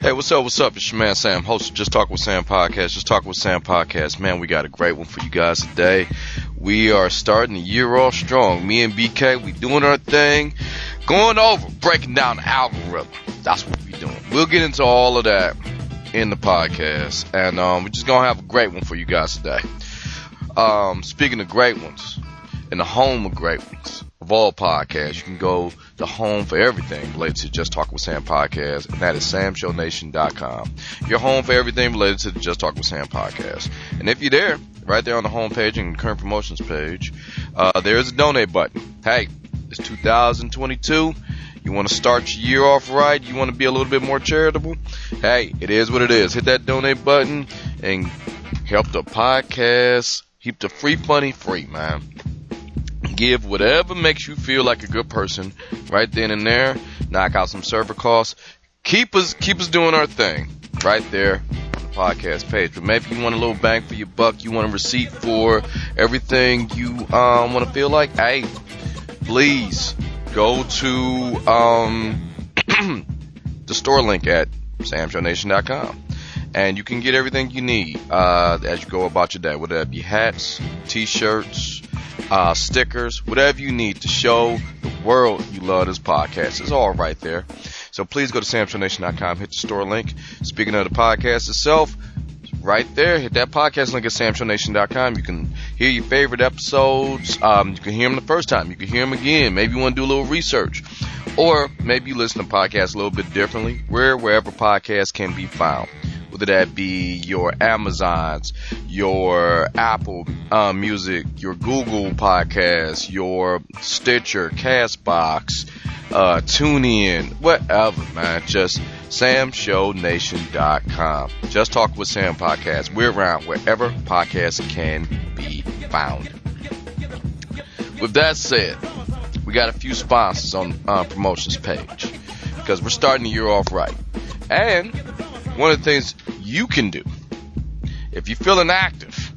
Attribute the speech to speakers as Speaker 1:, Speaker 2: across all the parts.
Speaker 1: Hey, what's up? What's up? It's your man Sam, host of Just Talk with Sam podcast. Just Talk with Sam podcast. Man, we got a great one for you guys today. We are starting the year off strong. Me and BK, we doing our thing, going over, breaking down the algorithm. That's what we doing. We'll get into all of that in the podcast, and um, we're just gonna have a great one for you guys today. Um, speaking of great ones, in the home of great ones of all podcasts. You can go the home for everything related to Just Talk with Sam podcast, and that is samshownation.com. Your home for everything related to the Just Talk with Sam podcast. And if you're there, right there on the home page and current promotions page, uh, there is a donate button. Hey, it's 2022. You want to start your year off right? You want to be a little bit more charitable? Hey, it is what it is. Hit that donate button and help the podcast. Keep the free funny free, man give whatever makes you feel like a good person right then and there knock out some server costs keep us keep us doing our thing right there on the podcast page but maybe you want a little bang for your buck you want a receipt for everything you um, want to feel like hey please go to um, the store link at samshownation.com and you can get everything you need uh, as you go about your day whether that be hats t-shirts uh, stickers, whatever you need to show the world you love this podcast. It's all right there. So please go to samshownation.com, hit the store link. Speaking of the podcast itself, right there, hit that podcast link at samshownation.com. You can hear your favorite episodes. Um, you can hear them the first time. You can hear them again. Maybe you want to do a little research. Or maybe you listen to podcasts a little bit differently, where wherever podcasts can be found whether that be your Amazons, your Apple uh, Music, your Google Podcast, your Stitcher, Castbox, uh, TuneIn, whatever, man. Just samshownation.com. Just Talk with Sam podcast. We're around wherever podcasts can be found. With that said, we got a few sponsors on uh, promotions page because we're starting the year off right. And one of the things you can do if you're feeling active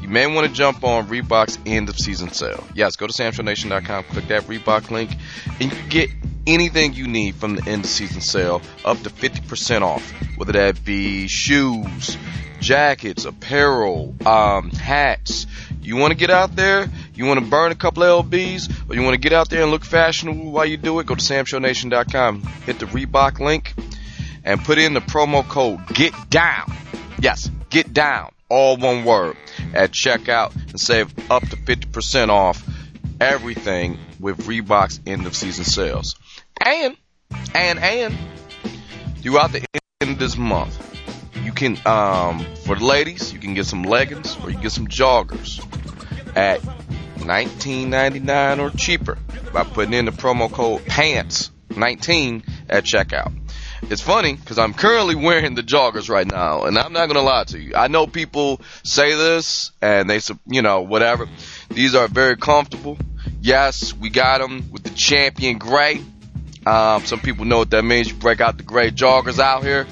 Speaker 1: you may want to jump on reebok's end of season sale yes go to samshownation.com click that reebok link and you can get anything you need from the end of season sale up to 50% off whether that be shoes jackets apparel um, hats you want to get out there you want to burn a couple lbs or you want to get out there and look fashionable while you do it go to samshownation.com hit the reebok link and put in the promo code get down yes get down all one word at checkout and save up to 50% off everything with reebok's end of season sales and and and throughout the end of this month you can um for the ladies you can get some leggings or you can get some joggers at 19.99 or cheaper by putting in the promo code pants 19 at checkout it's funny because I'm currently wearing the joggers right now, and I'm not gonna lie to you. I know people say this, and they, you know, whatever. These are very comfortable. Yes, we got them with the champion gray. Um, some people know what that means. You break out the gray joggers out here.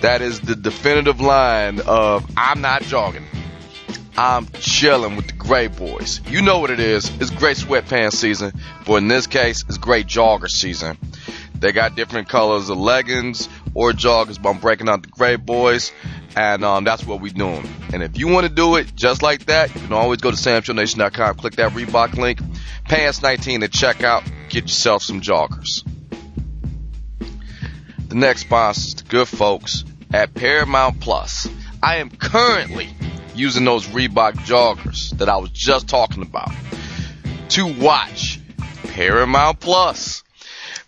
Speaker 1: That is the definitive line of I'm not jogging. I'm chilling with the gray boys. You know what it is. It's gray sweatpants season, but in this case, it's gray jogger season. They got different colors of leggings or joggers, but I'm breaking out the gray boys, and um, that's what we're doing. And if you want to do it just like that, you can always go to samshownation.com, click that Reebok link, pants 19 to check out, get yourself some joggers. The next sponsor is the good folks at Paramount Plus. I am currently using those Reebok joggers that I was just talking about to watch Paramount Plus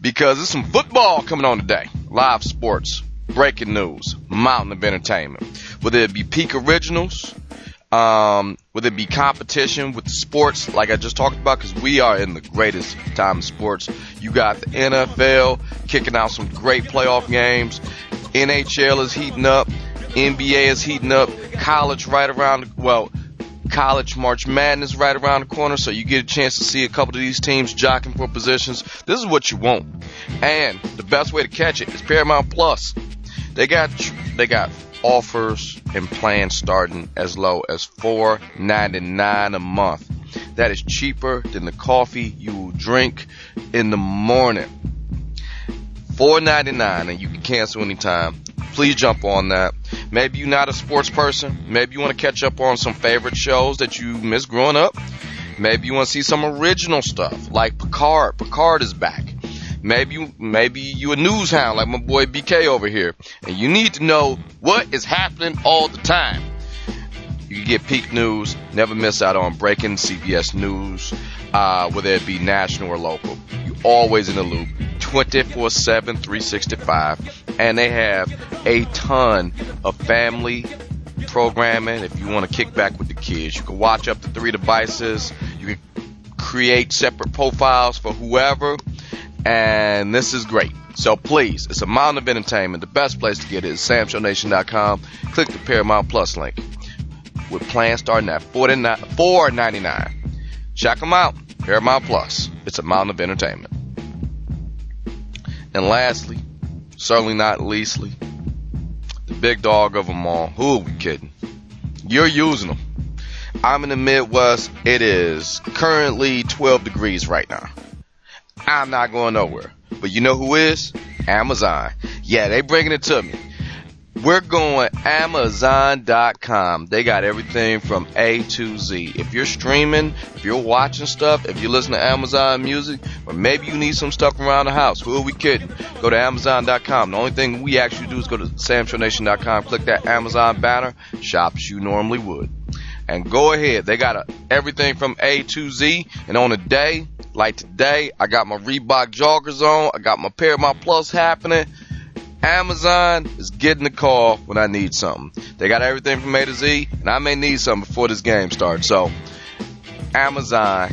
Speaker 1: because there's some football coming on today. Live sports, breaking news, mountain of entertainment. Whether it be peak originals, um, whether it be competition with sports, like I just talked about, because we are in the greatest time of sports. You got the NFL kicking out some great playoff games. NHL is heating up. NBA is heating up. College right around, well, college March Madness right around the corner, so you get a chance to see a couple of these teams jockeying for positions. This is what you want, and the best way to catch it is Paramount Plus. They got they got offers and plans starting as low as four ninety nine a month. That is cheaper than the coffee you will drink in the morning. $4.99 and you can cancel anytime. Please jump on that. Maybe you're not a sports person. Maybe you want to catch up on some favorite shows that you missed growing up. Maybe you want to see some original stuff like Picard. Picard is back. Maybe you maybe you a news hound like my boy BK over here, and you need to know what is happening all the time. You can get peak news, never miss out on breaking CBS news, uh, whether it be national or local. You always in the loop, 24 7, 365. And they have a ton of family programming. If you want to kick back with the kids, you can watch up to three devices. You can create separate profiles for whoever. And this is great. So please, it's a mountain of entertainment. The best place to get it is samshownation.com. Click the Paramount Plus link with plans starting at $4.99. Check them out. Paramount Plus. It's a mountain of entertainment. And lastly, certainly not leastly, the big dog of them all. Who are we kidding? You're using them. I'm in the Midwest. It is currently 12 degrees right now. I'm not going nowhere. But you know who is? Amazon. Yeah, they bringing it to me. We're going Amazon.com. They got everything from A to Z. If you're streaming, if you're watching stuff, if you listen to Amazon music, or maybe you need some stuff around the house, who are we kidding? Go to Amazon.com. The only thing we actually do is go to SamShowNation.com, click that Amazon banner, shop as you normally would. And go ahead. They got a, everything from A to Z. And on a day like today, I got my Reebok joggers on. I got my Paramount Plus happening. Amazon is getting the call when I need something. They got everything from A to Z, and I may need something before this game starts. So, Amazon.com.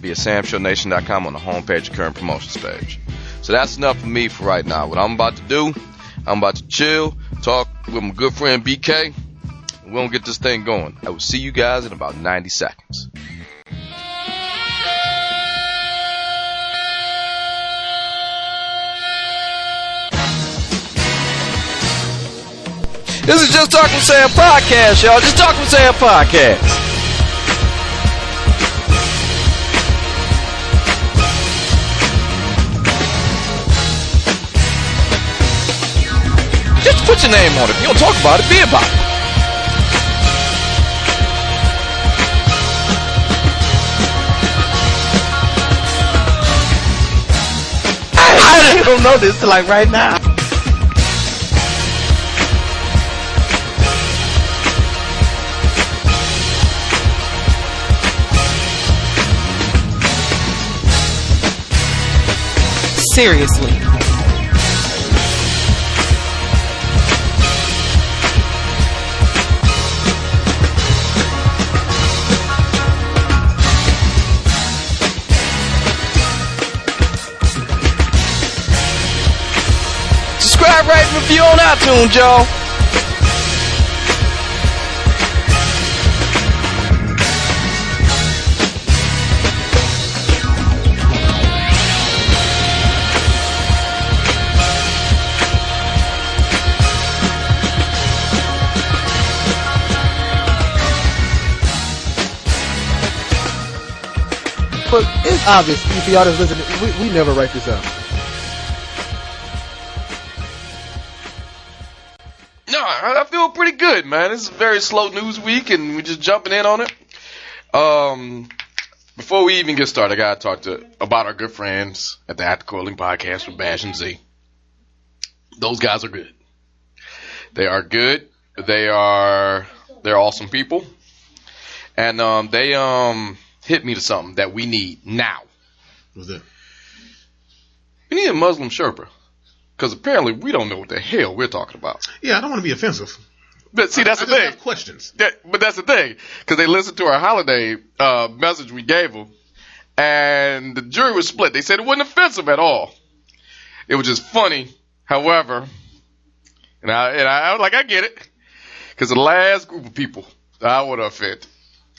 Speaker 1: Be at SamShowNation.com on the homepage, the current promotions page. So, that's enough for me for right now. What I'm about to do, I'm about to chill, talk with my good friend BK. We're going to get this thing going. I will see you guys in about 90 seconds. This is Just Talking Sam Podcast, y'all. Just Talking Sam Podcast. Just put your name on it. If you don't talk about it, be about it. I don't know this till like right now.
Speaker 2: Seriously.
Speaker 1: Subscribe, rate, and review on iTunes, y'all.
Speaker 3: But it's obvious for y'all that's listening. We, we never write this out.
Speaker 1: No, I I feel pretty good, man. It's a very slow news week, and we're just jumping in on it. Um, before we even get started, I gotta talk to about our good friends at the At the Coiling Podcast with Bash and Z. Those guys are good. They are good. They are they're awesome people, and um, they um hit me to something that we need now.
Speaker 3: What's that?
Speaker 1: We need a Muslim Sherpa, because apparently we don't know what the hell we're talking about.
Speaker 3: Yeah, I don't want to be offensive.
Speaker 1: But see, that's
Speaker 3: I
Speaker 1: the
Speaker 3: just
Speaker 1: thing.
Speaker 3: have questions.
Speaker 1: that, but that's the thing, because they listened to our holiday uh, message we gave them, and the jury was split. They said it wasn't offensive at all. It was just funny. However, and I and I, I was like, I get it, because the last group of people I would offend.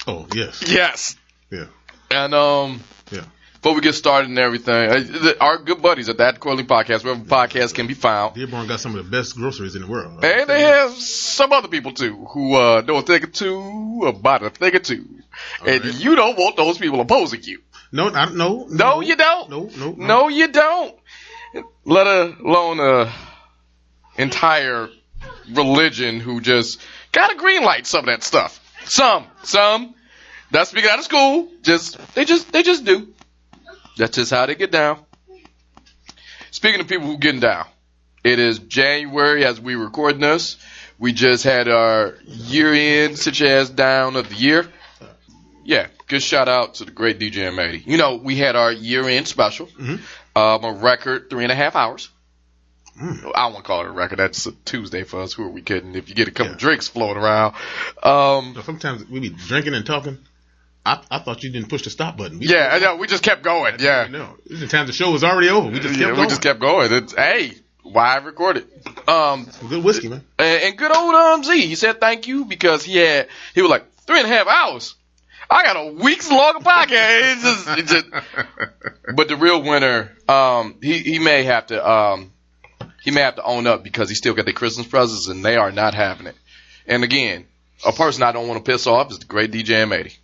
Speaker 4: Oh yes,
Speaker 1: Yes,
Speaker 4: yeah,
Speaker 1: and um.
Speaker 4: yeah.
Speaker 1: Before we get started and everything, uh, the- our good buddies at that Quarterly Podcast, wherever podcasts can be found,
Speaker 4: Dearborn got some of the best groceries in the world.
Speaker 1: And they have some other people too who uh, know a thing or two about a thing or two. and
Speaker 4: right.
Speaker 1: you don't want those people opposing you.
Speaker 4: no, I, no,
Speaker 1: No, you don't.
Speaker 4: No, no,
Speaker 1: No, you don't. let alone a entire religion who just gotta green light some of that stuff. Some, some. Not speaking out of school. Just they just they just do. That's just how they get down. Speaking of people who getting down, it is January as we recording this. We just had our year end sit your ass down of the year. Yeah, good shout out to the great DJ M80. You know, we had our year end special.
Speaker 4: Mm-hmm.
Speaker 1: Um, a record three and a half hours.
Speaker 4: Mm.
Speaker 1: I won't call it a record. That's a Tuesday for us. Who are we kidding? If you get a couple
Speaker 4: Yeah.
Speaker 1: drinks floating around, um,
Speaker 4: Now, sometimes we be drinking and talking. I, I thought you didn't push the stop button. We-
Speaker 1: yeah, I know, we just kept going. Yeah,
Speaker 4: No, the time the show was already over. We just kept
Speaker 1: Yeah,
Speaker 4: going.
Speaker 1: we just kept going. It's, hey, why I recorded? Um,
Speaker 4: Good whiskey, man.
Speaker 1: and, and good old um Z, he said thank you because he had he was like three and a half hours. I got a week's long podcast. It's just, it just, but the real winner, um, he he may have to um, he may have to own up because he still got the Christmas presents and they are not having it. And again, a person I don't want to piss off is the great DJ M80.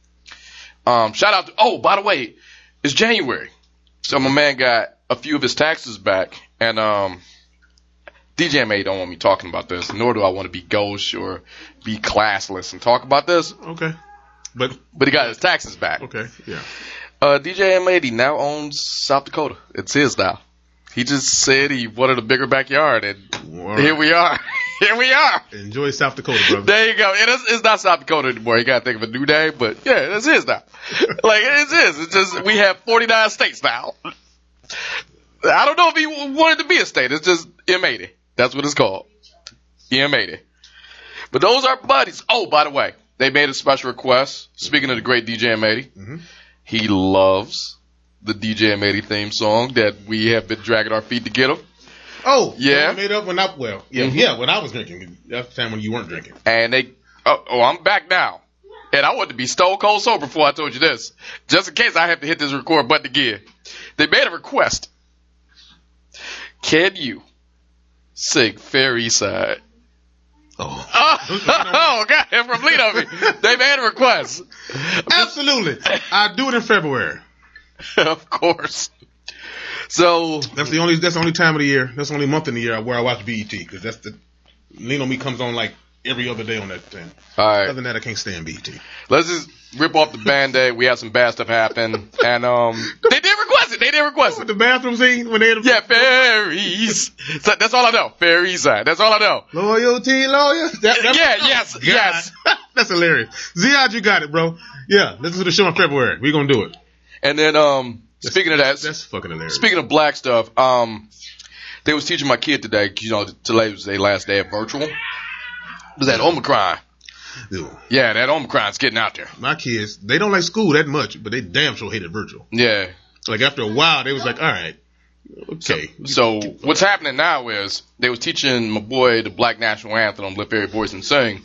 Speaker 1: Um, shout out to oh by the way, it's January, so my man got a few of his taxes back and um. DJ M80 don't want me talking about this, nor do I want to be gauche or be classless and talk about this.
Speaker 4: Okay, but
Speaker 1: But he got his taxes back.
Speaker 4: okay, yeah.
Speaker 1: Uh, DJ M80 now owns South Dakota. It's his now. He just said he wanted a bigger backyard, and
Speaker 4: All right.
Speaker 1: here we are. here we are.
Speaker 4: Enjoy South Dakota, brother.
Speaker 1: There you go. It is, it's not South Dakota anymore. You gotta think of a new name, but yeah, that's his now. like it's his. It's just we have 49 states now. I don't know if he w- wanted to be a state. It's just M80. That's what it's called. M80. But those are buddies. Oh, by the way, they made a special request. Speaking of the great DJ M80, he loves the DJ M80 theme song that we have been dragging our feet to get him.
Speaker 4: Oh,
Speaker 1: Yeah.
Speaker 4: I made up when I well, yeah,
Speaker 1: Mhm.
Speaker 4: yeah, when I was drinking. That's the time when you weren't drinking.
Speaker 1: and they oh, oh I'm back now. And I wanted to be stone cold sober before I told you this, just in case I have to hit this record button again. They made a request. Can you sing Fairy Side?
Speaker 4: Oh,
Speaker 1: Oh, oh God, they're from Lead on Me. They made a request.
Speaker 4: absolutely. I do it in February.
Speaker 1: of course. So,
Speaker 4: That's the only. That's the only time of the year. That's the only month in the year where I watch BET because that's the Lean on Me comes on like every other day on that thing.
Speaker 1: alright.
Speaker 4: Other than that, I can't stand E BET.
Speaker 1: Let's just rip off the band-aid. We had some bad stuff happen. And, um, they did request it. They did request it.
Speaker 4: With the bathroom scene when they had
Speaker 1: Yeah, fairies. So that's all I know. Fairies. uh, That's all I know.
Speaker 4: loyalty lawyer. That,
Speaker 1: Yeah,
Speaker 4: that's-
Speaker 1: yes, yes.
Speaker 4: that's hilarious. Ziad, you got it, bro. Yeah, listen to the show in February. We're gonna do it.
Speaker 1: And then, um, speaking of that,
Speaker 4: That's fucking hilarious.
Speaker 1: speaking of black stuff, um, they was teaching my kid today. You know, today was their last day of virtual. It was that Omicron?
Speaker 4: Dude,
Speaker 1: Yeah, that Omicron's getting out there.
Speaker 4: my kids, they don't like school that much, but they damn sure hated virtual.
Speaker 1: Yeah.
Speaker 4: Like after a while, they was like, all right, okay.
Speaker 1: So what's happening now is they was teaching my boy the black national anthem, "Lift Every Voice and Sing,"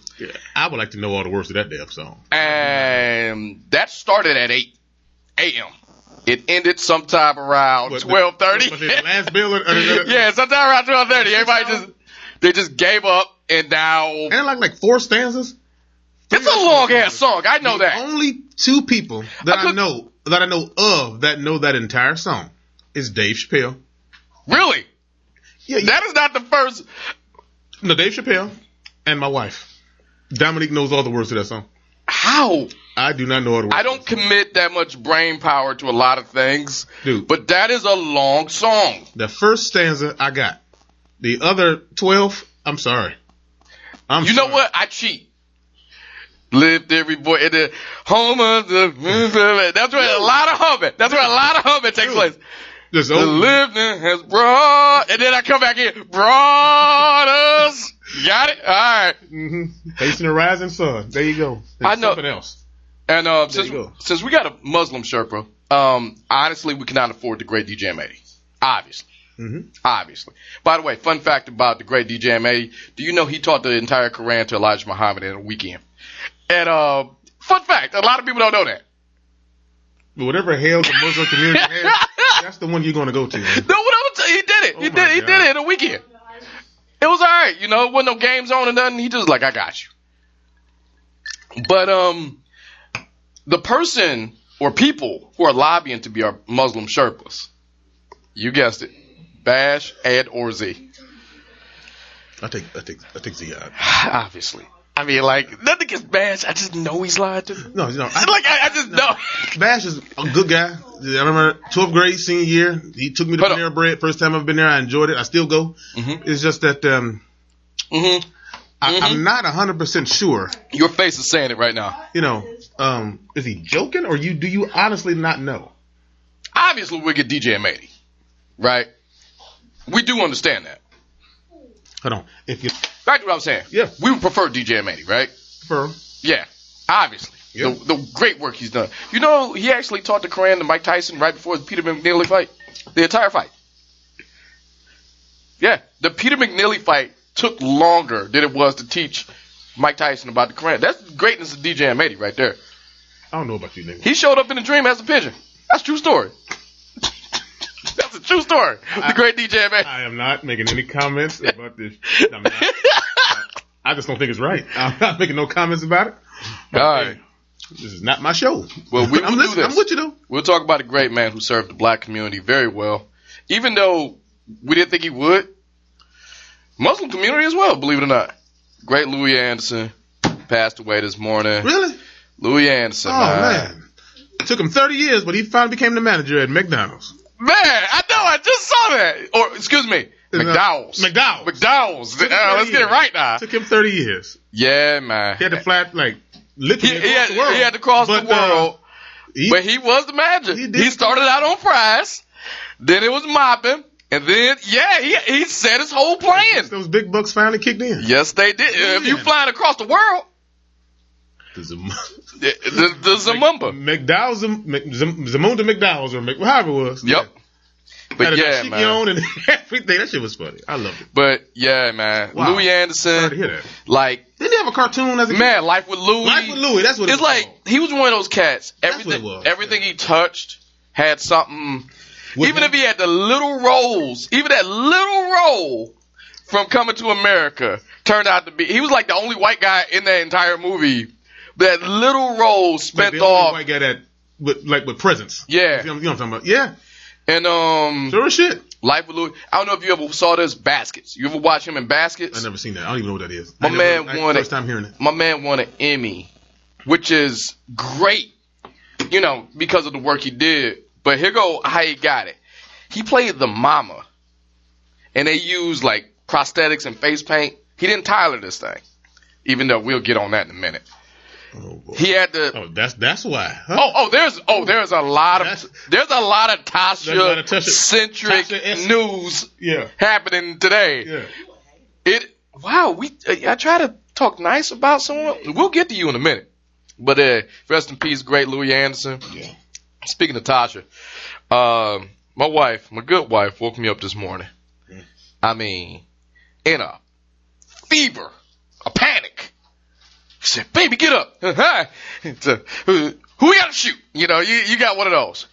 Speaker 4: I would like to know all the words to that damn song.
Speaker 1: and that started at eight a.m. It ended sometime around twelve thirty.
Speaker 4: Was it the last bill? Or, or- or-
Speaker 1: yeah, sometime around twelve thirty, everybody just they just gave up, and now
Speaker 4: And like like four stanzas.
Speaker 1: it's a long ass song. I know that.
Speaker 4: Only two people that
Speaker 1: I
Speaker 4: I,
Speaker 1: could-
Speaker 4: know that I know of that know that entire song is Dave Chappelle.
Speaker 1: Really,
Speaker 4: Yeah, yeah.
Speaker 1: that is not the first.
Speaker 4: no, Dave Chappelle and my wife. Dominique knows all the words to that song.
Speaker 1: How
Speaker 4: I do not know all the words.
Speaker 1: I don't commit that much brain power to a lot of things,
Speaker 4: Dude.
Speaker 1: But that is a long song.
Speaker 4: The first stanza I got. The other twelve, I'm sorry. I'm
Speaker 1: You know
Speaker 4: sorry.
Speaker 1: what? I cheat. Lived every boy in the home of the. That's where a lot of humming. That's where a lot of humming takes place.
Speaker 4: This
Speaker 1: The
Speaker 4: old,
Speaker 1: living has brought, and then I come back in, brought us. Got it? All right.
Speaker 4: Mhm. facing the rising sun. There you go. There's
Speaker 1: I know-
Speaker 4: something else.
Speaker 1: And uh, since,
Speaker 4: you go.
Speaker 1: since we got a Muslim Sherpa, um, honestly, we cannot afford the great DJ M80. Obviously.
Speaker 4: Mhm.
Speaker 1: Obviously. By the way, fun fact about the great DJ M80 do you know he taught the entire Quran to Elijah Muhammad in a weekend? And uh, fun fact a lot of people don't know that.
Speaker 4: But whatever hell the Muslim community has, that's the one you're gonna go to. man.
Speaker 1: No, what I was he did it. he
Speaker 4: Oh
Speaker 1: did.
Speaker 4: my
Speaker 1: He
Speaker 4: God.
Speaker 1: did it in a weekend. It was all right, you know. Wasn't no games on or nothing. He just like, I got you. But um, the person or people who are lobbying to be our Muslim Sherpas, you guessed it,
Speaker 5: Bash, Ed, or Z.
Speaker 4: I take I take I take Z out.
Speaker 5: Obviously. I mean, like, nothing gets Bash. I just know he's lied to.
Speaker 4: No, you know, I,
Speaker 5: Like, I, I just know.
Speaker 4: Bash is a good guy. I remember 12th grade senior year, he took me to
Speaker 5: Hold on.
Speaker 4: Panera Bread. First time I've been there, I enjoyed it. I still go. It's just that um,
Speaker 5: Mm-hmm.
Speaker 4: I, I'm not 100 percent sure.
Speaker 5: Your face is saying it right now.
Speaker 4: You know, um, is he joking or you do you honestly not know?
Speaker 5: Obviously, we get DJ and Matey, right? We do understand that.
Speaker 4: Hold on, if you
Speaker 5: Back to what I was saying.
Speaker 4: Yeah.
Speaker 5: We would prefer DJ and Matey, right?
Speaker 4: prefer,
Speaker 5: Yeah, obviously.
Speaker 4: Yeah.
Speaker 5: The, the great work he's done. You know, he actually talked to Coran and Mike Tyson right before the Peter McNeely fight. The entire fight. Yeah, the Peter McNeely fight took longer than it was to teach Mike Tyson about the Koran. That's the greatness of DJ and Matey right there.
Speaker 4: I don't know about you, nigga.
Speaker 5: He showed up in a dream as a pigeon. That's a true story. That's a true story. The great DJ and Matey.
Speaker 4: I am not making any comments about this. I'm not. I just don't think it's right. I'm not making no comments about it.
Speaker 5: All right.
Speaker 4: This is not my show.
Speaker 5: Well, we
Speaker 4: I'm
Speaker 5: will do
Speaker 4: listening.
Speaker 5: this.
Speaker 4: I'm with you though.
Speaker 5: We'll talk about a great man who served the black community very well, even though we didn't think he would. Muslim community as well, believe it or not. Great Louis Anderson passed away this morning.
Speaker 4: Really?
Speaker 5: Louis Anderson.
Speaker 4: Oh
Speaker 5: man.
Speaker 4: man, it took him 30 years, but he finally became the manager at McDonald's.
Speaker 5: Man, I know, I just saw that. Or, excuse me,
Speaker 4: Isn't that-
Speaker 5: Uh, McDowell's.
Speaker 4: McDowell's.
Speaker 5: McDowell's. Uh, let's get it right now.
Speaker 4: Took him 30 years.
Speaker 5: Yeah, man.
Speaker 4: He had to flat like
Speaker 5: He,
Speaker 4: literally across
Speaker 5: he had,
Speaker 4: the world.
Speaker 5: he had to cross
Speaker 4: But,
Speaker 5: the
Speaker 4: uh,
Speaker 5: world,
Speaker 4: he-
Speaker 5: but he was the manager.
Speaker 4: he
Speaker 5: He,
Speaker 4: did-
Speaker 5: started out on fries, then it was mopping, and then, yeah, he, he set his whole plan.
Speaker 4: those big bucks finally kicked in.
Speaker 5: Yes, they did. If you flying across the world,
Speaker 4: The Zum-
Speaker 5: the, the, the Zamumba.
Speaker 4: McDowell's Zum- Mc- Zum- Zamunda McDowell's or Mc- however it was.
Speaker 5: Yep.
Speaker 4: Had
Speaker 5: But
Speaker 4: a
Speaker 5: yeah,
Speaker 4: dashiki
Speaker 5: man.
Speaker 4: on and everything. That shit was funny. I loved it.
Speaker 5: But yeah, man.
Speaker 4: Wow. Sorry
Speaker 5: Louis
Speaker 4: to hear
Speaker 5: Anderson,
Speaker 4: that.
Speaker 5: like
Speaker 4: Didn't they have a cartoon as a
Speaker 5: man, life with Louis.
Speaker 4: Life with Louis. That's what it
Speaker 5: It's
Speaker 4: was
Speaker 5: like
Speaker 4: called.
Speaker 5: he was one of those cats.
Speaker 4: That's what it
Speaker 5: Everything,
Speaker 4: was,
Speaker 5: everything he touched had something.
Speaker 4: With
Speaker 5: even
Speaker 4: him.
Speaker 5: if he had the little roles, even that little role from Coming to America turned out to be. He was like the only white guy in that entire movie. That little role
Speaker 4: Like
Speaker 5: spent
Speaker 4: the only
Speaker 5: off.
Speaker 4: white guy that with like with presents.
Speaker 5: Yeah.
Speaker 4: You know, you know what I'm talking about? Yeah.
Speaker 5: And um,
Speaker 4: Sure as shit.
Speaker 5: Life with Louis. I don't know if you ever saw this Baskets. You ever watch him in
Speaker 4: I
Speaker 5: Baskets?
Speaker 4: never seen that. I don't even know what that is.
Speaker 5: My
Speaker 4: I never-
Speaker 5: man
Speaker 4: I-
Speaker 5: wanted-
Speaker 4: First time hearing it.
Speaker 5: My man won an Emmy, which is great, you know, because of the work he did. But here go how he got it. He played the mama, and they used like prosthetics and face paint. He didn't Tyler this thing, even though we'll get on that in a minute.
Speaker 4: Oh, boy.
Speaker 5: He had to.
Speaker 4: oh that's that's why. Huh?
Speaker 5: Oh, oh, there's oh, there's a lot of
Speaker 4: That's-
Speaker 5: there's a lot of
Speaker 4: There's a lot
Speaker 5: Tasha
Speaker 4: of Tasha-
Speaker 5: centric
Speaker 4: Tasha-esque.
Speaker 5: news
Speaker 4: Yeah.
Speaker 5: happening today.
Speaker 4: Yeah.
Speaker 5: It wow, we uh, I try to talk nice about someone. We'll get to you in a minute. But uh, rest in peace, great Louis Anderson.
Speaker 4: Yeah.
Speaker 5: Speaking of Tasha, um, my wife, my good wife, woke me up this morning. I mean, in a fever, a panic. She said, "Baby, get up! Hi, It's a- who who we got to shoot? You know, you you got one of those.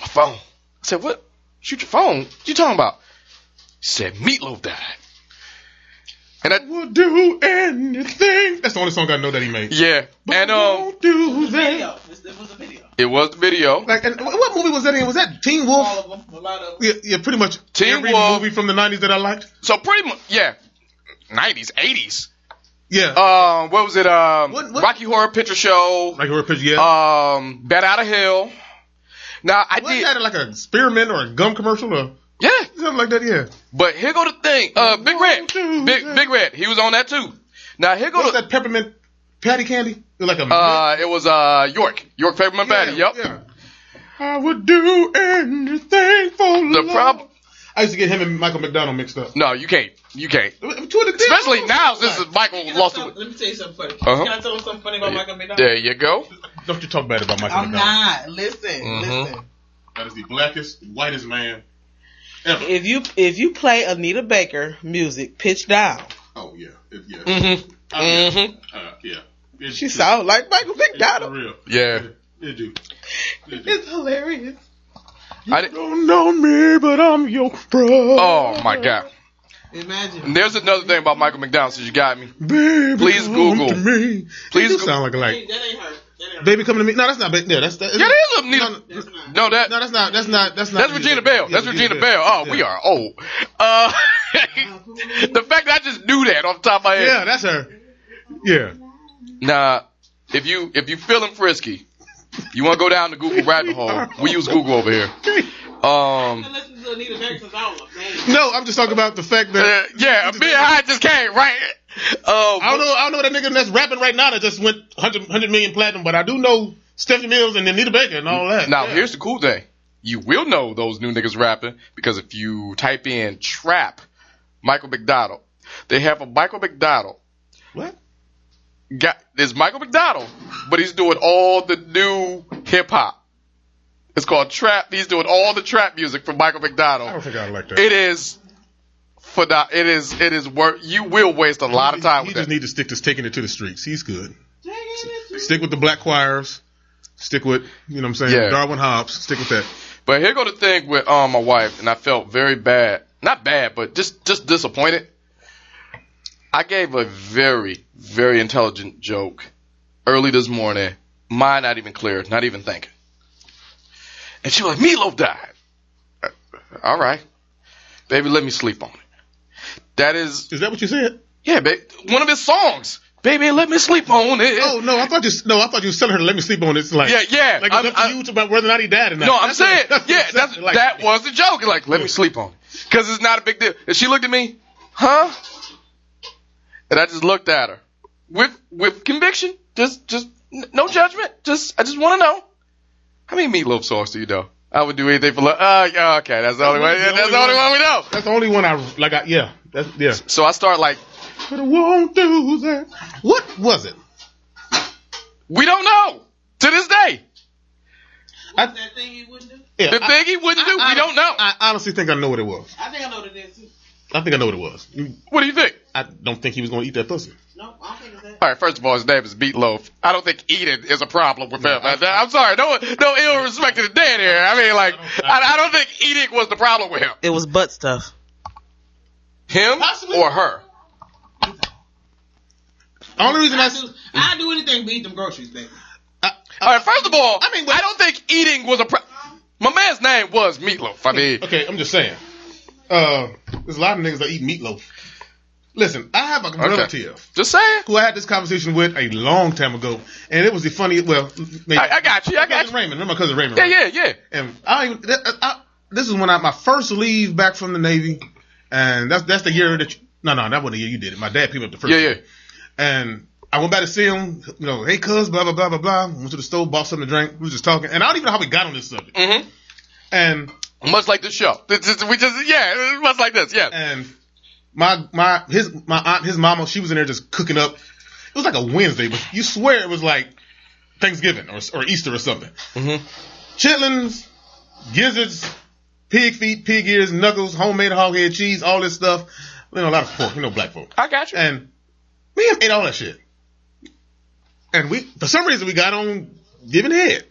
Speaker 5: My phone." I said, "What? Shoot your phone? What you talking about?" She said, "Meatloaf died." And I,
Speaker 4: We'll do anything. That's the only song I know that he made.
Speaker 5: yeah, and um,
Speaker 4: We'll do that.
Speaker 5: it was the video.
Speaker 4: Like, and wh- what movie was that in? Was that Teen Wolf?
Speaker 6: all of them, a lot of
Speaker 4: Yeah, yeah pretty much
Speaker 5: Teen
Speaker 4: every
Speaker 5: Wolf.
Speaker 4: movie from the '90s that I liked.
Speaker 5: So pretty much, yeah, nineties, eighties.
Speaker 4: Yeah,
Speaker 5: Um, what was it? Um,
Speaker 4: What- what-
Speaker 5: Rocky Horror Picture Show.
Speaker 4: like a picture. Yeah,
Speaker 5: Um, Bat Out of Hell. Now I
Speaker 4: wasn't
Speaker 5: did,
Speaker 4: that like a spearmint or a gum commercial or
Speaker 5: yeah.
Speaker 4: something like that? Yeah,
Speaker 5: But here go the thing. Uh, Big Red, Big Big Red. He was on that too. Now here go
Speaker 4: what's
Speaker 5: the.
Speaker 4: that peppermint patty candy? It was Like a
Speaker 5: Uh, it was uh York, York Peppermint
Speaker 4: yeah,
Speaker 5: Patty. Yep.
Speaker 4: yeah. I would do anything for
Speaker 5: The
Speaker 4: love.
Speaker 5: problem.
Speaker 4: I used to get him and Michael McDonald mixed up.
Speaker 5: No, you can't. You can't.
Speaker 4: Two of the big-
Speaker 5: Especially now since Michael
Speaker 6: Can I
Speaker 5: lost
Speaker 6: tell-
Speaker 5: it.
Speaker 6: Let me tell you something funny.
Speaker 5: Uh-huh.
Speaker 6: Can I tell you something funny about Michael McDonald?
Speaker 5: There you go.
Speaker 4: Don't you talk bad about Michael
Speaker 6: I'm
Speaker 4: McDonald?
Speaker 6: not. Listen, listen.
Speaker 4: That is the blackest, whitest man ever.
Speaker 6: If you if you play Anita Baker music, pitch down.
Speaker 4: oh yeah, It- yeah,
Speaker 5: Mm-hmm.
Speaker 4: Oh, yeah.
Speaker 5: Mhm.
Speaker 4: Uh, yeah. It-
Speaker 6: She
Speaker 4: it-
Speaker 6: sound like Michael
Speaker 4: it's for
Speaker 6: McDonald.
Speaker 4: real.
Speaker 5: Yeah.
Speaker 4: It do. It do.
Speaker 6: It's hilarious.
Speaker 5: I did,
Speaker 4: Don't know me, but I'm your brother,
Speaker 5: oh my god.
Speaker 6: Imagine.
Speaker 5: And there's another thing about Michael McDonald since you got me.
Speaker 4: baby.
Speaker 5: Please
Speaker 4: come
Speaker 5: Google.
Speaker 4: to me.
Speaker 5: Please
Speaker 4: It do
Speaker 5: Go-
Speaker 4: sound like like
Speaker 6: That ain't her.
Speaker 4: Baby coming to me. No, that's not. Ba- Yeah, that's that.
Speaker 5: Yeah, that is Anita.
Speaker 4: No, no,
Speaker 5: No, that
Speaker 4: no, that's not. That's not. That's not.
Speaker 5: that's Regina Bell.
Speaker 4: Yeah,
Speaker 5: That's Regina Bell. Oh, we
Speaker 4: Yeah.
Speaker 5: are old. Uh, the fact that I just knew that off the top of my head.
Speaker 4: Yeah, that's her. Yeah.
Speaker 5: Nah, if you if you feeling frisky, you want to go down the Google rabbit hole. We use Google over here. Um,
Speaker 6: Listen to Anita Baker since I was a baby.
Speaker 4: No, I'm just talking about the fact
Speaker 5: uh,
Speaker 4: that
Speaker 5: yeah, me and I just came right. Um,
Speaker 4: I don't know. I don't know that nigga that's rapping right now that just went 100, 100 million platinum, but I do know Stephanie Mills and Anita Baker and all that.
Speaker 5: Now
Speaker 4: Yeah.
Speaker 5: here's the cool thing: you will know those new niggas rapping because if you type in trap Michael McDonald, they have a Michael McDonald.
Speaker 4: what?
Speaker 5: Got it's Michael McDonald, but he's doing all the new hip hop. It's called trap. He's doing all the trap music from Michael McDonald.
Speaker 4: I don't think I like that.
Speaker 5: It is for the, it is it is worth you will waste a lot of time
Speaker 4: He
Speaker 5: with
Speaker 4: just
Speaker 5: that.
Speaker 4: need to stick to taking it to the streets. He's good. Stick with the black choirs. Stick with you know what I'm saying.
Speaker 5: Yeah.
Speaker 4: Darwin Hobbs. Stick with that.
Speaker 5: but here go the thing with um my wife and I felt very bad. Not bad, but just just disappointed. I gave a very very intelligent joke early this morning. Mind not even clear, not even thinking. And she was like, Milo died. Uh, All right. Baby, let me sleep on it. That is,
Speaker 4: Is that what you said?
Speaker 5: yeah, babe, one of his songs. Baby, let me sleep on it.
Speaker 4: Oh no, I thought you. No, I thought you was telling her to let me sleep on this. Like
Speaker 5: Yeah, yeah.
Speaker 4: Like it's
Speaker 5: I'm-
Speaker 4: up to
Speaker 5: I'm-
Speaker 4: you to about whether or not he died or not.
Speaker 5: No, I'm
Speaker 4: That's
Speaker 5: saying,
Speaker 4: what- that's what
Speaker 5: yeah,
Speaker 4: I'm
Speaker 5: that's,
Speaker 4: saying. Like,
Speaker 5: that was the joke. Like, let me sleep on it. Because it's not a big deal. And she looked at me, huh? And I just looked at her with with conviction. Just, just n- no judgment. Just, I just want to know. How many meatloaf sauce do you know? I would do anything for love. Uh, yeah, okay, that's the only one.
Speaker 4: the only
Speaker 5: That's the only
Speaker 4: one.
Speaker 5: one we know.
Speaker 4: That's the only one I like. I, yeah, that's, yeah.
Speaker 5: So I start like,
Speaker 4: But I won't do that. What was it?
Speaker 5: we don't know to this day.
Speaker 6: What's that thing you wouldn't do?
Speaker 4: Yeah,
Speaker 5: The
Speaker 4: I-
Speaker 5: thing he wouldn't do, we don't know.
Speaker 4: I honestly think I know what it was.
Speaker 6: I think I know what it is too.
Speaker 4: I think I know what it was. You-
Speaker 5: What do you think?
Speaker 4: I don't think he was going to eat that pussy.
Speaker 6: No, I don't think it's that.
Speaker 5: All right, first of all, his name is Meatloaf. I don't think eating is a problem with him. I, am sorry, no, no ill respect to the dead here. I mean, like, I, I don't think eating was the problem with him.
Speaker 6: It was butt stuff.
Speaker 5: Him or her?
Speaker 4: Only reason I,
Speaker 6: I do anything but eat them groceries, baby.
Speaker 5: All right, first of all, I mean, I don't think eating was a problem. My man's name was Meatloaf. I mean,
Speaker 4: okay, I'm just saying. Uh, there's a lot of niggas that eat meatloaf. Listen, I have a relative
Speaker 5: just saying.
Speaker 4: who I had this conversation with a long time ago, and it was the funniest. Well, maybe,
Speaker 5: I, I got you. I got
Speaker 4: cousin
Speaker 5: you.
Speaker 4: Raymond. Remember my cousin Raymond?
Speaker 5: Yeah,
Speaker 4: right?
Speaker 5: yeah, yeah.
Speaker 4: and I, don't even- th- uh, I this is when I my first leave back from the Navy, and that's that's the year that you, no no that wasn't the year you did it. My dad picked me up the first
Speaker 5: Yeah,
Speaker 4: year.
Speaker 5: yeah.
Speaker 4: and I went back to see him. You know, hey cuz, blah blah blah blah blah. Went to the store, bought something to drink. We was just talking, and I don't even know how we got on this subject.
Speaker 5: Mhm.
Speaker 4: And
Speaker 5: Much like this show. This is- we just, yeah, much like this, yeah.
Speaker 4: and my my his my aunt his mama she was in there just cooking up. It was like a Wednesday, but you swear it was like Thanksgiving or or Easter or something.
Speaker 5: Mhm.
Speaker 4: Chitlins, gizzards, pig feet, pig ears, knuckles, homemade hog head cheese, all this stuff. You know, a lot of pork. You know, black folk.
Speaker 5: I got you.
Speaker 4: And we ate all that shit. And we, for some reason, we got on giving head.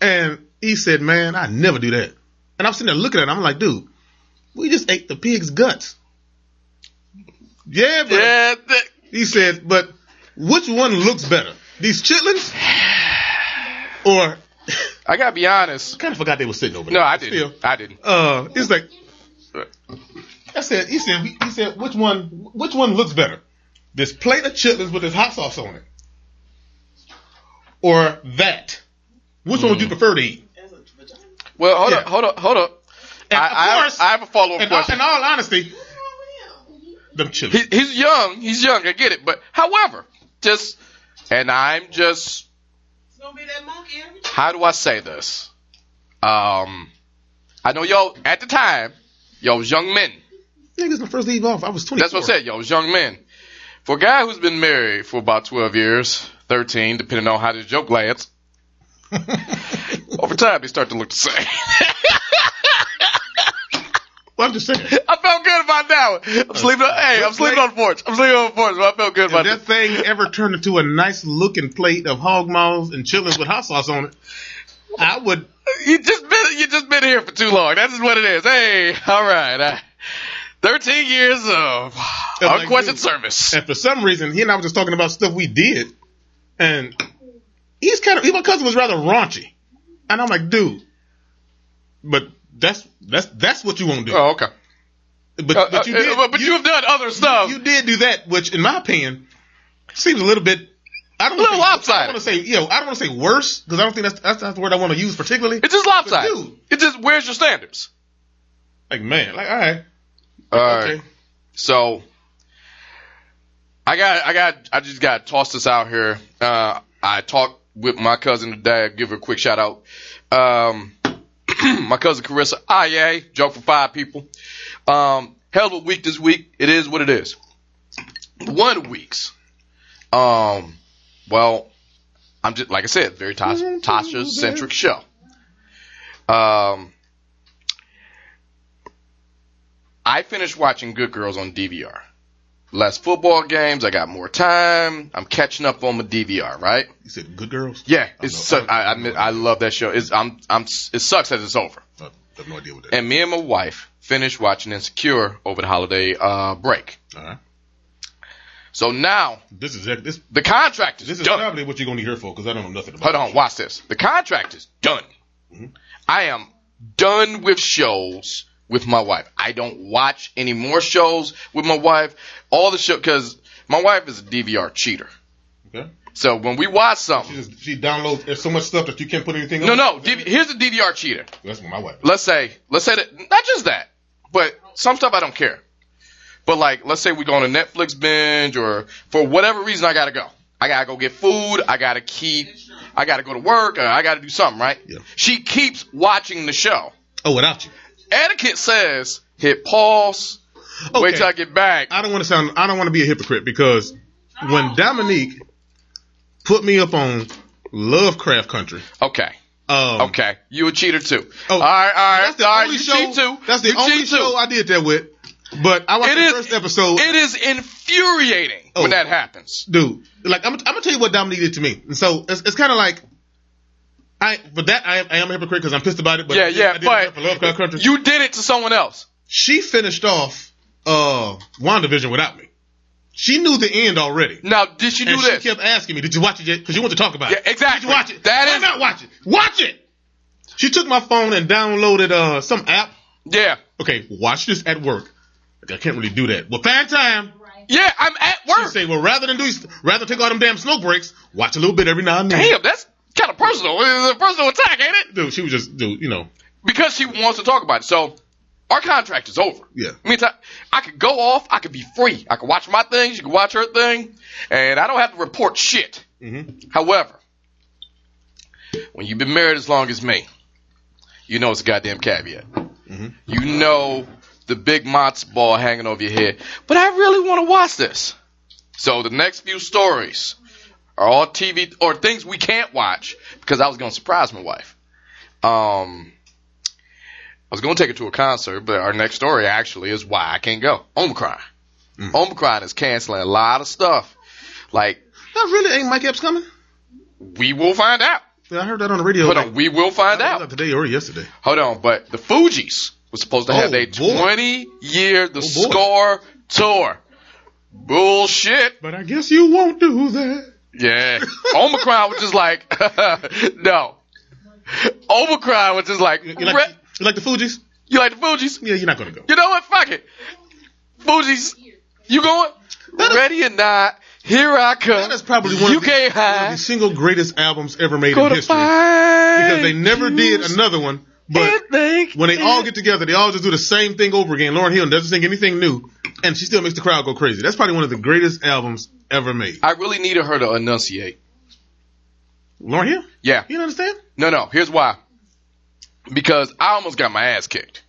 Speaker 4: And he said, "Man, I never do that." And I'm sitting there looking at him. I'm like, "Dude, we just ate the pig's guts." Yeah, but
Speaker 5: Yeah, th-
Speaker 4: he said, "But which one looks better, these chitlins or?"
Speaker 5: I gotta be honest.
Speaker 4: Kind of forgot they were sitting over there.
Speaker 5: No, I
Speaker 4: Still,
Speaker 5: didn't. I didn't.
Speaker 4: uh, it's like I said. He said. He said, which one? Which one looks better? This plate of chitlins with this hot sauce on it, or that? Which one would
Speaker 5: Hmm.
Speaker 4: you prefer to eat?
Speaker 5: Well, hold
Speaker 4: Yeah.
Speaker 5: up, hold up, hold up.
Speaker 4: And
Speaker 5: I,
Speaker 4: of
Speaker 5: I,
Speaker 4: course-
Speaker 5: I have a follow up
Speaker 4: In all,
Speaker 5: question.
Speaker 4: in all honesty, them
Speaker 5: he,
Speaker 4: chitlins.
Speaker 5: he's young. He's young. I get it. But however, just and I'm just
Speaker 6: It's gonna be that monkey every time.
Speaker 5: how do I say this? Um, I know y'all at the time, y'all was young men.
Speaker 4: Niggas, my first leave off. I was twenty.
Speaker 5: That's what I said. Y'all was young men. For a guy who's been married for about twelve years, thirteen, depending on how this joke lands, over time they start to look the same.
Speaker 4: Well, I'm just saying.
Speaker 5: I felt good about that one. I'm sleeping. On, hey, I'm sleeping on the porch. I'm sleeping on the porch, but I felt good
Speaker 4: If
Speaker 5: about
Speaker 4: that
Speaker 5: that.
Speaker 4: thing ever turned into a nice looking plate of hog maws and chitlins with hot sauce on it, I would.
Speaker 5: You just been you just been here for too long. That's just what it is. Hey, all right. I, Thirteen years of
Speaker 4: I'm like,
Speaker 5: unquestioned
Speaker 4: dude.
Speaker 5: service.
Speaker 4: And for some reason, he and I were just talking about stuff we did, and he's kind of he, my cousin was rather raunchy, and I'm like, dude, but that's that's that's what you won't do.
Speaker 5: Oh, okay.
Speaker 4: but,
Speaker 5: Uh,
Speaker 4: but you
Speaker 5: uh,
Speaker 4: did,
Speaker 5: but you, have done other stuff.
Speaker 4: you did do that, which in my opinion seems a little bit. I don't
Speaker 5: A little
Speaker 4: wanna say-
Speaker 5: lopsided.
Speaker 4: I want to say, you know, I don't want to say worse because I don't think that's, that's not the word I want to use particularly.
Speaker 5: it's just lopsided.
Speaker 4: dude.
Speaker 5: It just where's your standards?
Speaker 4: Like, man, like, all right,
Speaker 5: All right.
Speaker 4: okay,
Speaker 5: So I got I got I just got tossed this out here. Uh, I talked with my cousin today. I give her a quick shout out. Um, my cousin Carissa, ah, IA, joke for five people. Um, hell of a week this week. It is what it is. One of the weeks. Um, well, I'm just like I said, very Tasha centric show. Um, I finished watching Good Girls on DVR. Less football games. I got more time. I'm catching up on my DVR, right?
Speaker 4: you said good girls.
Speaker 5: Yeah, it's
Speaker 4: know.
Speaker 5: su- I, I, mi- I love that show. It's I'm I'm it sucks that it's over.
Speaker 4: I have no idea what that.
Speaker 5: And me and my wife finished watching Insecure over the holiday uh, break.
Speaker 4: is. All right,
Speaker 5: So now
Speaker 4: this is this
Speaker 5: the contract is
Speaker 4: this is
Speaker 5: done.
Speaker 4: probably what you're gonna hear for because I don't know nothing about.
Speaker 5: Hold on, watch this. The contract is done. Mm-hmm. I am done with shows with my wife. I don't watch any more shows with my wife. All the show because my wife is a DVR cheater.
Speaker 4: it. Okay,
Speaker 5: So when we watch
Speaker 4: she
Speaker 5: something,
Speaker 4: just she downloads. There's so much stuff that you can't put anything.
Speaker 5: no,
Speaker 4: on.
Speaker 5: no, DV, here's a DVR cheater.
Speaker 4: That's what my wife.
Speaker 5: Let's say, let's say that not just that, but some stuff I don't care. But like, let's say we go on a Netflix binge, or for whatever reason I gotta go. I gotta go get food. I gotta keep. I gotta go to work. Or I gotta do something, right?
Speaker 4: Yeah.
Speaker 5: She keeps watching the show.
Speaker 4: Oh, without you.
Speaker 5: Etiquette says hit pause. Wait till I get back.
Speaker 4: Oh, I don't want to sound. I don't want to be a hypocrite because when Dominique put me up on Lovecraft Country,
Speaker 5: Okay.
Speaker 4: um,
Speaker 5: Okay. You a cheater too.
Speaker 4: Oh,
Speaker 5: all right. All right.
Speaker 4: that's the
Speaker 5: all right.
Speaker 4: only
Speaker 5: you
Speaker 4: show.
Speaker 5: cheat too.
Speaker 4: That's the
Speaker 5: you
Speaker 4: only
Speaker 5: cheat too.
Speaker 4: show I did that with. But I watched
Speaker 5: It
Speaker 4: the
Speaker 5: is-
Speaker 4: first episode,
Speaker 5: It is infuriating
Speaker 4: Oh.
Speaker 5: when that happens.
Speaker 4: dude. Like I'm, I'm gonna tell you what Dominique did to me, and so it's, it's kind of like. I, but that I, am- I am a hypocrite because I'm pissed about it. But
Speaker 5: yeah,
Speaker 4: I did- I
Speaker 5: yeah,
Speaker 4: did it for Lovecraft Country.
Speaker 5: but you did it to someone else.
Speaker 4: she finished off uh WandaVision without me. She knew the end already.
Speaker 5: Now, did she do
Speaker 4: and
Speaker 5: this?
Speaker 4: she kept asking me, "Did you watch it yet?" Because you want to talk about
Speaker 5: Yeah,
Speaker 4: it.
Speaker 5: exactly.
Speaker 4: Did you watch it?
Speaker 5: That
Speaker 4: Why
Speaker 5: is-
Speaker 4: not watch it. Watch it. She took my phone and downloaded uh some app.
Speaker 5: yeah,
Speaker 4: Okay, watch this at work. Like, I can't really do that. Well, fan time.
Speaker 5: yeah. I'm at
Speaker 4: She
Speaker 5: work.
Speaker 4: say, well, rather than do, rather take all them damn smoke breaks, watch a little bit every now and then.
Speaker 5: Damn, that's kind of personal. It's a personal attack, ain't it?
Speaker 4: Dude, she was just, dude, you know,
Speaker 5: Because she wants to talk about it. So our contract is over.
Speaker 4: Yeah.
Speaker 5: I mean, I could go off. I could be free. I could watch my thing. She could watch her thing, and I don't have to report shit.
Speaker 4: Mm-hmm.
Speaker 5: However, when you've been married as long as me, you know it's a goddamn caveat. You know the big Mott's ball hanging over your head. But I really want to watch this. So the next few stories are all TV or things we can't watch because I was going to surprise my wife. Um, I was going to take her to a concert, but our next story actually is why I can't go. Omicron. Omicron is canceling a lot of stuff. Like,
Speaker 4: that really ain't Mike Epps coming.
Speaker 5: we will find out.
Speaker 4: Yeah, I heard that on the radio.
Speaker 5: Hold
Speaker 4: like,
Speaker 5: on, uh, we will find
Speaker 4: it was
Speaker 5: out.
Speaker 4: today or yesterday.
Speaker 5: Hold on, but the Fugees was supposed to
Speaker 4: Oh,
Speaker 5: have their
Speaker 4: boy. Oh,
Speaker 5: 20 year
Speaker 4: boy.
Speaker 5: The Score tour. Bullshit.
Speaker 4: But I guess you won't do that.
Speaker 5: Yeah. Omicron was just like, no. Omicron was just like,
Speaker 4: You like,
Speaker 5: "Re-
Speaker 4: you like the Fugees?
Speaker 5: you like the Fugees?
Speaker 4: Yeah, you're not gonna go.
Speaker 5: You know what? Fuck it. Fugees, you going? Ready or not, here I come.
Speaker 4: That is probably one,
Speaker 5: you
Speaker 4: of, the,
Speaker 5: can't
Speaker 4: one of
Speaker 5: hide.
Speaker 4: the single greatest albums ever made
Speaker 5: Go
Speaker 4: in
Speaker 5: to
Speaker 4: history. Because they never did another one. But when they all get together, they all just do the same thing over again. Lauren Hill doesn't sing anything new, and she still makes the crowd go crazy. That's probably one of the greatest albums ever made.
Speaker 5: I really needed her to enunciate.
Speaker 4: Lauren Hill?
Speaker 5: Yeah.
Speaker 4: You don't understand?
Speaker 5: No, no. Here's why. Because I almost got my ass kicked.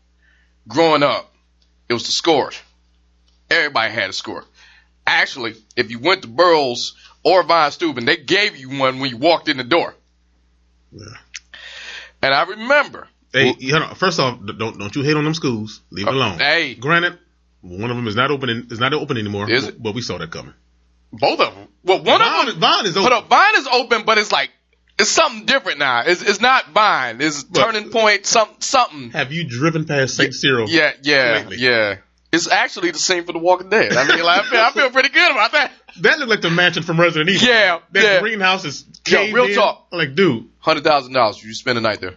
Speaker 5: Growing up, it was the scores. Everybody had a score. Actually, if you went to Burroughs or Von Steuben, they gave you one when you walked in the door. And I remember,
Speaker 4: Hey, you- hold on. First off, d- don't don't you hate on them schools. Leave it alone.
Speaker 5: Uh, hey.
Speaker 4: Granted, one of them is not open. in- Is not open anymore.
Speaker 5: Is it?
Speaker 4: But we saw that coming.
Speaker 5: both of them. Well, one of
Speaker 4: Vine, is-
Speaker 5: them.
Speaker 4: Vine is
Speaker 5: But
Speaker 4: open.
Speaker 5: up, Vine is open, but it's like it's something different now. It's it's not Vine. It's turning point. Some something.
Speaker 4: Have you driven past St. Cyril?
Speaker 5: Yeah, yeah,
Speaker 4: Lately.
Speaker 5: yeah. It's actually the same for The Walking Dead. I mean, like, I, feel, I feel pretty good about that.
Speaker 4: That looked like the mansion from Resident Evil.
Speaker 5: Yeah,
Speaker 4: that
Speaker 5: yeah.
Speaker 4: greenhouse is
Speaker 5: Yo,
Speaker 4: caved
Speaker 5: real
Speaker 4: in.
Speaker 5: talk.
Speaker 4: Like, dude,
Speaker 5: Hundred thousand dollars. You spend a night there.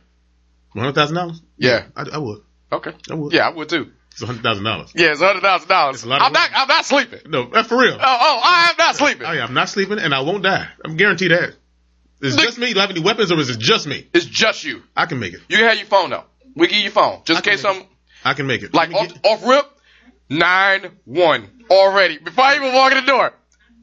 Speaker 4: one hundred thousand dollars?
Speaker 5: Yeah.
Speaker 4: I, I would.
Speaker 5: Okay.
Speaker 4: I would.
Speaker 5: Yeah, I would too.
Speaker 4: It's hundred thousand dollars.
Speaker 5: Yeah, it's hundred thousand dollars.
Speaker 4: It's a
Speaker 5: I'm
Speaker 4: lot of
Speaker 5: not. I'm not sleeping.
Speaker 4: No, uh, for real.
Speaker 5: Oh, oh, I am not sleeping.
Speaker 4: I am not sleeping, and I won't die. I'm guaranteed that. Is it
Speaker 5: Look-
Speaker 4: just me? Do I have any weapons, or is it just me?
Speaker 5: It's just you.
Speaker 4: I can make it.
Speaker 5: You can have your phone though. We give you your phone just
Speaker 4: I
Speaker 5: in
Speaker 4: can
Speaker 5: case
Speaker 4: make
Speaker 5: something
Speaker 4: I can make it.
Speaker 5: like
Speaker 4: Let me
Speaker 5: off, off rip. Nine one already before I even walk in the door.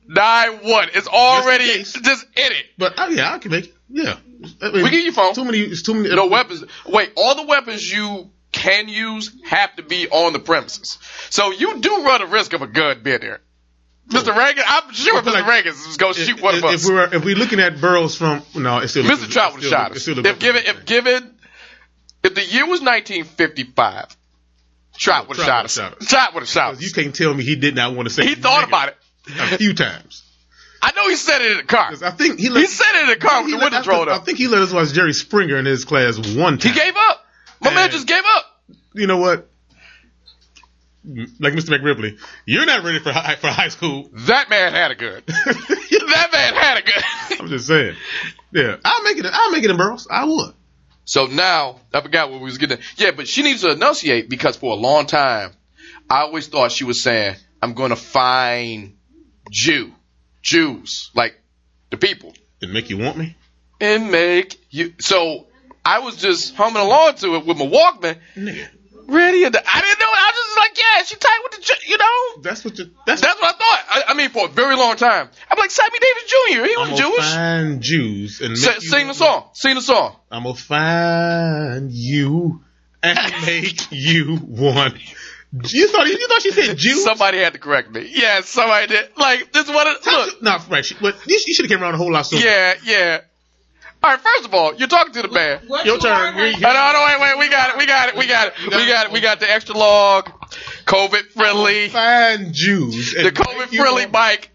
Speaker 5: Nine one. It's already
Speaker 4: case.
Speaker 5: just, in it.
Speaker 4: But uh, yeah, I can make it. Yeah. I mean,
Speaker 5: We get your phone.
Speaker 4: Too many. It's too many.
Speaker 5: No weapons. Wait, all the weapons you can use have to be on the premises. So you do run a risk of a gun being there. Mr. Reagan, I'm sure
Speaker 4: I feel
Speaker 5: Mr.
Speaker 4: like
Speaker 5: Reagan is going to
Speaker 4: If,
Speaker 5: shoot one
Speaker 4: if,
Speaker 5: of us.
Speaker 4: if we were, if we're looking at Burrows from no, it's still
Speaker 5: Mr. Trout would
Speaker 4: it's still-
Speaker 5: have shot
Speaker 4: it's
Speaker 5: us.
Speaker 4: still a good-
Speaker 5: If given, if given, if the year was 1955, Trout would have
Speaker 4: Trout
Speaker 5: shot
Speaker 4: would've
Speaker 5: us.
Speaker 4: shot us.
Speaker 5: Trout would have shot
Speaker 4: you
Speaker 5: us.
Speaker 4: can't tell me he did not want to say
Speaker 5: He thought
Speaker 4: nigga
Speaker 5: about it.
Speaker 4: a few times.
Speaker 5: I know he said it in the car.
Speaker 4: 'Cause I think he let,
Speaker 5: He said it in the car
Speaker 4: he
Speaker 5: with the
Speaker 4: let-
Speaker 5: window
Speaker 4: I
Speaker 5: rolled
Speaker 4: think- I
Speaker 5: up.
Speaker 4: think he let us watch Jerry Springer in his class one
Speaker 5: He
Speaker 4: time.
Speaker 5: gave up. My man
Speaker 4: Man.
Speaker 5: just gave up.
Speaker 4: you know what? Like Mr. McRipley, you're not ready for high, for high school.
Speaker 5: That man had a gun. that man had a gun.
Speaker 4: I'm just saying. Yeah, I'll make it. I'll make it in Burrows. I would.
Speaker 5: So now I forgot what we was getting. At. Yeah, but she needs to enunciate because for a long time, I always thought she was saying, "I'm going to find Jew, Jews, like the people,
Speaker 4: It make you want me?
Speaker 5: and make you." So I was just humming along to it with my Walkman.
Speaker 4: Nigga,
Speaker 5: Ready? and I didn't know. It. I was just like, "Yeah, she tight with the, Jew," you know."
Speaker 4: that's what you. That's
Speaker 5: That's what I thought. I, I mean, for a very long time, I'm like Sammy Davis Jr. He was
Speaker 4: I'm gonna
Speaker 5: Jewish.
Speaker 4: find Jews and
Speaker 5: Sa-
Speaker 4: make you
Speaker 5: sing the
Speaker 4: want
Speaker 5: song. Sing the song.
Speaker 4: me. I'm gonna find you and make you want. You thought you thought she said Jews?
Speaker 5: Somebody had to correct me. Yeah, somebody did. Like this one. Look,
Speaker 4: no, right. She, but you, should have came around a whole lot sooner.
Speaker 5: Yeah, yeah. All right, first of all, you're talking to the man.
Speaker 6: What
Speaker 4: Your
Speaker 6: you
Speaker 4: turn.
Speaker 6: learn-
Speaker 4: We-
Speaker 5: No, no, no, wait, wait, we got it, we got it, we got it, we got it, we got the extra log, COVID friendly,
Speaker 4: Find Jews.
Speaker 5: the COVID friendly bike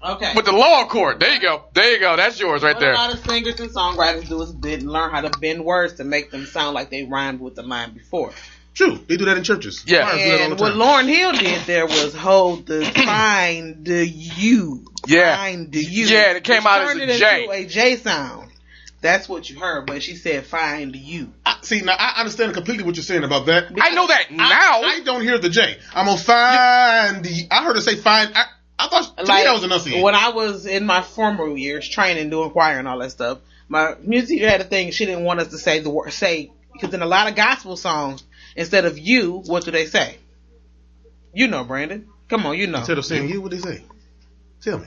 Speaker 6: Okay.
Speaker 5: with the law court. There you go, there you go, that's yours right
Speaker 6: what
Speaker 5: there.
Speaker 6: a lot of singers and songwriters do is didn't learn how to bend words to make them sound like they rhymed with the line before.
Speaker 4: True. They do that in churches.
Speaker 5: Yeah.
Speaker 4: Choirs do that all
Speaker 6: And
Speaker 4: the
Speaker 6: what
Speaker 4: time.
Speaker 6: Lauren Hill did there was hold the find the you.
Speaker 5: Yeah.
Speaker 6: Find the you.
Speaker 5: Yeah, and it came
Speaker 6: She
Speaker 5: out as
Speaker 6: turned
Speaker 5: a
Speaker 6: it into
Speaker 5: J.
Speaker 6: a J sound. That's what you heard, but she said find you.
Speaker 4: I, see, now I understand completely what you're saying about that.
Speaker 5: I know that
Speaker 4: I
Speaker 5: now.
Speaker 4: don't hear the J. I'm gonna find the. I heard her say find. I, I thought to me that was enunciated.
Speaker 6: When I was in my former years training, doing choir and all that stuff, my music teacher had a thing. She didn't want us to say the word say because in a lot of gospel songs, instead of you, what do they say? You know, Brandon. Come on, you know.
Speaker 4: Instead of saying you, what they say? Tell me.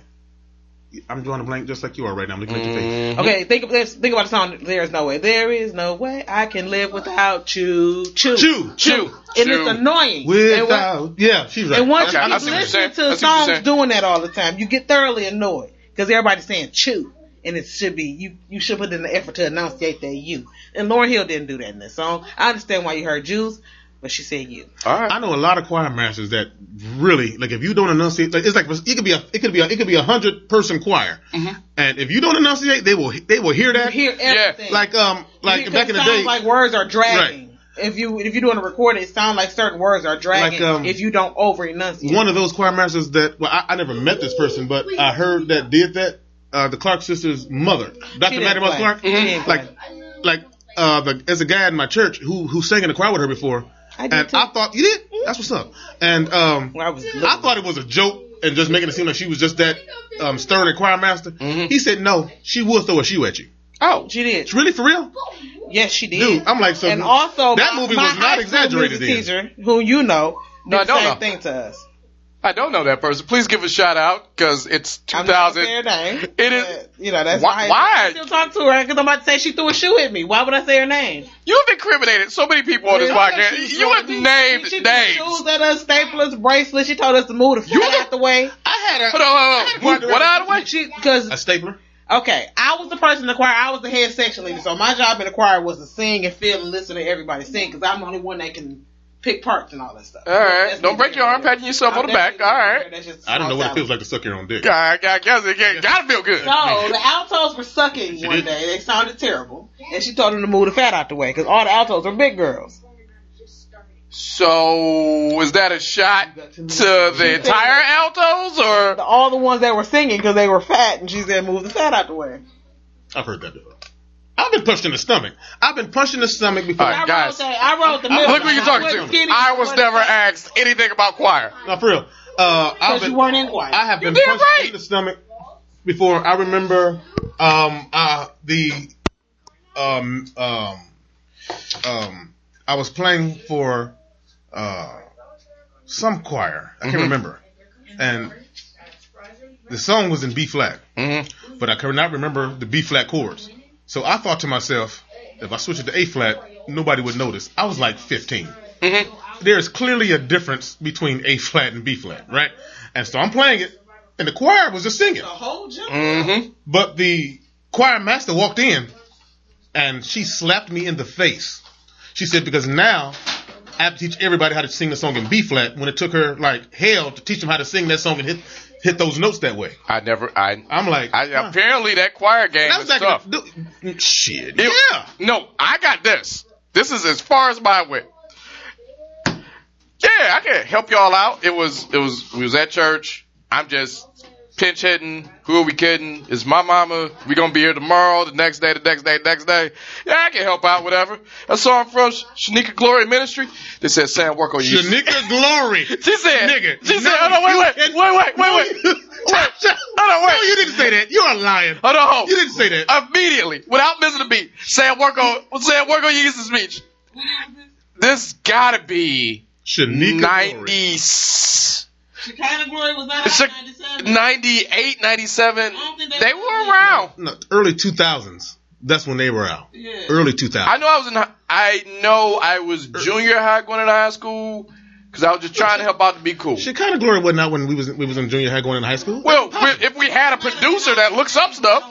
Speaker 4: I'm drawing a blank just like you are right now. I'm looking at your
Speaker 5: Mm.
Speaker 4: face.
Speaker 6: Okay, think of this. Think about the song. There is no way. There is no way I can live without you. Chew.
Speaker 4: Chew.
Speaker 5: Chew,
Speaker 6: And
Speaker 5: chew.
Speaker 6: it's annoying. And when-
Speaker 4: Without, yeah, she's right.
Speaker 6: And once
Speaker 5: Okay, I
Speaker 6: you
Speaker 5: see what you're
Speaker 6: listen
Speaker 5: saying. I
Speaker 6: to
Speaker 5: see what you're saying.
Speaker 6: songs doing that all the time, you get thoroughly annoyed because everybody's saying chew, and it should be you. You should put in the effort to enunciate that you. And Lauren Hill didn't do that in this song. I understand why you heard Jews, but she said you.
Speaker 5: All
Speaker 4: I
Speaker 5: right,
Speaker 4: know a lot of choir masters that really like if you don't enunciate, like, it's like it could be a it could be a, it could be a hundred person choir, and if you don't enunciate, they will they will hear
Speaker 6: You
Speaker 4: that.
Speaker 6: Mm-hmm. hear everything.
Speaker 4: like um like
Speaker 6: Because
Speaker 4: back in the
Speaker 6: it sounds
Speaker 4: day,
Speaker 6: like words are dragging. If you if you're doing a recording, it sounds like certain words are dragging.
Speaker 4: Like, um,
Speaker 6: if you don't over enunciate,
Speaker 4: one of those choir masters that well I, I never met this person, but I heard that did that. Uh, the Clark sisters' mother, Dr.
Speaker 6: didn't
Speaker 4: Maddie Moss
Speaker 6: play.
Speaker 4: Clark,
Speaker 6: She didn't
Speaker 4: like like uh the, there's a guy in my church who who sang in the choir with her before,
Speaker 6: I did
Speaker 4: and
Speaker 6: too.
Speaker 4: I thought you did. That's what's up. And um,
Speaker 6: When I was little.
Speaker 4: I thought it was a joke and just making it seem like she was just that um, stern and choir master. He said, no, she will throw a shoe at you.
Speaker 5: oh,
Speaker 6: she did.
Speaker 4: It's really for real?
Speaker 6: Yes, she did.
Speaker 4: Dude, I'm like, so
Speaker 6: and also
Speaker 4: that
Speaker 6: my-
Speaker 4: movie
Speaker 6: my
Speaker 4: was not
Speaker 6: high school
Speaker 4: exaggerated
Speaker 6: music Teacher, who you know, did
Speaker 5: No, I
Speaker 6: the
Speaker 5: don't
Speaker 6: same
Speaker 5: know.
Speaker 6: thing to us.
Speaker 5: I don't know that person. Please give a shout out because it's
Speaker 6: I'm not
Speaker 5: 2000.
Speaker 6: gonna say her name.
Speaker 5: It is-
Speaker 6: but, you know that's
Speaker 5: Why-
Speaker 6: why.
Speaker 5: why?
Speaker 6: I still talk to her because I'm about to say she threw a shoe at me. Why would I say her name?
Speaker 5: You've incriminated so many people on Oh, this
Speaker 6: Yeah, I know
Speaker 5: podcast.
Speaker 6: she
Speaker 5: You
Speaker 6: threw-
Speaker 5: have
Speaker 6: she-
Speaker 5: named
Speaker 6: she threw
Speaker 5: names.
Speaker 6: Shoes at us, staplers, bracelets. She told us to move the
Speaker 5: You-
Speaker 6: foot out the way.
Speaker 4: I had
Speaker 5: Hold on, hold on. What out of the way?
Speaker 6: She because
Speaker 4: a stapler.
Speaker 6: Okay, I was the person in the choir. I was the head section leader, so my job in the choir was to sing and feel and listen to everybody sing because I'm the only one that can pick parts and all that stuff.
Speaker 5: All right.
Speaker 6: That's
Speaker 5: Don't
Speaker 6: me
Speaker 5: break your
Speaker 6: being
Speaker 5: arm
Speaker 6: there.
Speaker 5: patting yourself on
Speaker 6: I'm
Speaker 5: the back.
Speaker 6: definitely
Speaker 5: All right.
Speaker 6: being there. That's just
Speaker 4: I don't know what it
Speaker 6: small
Speaker 4: feels like to suck your own dick.
Speaker 5: I, I guess it got- gotta feel good.
Speaker 6: talent. No, the altos were sucking one
Speaker 4: did.
Speaker 6: day. They sounded terrible, and she told them to move the fat out the way because all the altos are big girls.
Speaker 5: So is that a shot to the entire altos
Speaker 6: The-
Speaker 5: or?
Speaker 6: all the ones that were singing because they were fat, and she said, "Move the fat out the way."
Speaker 4: I've heard that before. I've been punched in the stomach. I've been punched in the stomach before.
Speaker 5: All right, guys.
Speaker 6: I wrote, that, I wrote the middle.
Speaker 5: Look who you're
Speaker 6: I
Speaker 5: talking
Speaker 6: wasn't
Speaker 5: to.
Speaker 6: skinny,
Speaker 5: I was
Speaker 6: wasn't
Speaker 5: never
Speaker 6: fat.
Speaker 5: asked anything about choir.
Speaker 4: No, for real. Uh, I've
Speaker 6: Because
Speaker 4: been,
Speaker 6: you weren't in choir.
Speaker 4: I have been
Speaker 5: did
Speaker 4: punched
Speaker 5: right.
Speaker 4: in the stomach before. I remember um, uh, the um, um, um, I was playing for uh, some choir. I can't remember, and the song was in B flat,
Speaker 5: Mm-hmm.
Speaker 4: but I cannot remember the B flat chords. So I thought to myself, if I switch it to A flat, nobody would notice. I was like 15
Speaker 5: Mm-hmm.
Speaker 4: there is clearly a difference between A flat and B flat, right? And so I'm playing it, and the choir was just singing.
Speaker 5: Mm-hmm.
Speaker 4: But the choir master walked in, and she slapped me in the face. She said, Because now I have to teach everybody how to sing the song in B flat when it took her like hell to teach them how to sing that song and hit, hit those notes that way.
Speaker 5: I never. I.
Speaker 4: I'm like,
Speaker 5: I
Speaker 4: huh.
Speaker 5: apparently that choir game
Speaker 4: And I
Speaker 5: is
Speaker 4: was like,
Speaker 5: tough.
Speaker 4: "Dude, Shit.
Speaker 5: It-
Speaker 4: yeah.
Speaker 5: No, I got this. This is as far as mine went. Yeah, I can help y'all out. It was it was we was at church. I'm just pinch hitting. Who are we kidding? It's my mama. We gonna be here tomorrow, the next day, the next day, the next day. Yeah, I can help out, whatever. I saw him from Shanika Glory Ministry. They said, Sam, work on you.
Speaker 4: Shanika Glory.
Speaker 5: She said,
Speaker 4: Nigga.
Speaker 5: she said,
Speaker 4: No,
Speaker 5: hold on,
Speaker 4: you
Speaker 5: wait, wait,
Speaker 4: can't-
Speaker 5: wait, wait, wait, wait.
Speaker 4: wait.
Speaker 5: Hold on, wait. Oh.
Speaker 4: No, you didn't say that. You're lying.
Speaker 5: Hold on, hold.
Speaker 4: You didn't say that.
Speaker 5: immediately without missing a beat. Sam, work on Sam, work on your Easter speech. This gotta be
Speaker 4: Shanika Glory.
Speaker 5: 90,
Speaker 6: Shekinah glory was not
Speaker 5: Sha-
Speaker 6: out 97.
Speaker 5: 98, 97.
Speaker 6: don't think
Speaker 5: They
Speaker 6: they-
Speaker 5: were around.
Speaker 4: No, early 2000s. That's when they were out.
Speaker 6: Yeah.
Speaker 4: Early 2000s.
Speaker 5: I know I was in. hi- I know I was junior high going into high school because I was just trying to help out to be cool.
Speaker 4: Shekinah Glory wasn't out when we was we was in junior high going in high school.
Speaker 5: Well, we- if we had a producer that looks up stuff,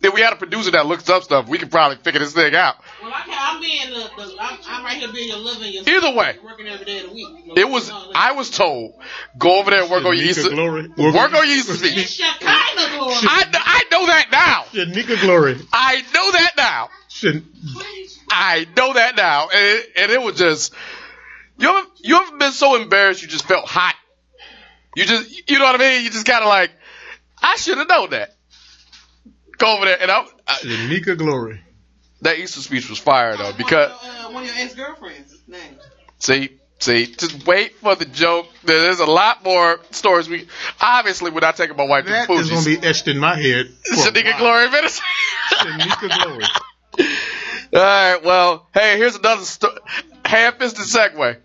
Speaker 5: if we had a producer that looks up stuff, we could probably figure this thing out.
Speaker 6: Well, I can't, I'm being the, the I'm, I'm right here being your living, your
Speaker 5: Either way,
Speaker 6: working every day of the week.
Speaker 5: It was. I was told, go over there and work on your
Speaker 4: Shanika
Speaker 5: Easter.
Speaker 4: Glory.
Speaker 5: Work, on your Easter
Speaker 6: It's
Speaker 5: speech.
Speaker 6: Shekinah glory.
Speaker 5: I, kn- I know that now.
Speaker 4: Shanika Glory.
Speaker 5: I know that now.
Speaker 4: Shan-
Speaker 5: I know that now. And it, and it was just. You ever, you ever been so embarrassed you just felt hot? You just you know what I mean. You just kind of like, I should have known that. Go over there and I, I
Speaker 4: Shanika Glory.
Speaker 5: that Easter speech was fire though because
Speaker 6: uh, one of your ex girlfriends' names.
Speaker 5: See, see, just wait for the joke. There's a lot more stories. We obviously we're not taking my wife
Speaker 4: That
Speaker 5: to
Speaker 4: is
Speaker 5: Fuji's.
Speaker 4: gonna be etched in my head. for a
Speaker 5: Shanika
Speaker 4: while.
Speaker 5: Glory Ministry.
Speaker 4: Shanika Glory.
Speaker 5: All right, well, hey, here's another sto- half-fisted segue.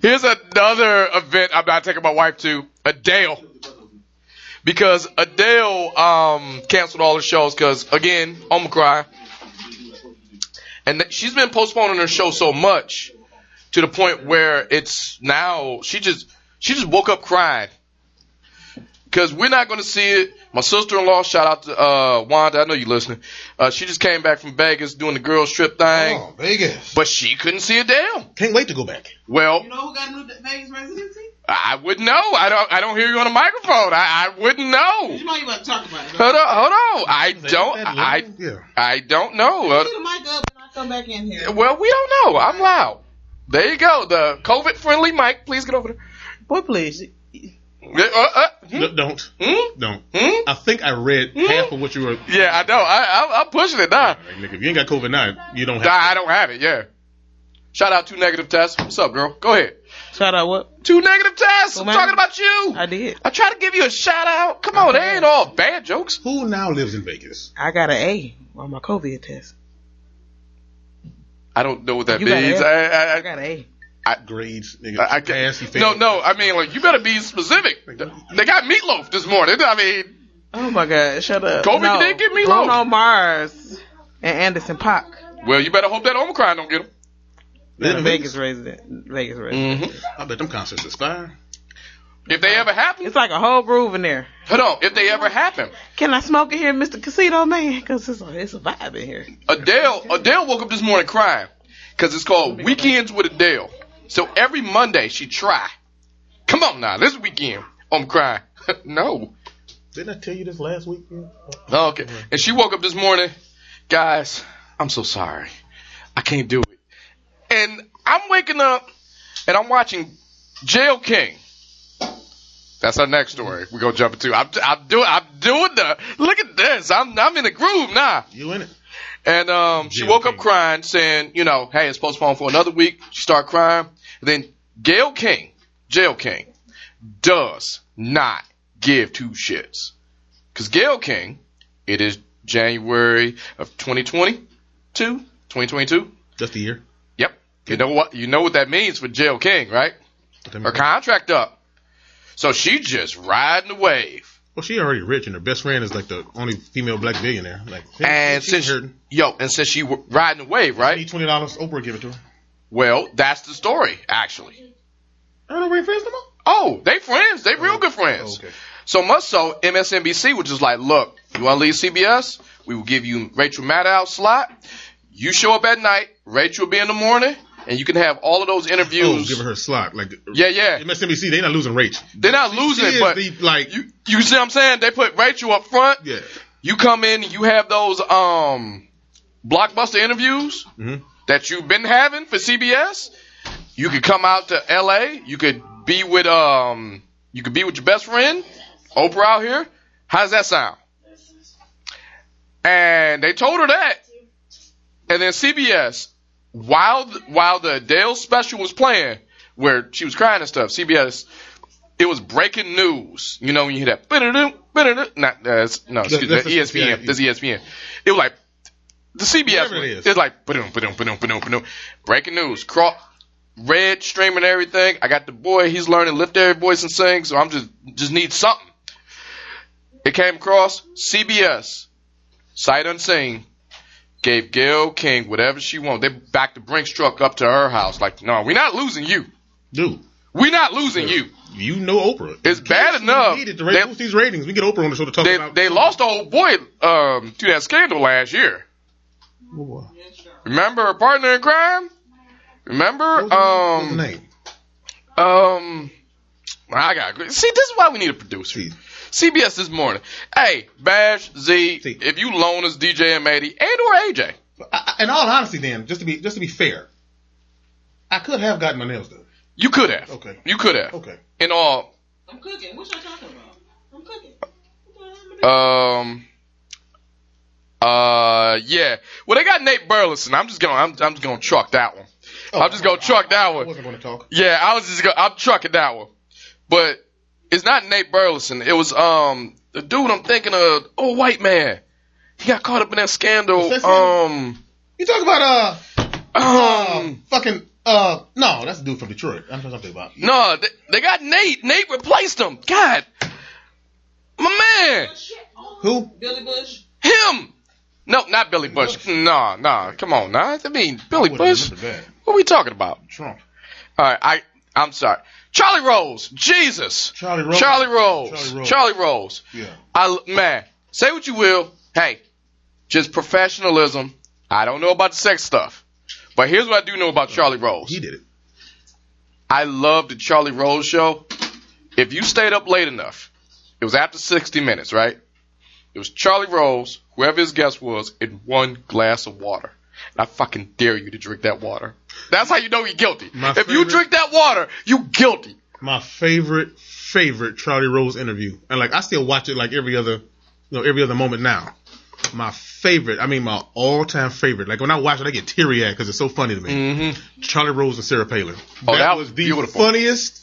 Speaker 5: Here's another event I'm not taking my wife to. Adele, because Adele um, canceled all her shows because again, Omicron, and th- she's been postponing her show so much to the point where it's now she just she just woke up crying because we're not going to see it. My sister-in-law, shout out to uh, Wanda. I know you listening. Uh, she just came back from Vegas doing the girls trip thing,
Speaker 4: Oh, Vegas.
Speaker 5: but she couldn't see Adele.
Speaker 4: Can't wait to go back.
Speaker 5: Well,
Speaker 6: know who got a new Vegas residency?
Speaker 5: I wouldn't know. I don't. I don't hear you on the microphone. I, I wouldn't know.
Speaker 6: know you about to talk about it.
Speaker 5: Hold on, hold on. I don't.
Speaker 4: That
Speaker 5: I
Speaker 4: long? yeah.
Speaker 5: I don't know.
Speaker 6: the
Speaker 5: Uh,
Speaker 6: mic up and I come back in here.
Speaker 5: well, we don't know. I'm loud. There you go. The COVID-friendly mic. Please get over there.
Speaker 6: Boy, please.
Speaker 5: Yeah, uh, uh, hmm,
Speaker 4: No, don't.
Speaker 5: hmm,
Speaker 4: Don't.
Speaker 5: hmm.
Speaker 4: I think I read half of what you were.
Speaker 5: Yeah, I know. I, I, I'm pushing it now.
Speaker 4: Like, nigga, if you ain't got COVID nine, you don't have.
Speaker 5: I I don't have it. Yeah. Shout out two negative tests. What's up, girl? Go ahead.
Speaker 6: Shout out what?
Speaker 5: Two negative tests. I'm
Speaker 6: Well,
Speaker 5: talking
Speaker 6: man,
Speaker 5: about you.
Speaker 6: I did.
Speaker 5: I try to give you a shout out. Come on, they ain't all bad jokes.
Speaker 4: Who now lives in Vegas?
Speaker 6: I got an A on my COVID test.
Speaker 5: I don't know what that
Speaker 6: You got
Speaker 5: means.
Speaker 6: it.
Speaker 5: I, I,
Speaker 6: I
Speaker 5: I,
Speaker 6: got an A.
Speaker 4: Grades, nigga.
Speaker 5: I, I
Speaker 4: pass, you
Speaker 5: No,
Speaker 4: fail.
Speaker 5: no. I mean, like, you better be specific. They got meatloaf this morning. I mean,
Speaker 6: Oh my God! Shut up.
Speaker 5: Kobe did give me
Speaker 6: Bruno
Speaker 5: low.
Speaker 6: Mars and Anderson Pac.
Speaker 5: well, you better hope that Omicron don't get him.
Speaker 4: Live
Speaker 6: Vegas,
Speaker 4: in
Speaker 6: Vegas resident. Vegas
Speaker 5: Mm.
Speaker 6: resident.
Speaker 4: I bet them concerts is fire.
Speaker 5: If they ever happen,
Speaker 6: It's like a whole groove in there.
Speaker 5: hold on. If they ever happen,
Speaker 6: Can I smoke in here, Mr. Casino Man? Because it's a, it's a vibe in here.
Speaker 5: Adele Adele woke up this morning crying because it's called Weekends with Adele. So every Monday she try. Come on now, this weekend I'm crying. no,
Speaker 4: Didn't I tell you this last week?
Speaker 5: Oh, okay. And she woke up this morning, guys. I'm so sorry. I can't do it. And I'm waking up and I'm watching Jail King. That's our next story. We gonna jump into. I'm I'm doing I'm doing the look at this. I'm I'm in the groove now.
Speaker 4: You in it?
Speaker 5: And um, she
Speaker 4: Jail
Speaker 5: woke up
Speaker 4: King.
Speaker 5: crying, saying, you know, hey, it's postponed for another week. She started crying. then Gail King, Jail King, does not give two shits. Because Gail King, it is January of 2022, 2022.
Speaker 4: Just a year.
Speaker 5: Yep. You know what? You know what that means for Jail King, right? Her
Speaker 4: Well,
Speaker 5: contract up. So she just riding the wave.
Speaker 4: she already rich, and her best friend is like the only female black billionaire. Like, she-
Speaker 5: And
Speaker 4: she's
Speaker 5: since
Speaker 4: hurting.
Speaker 5: yo, and since she w- riding the wave,
Speaker 4: I need
Speaker 5: right?
Speaker 4: twenty dollars. Oprah give it to her.
Speaker 5: Well, that's the story, actually.
Speaker 4: I don't bring friends no more.
Speaker 5: Oh, they friends. They real good friends.
Speaker 4: Oh, okay.
Speaker 5: So much so, MSNBC was just like, look, you want to leave CBS? We will give you Rachel Maddow's slot. You show up at night. Rachel will be in the morning. And you can have all of those
Speaker 4: Oh,
Speaker 5: interviews.
Speaker 4: give her a slot. Like,
Speaker 5: yeah, yeah.
Speaker 4: MSNBC, they not losing rates.
Speaker 5: They're not losing
Speaker 4: She
Speaker 5: it,
Speaker 4: is
Speaker 5: but
Speaker 4: the, like,
Speaker 5: you, you see what I'm saying? They put Rachel up front.
Speaker 4: yeah,
Speaker 5: You come in and you have those um blockbuster interviews
Speaker 4: Mhm.
Speaker 5: that you've been having for CBS. You could come out to LA. You could be with um you could be with your best friend, Oprah out here. How's that sound? And they told her that. And then CBS, while th- while the Dale special was playing, where she was crying and stuff, CBS, it was breaking news. You know when you hear that, "Ba-da-doo, ba-da-doo," not that's no, excuse me, E
Speaker 4: that's- that's-
Speaker 5: ESPN.
Speaker 4: yeah.
Speaker 5: That's ESPN. It was like the CBS.
Speaker 4: Whatever it is.
Speaker 5: It's like ba-doom, ba-doom, ba-doom, ba-doom, ba-doom. breaking news. Craw- red streaming everything. I got the boy. He's learning lift every voice and sing. So I'm just just need something. It came across CBS, sight unseen, gave Gail King whatever she wanted. They backed the Brinks truck up to her house. Like, no, we're not losing you.
Speaker 4: dude.
Speaker 5: We're not losing you.
Speaker 4: You know Oprah.
Speaker 5: It's bad
Speaker 4: She
Speaker 5: enough.
Speaker 4: Needed to
Speaker 5: They-
Speaker 4: raise boost these ratings. We get Oprah on the show to talk
Speaker 5: They
Speaker 4: about.
Speaker 5: they lost the old boy um, to that scandal last year. Um,
Speaker 4: What
Speaker 5: Remember her partner in crime?
Speaker 4: was
Speaker 5: Remember
Speaker 4: her- what was her
Speaker 5: um
Speaker 4: name?
Speaker 5: um. I got see. This is why we need a producer.
Speaker 4: See,
Speaker 5: CBS this morning. Hey, Bash Z,
Speaker 4: See.
Speaker 5: if you loan us DJ and Matey and or AJ,
Speaker 4: I, I- in all honesty, Dan, just to be just to be fair, I could have gotten my nails done.
Speaker 5: you could have.
Speaker 4: Okay.
Speaker 5: You could have.
Speaker 4: Okay.
Speaker 5: In all,
Speaker 6: I'm cooking. What y'all talking about? I'm cooking.
Speaker 5: Um. Uh yeah. Well, they got Nate Burleson. I'm just gonna I'm, I'm just gonna truck that one. I'm just gonna truck that
Speaker 4: I
Speaker 5: one.
Speaker 4: wasn't going to talk.
Speaker 5: Yeah, I was just gonna I'm trucking that one. But it's not Nate Burleson. It was um the dude I'm thinking of. Oh, white man. He got caught up in that scandal.
Speaker 4: What's that
Speaker 5: Um.
Speaker 4: You talk about uh, um,
Speaker 5: Um.
Speaker 4: fucking uh, no, that's the dude from Detroit. I'm talking about.
Speaker 5: No, they, they got Nate. Nate replaced him. God. My man.
Speaker 4: Who?
Speaker 6: Billy Bush.
Speaker 5: Him. No, not Billy Bush. Nah, nah. Come on, nah. I mean, Billy
Speaker 4: Would've
Speaker 5: Bush.
Speaker 4: remembered that.
Speaker 5: What are we talking about?
Speaker 4: Trump.
Speaker 5: All right, I I'm sorry. Charlie Rose, Jesus.
Speaker 4: Charlie Rose.
Speaker 5: Charlie Rose.
Speaker 4: Charlie Rose.
Speaker 5: Charlie Rose.
Speaker 4: Yeah.
Speaker 5: I man, say what you will. Hey, just professionalism. I don't know about the sex stuff, but here's what I do know about Charlie Rose.
Speaker 4: He did it.
Speaker 5: I love the Charlie Rose show. If you stayed up late enough, it was after 60 minutes, right? It was Charlie Rose, whoever his guest was, in one glass of water. And I fucking dare you to drink that water. That's how you know you're guilty.
Speaker 4: My
Speaker 5: if you
Speaker 4: favorite-
Speaker 5: drink that water, you guilty.
Speaker 4: my favorite favorite Charlie Rose interview, and like I still watch it like every other, you know, every other moment now. My favorite, I mean my all time favorite. Like when I watch it, I get teary eyed because it's so funny to me.
Speaker 5: Mm-hmm.
Speaker 4: Charlie Rose and Sarah Palin.
Speaker 5: Oh, that was
Speaker 4: the
Speaker 5: beautiful.
Speaker 4: funniest,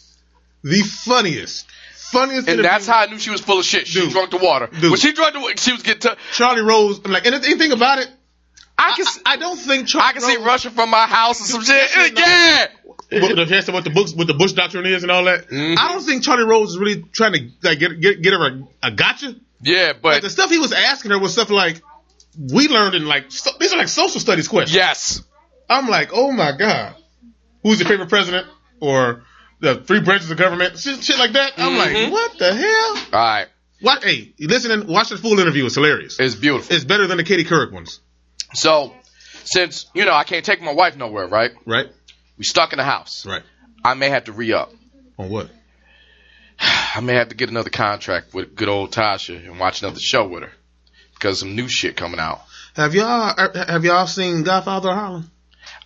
Speaker 4: the funniest, funniest.
Speaker 5: And
Speaker 4: interview.
Speaker 5: that's how I knew she was full of shit. She
Speaker 4: Dude.
Speaker 5: drunk the water.
Speaker 4: Dude.
Speaker 5: When she drunk the water, she was getting. T-
Speaker 4: Charlie Rose. I'm like, and the thing- thing about it,
Speaker 5: I
Speaker 4: I,
Speaker 5: can,
Speaker 4: I, I don't think
Speaker 5: I,
Speaker 4: Charlie
Speaker 5: can
Speaker 4: Rose,
Speaker 5: see Russia from my house and some shit.
Speaker 4: Yes, you know.
Speaker 5: Yeah.
Speaker 4: What, Mm-hmm. the, that's what the books, what the Bush doctrine is, and all that.
Speaker 5: Mhm.
Speaker 4: I don't think Charlie Rose is really trying to like get get, get her a, a gotcha.
Speaker 5: Yeah,
Speaker 4: the
Speaker 5: but
Speaker 4: stuff he was asking her was stuff like we learned in like so, these are like social studies questions.
Speaker 5: yes.
Speaker 4: I'm like, oh my god, who's your favorite president or the three branches of government, shit, shit like that. I'm
Speaker 5: Mhm.
Speaker 4: like, what the hell?
Speaker 5: All right.
Speaker 4: What? Hey, you listening? Watch the full interview. It's hilarious.
Speaker 5: It's beautiful.
Speaker 4: It's better than the Katie Couric ones,
Speaker 5: So, since you know I can't take my wife nowhere, right?
Speaker 4: right?
Speaker 5: We stuck in the house.
Speaker 4: Right.
Speaker 5: I may have to re up.
Speaker 4: On what?
Speaker 5: I may have to get another contract with good old Tasha and watch another show with her because some new shit coming out.
Speaker 4: Have y'all have y'all er, seen Godfather Harlem?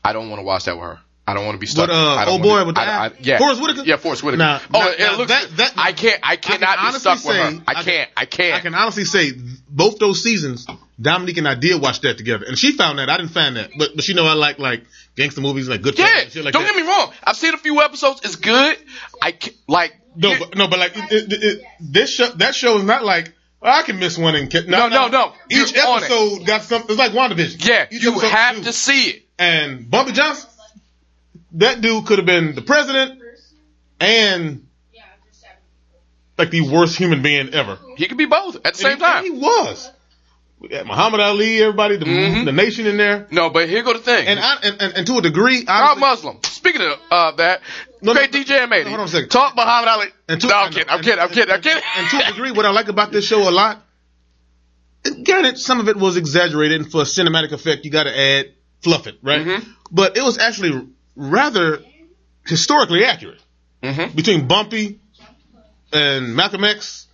Speaker 5: I don't want to watch that with her. I don't want to be stuck.
Speaker 4: With, uh,
Speaker 5: I
Speaker 4: oh,
Speaker 5: don't wanna-
Speaker 4: boy, with the
Speaker 5: I- I-
Speaker 4: eye.
Speaker 5: yeah,
Speaker 4: Forrest Whitaker?
Speaker 5: Yeah, Forrest Whitaker.
Speaker 4: Nah,
Speaker 5: oh,
Speaker 4: nah,
Speaker 5: it
Speaker 4: nah,
Speaker 5: looks.
Speaker 4: that- that-
Speaker 5: I can't. I cannot be
Speaker 4: honestly
Speaker 5: stuck with
Speaker 4: say-
Speaker 5: her. I
Speaker 4: I can-
Speaker 5: can't. I can't.
Speaker 4: I can honestly say both those seasons, Dominique and I did watch that together, and she found that I didn't find that, but but she know I like like gangster movies like good.
Speaker 5: yeah.
Speaker 4: shit like
Speaker 5: don't
Speaker 4: that.
Speaker 5: get me wrong. I've seen a few episodes. It's good. I can, like.
Speaker 4: No, but, no, but like it, it, it, this show, that show is not like oh, I can miss one and ca-.
Speaker 5: No, no, no.
Speaker 4: Each
Speaker 5: You're on it.
Speaker 4: episode got something. It's like WandaVision.
Speaker 5: Yeah,
Speaker 4: Each
Speaker 5: you
Speaker 4: episode
Speaker 5: have
Speaker 4: new.
Speaker 5: to see it.
Speaker 4: And Bumpy Johnson, that dude could have been the president and like the worst human being ever.
Speaker 5: He could be both at the same
Speaker 4: And he- and
Speaker 5: time.
Speaker 4: he was. We got Muhammad Ali, everybody, the,
Speaker 5: Mhm.
Speaker 4: the nation in there,
Speaker 5: No, but here go the thing.
Speaker 4: Mm-hmm. and I, and, and, and to a degree,
Speaker 5: Proud
Speaker 4: honestly,
Speaker 5: Muslim. Speaking of uh, that,
Speaker 4: No, no,
Speaker 5: great
Speaker 4: no,
Speaker 5: DJ Amady.
Speaker 4: hold on a second.
Speaker 5: Talk Muhammad Ali.
Speaker 4: And to-
Speaker 5: no, I'm
Speaker 4: and-
Speaker 5: kidding. I'm
Speaker 4: and-
Speaker 5: kidding. I'm kidding. I'm kidding.
Speaker 4: and to a degree, what I like about this show a lot, granted, some of it was exaggerated, and for cinematic effect, you got to add fluff it, right?
Speaker 5: Mhm.
Speaker 4: But it was actually rather historically accurate
Speaker 5: Mhm.
Speaker 4: between Bumpy and Malcolm X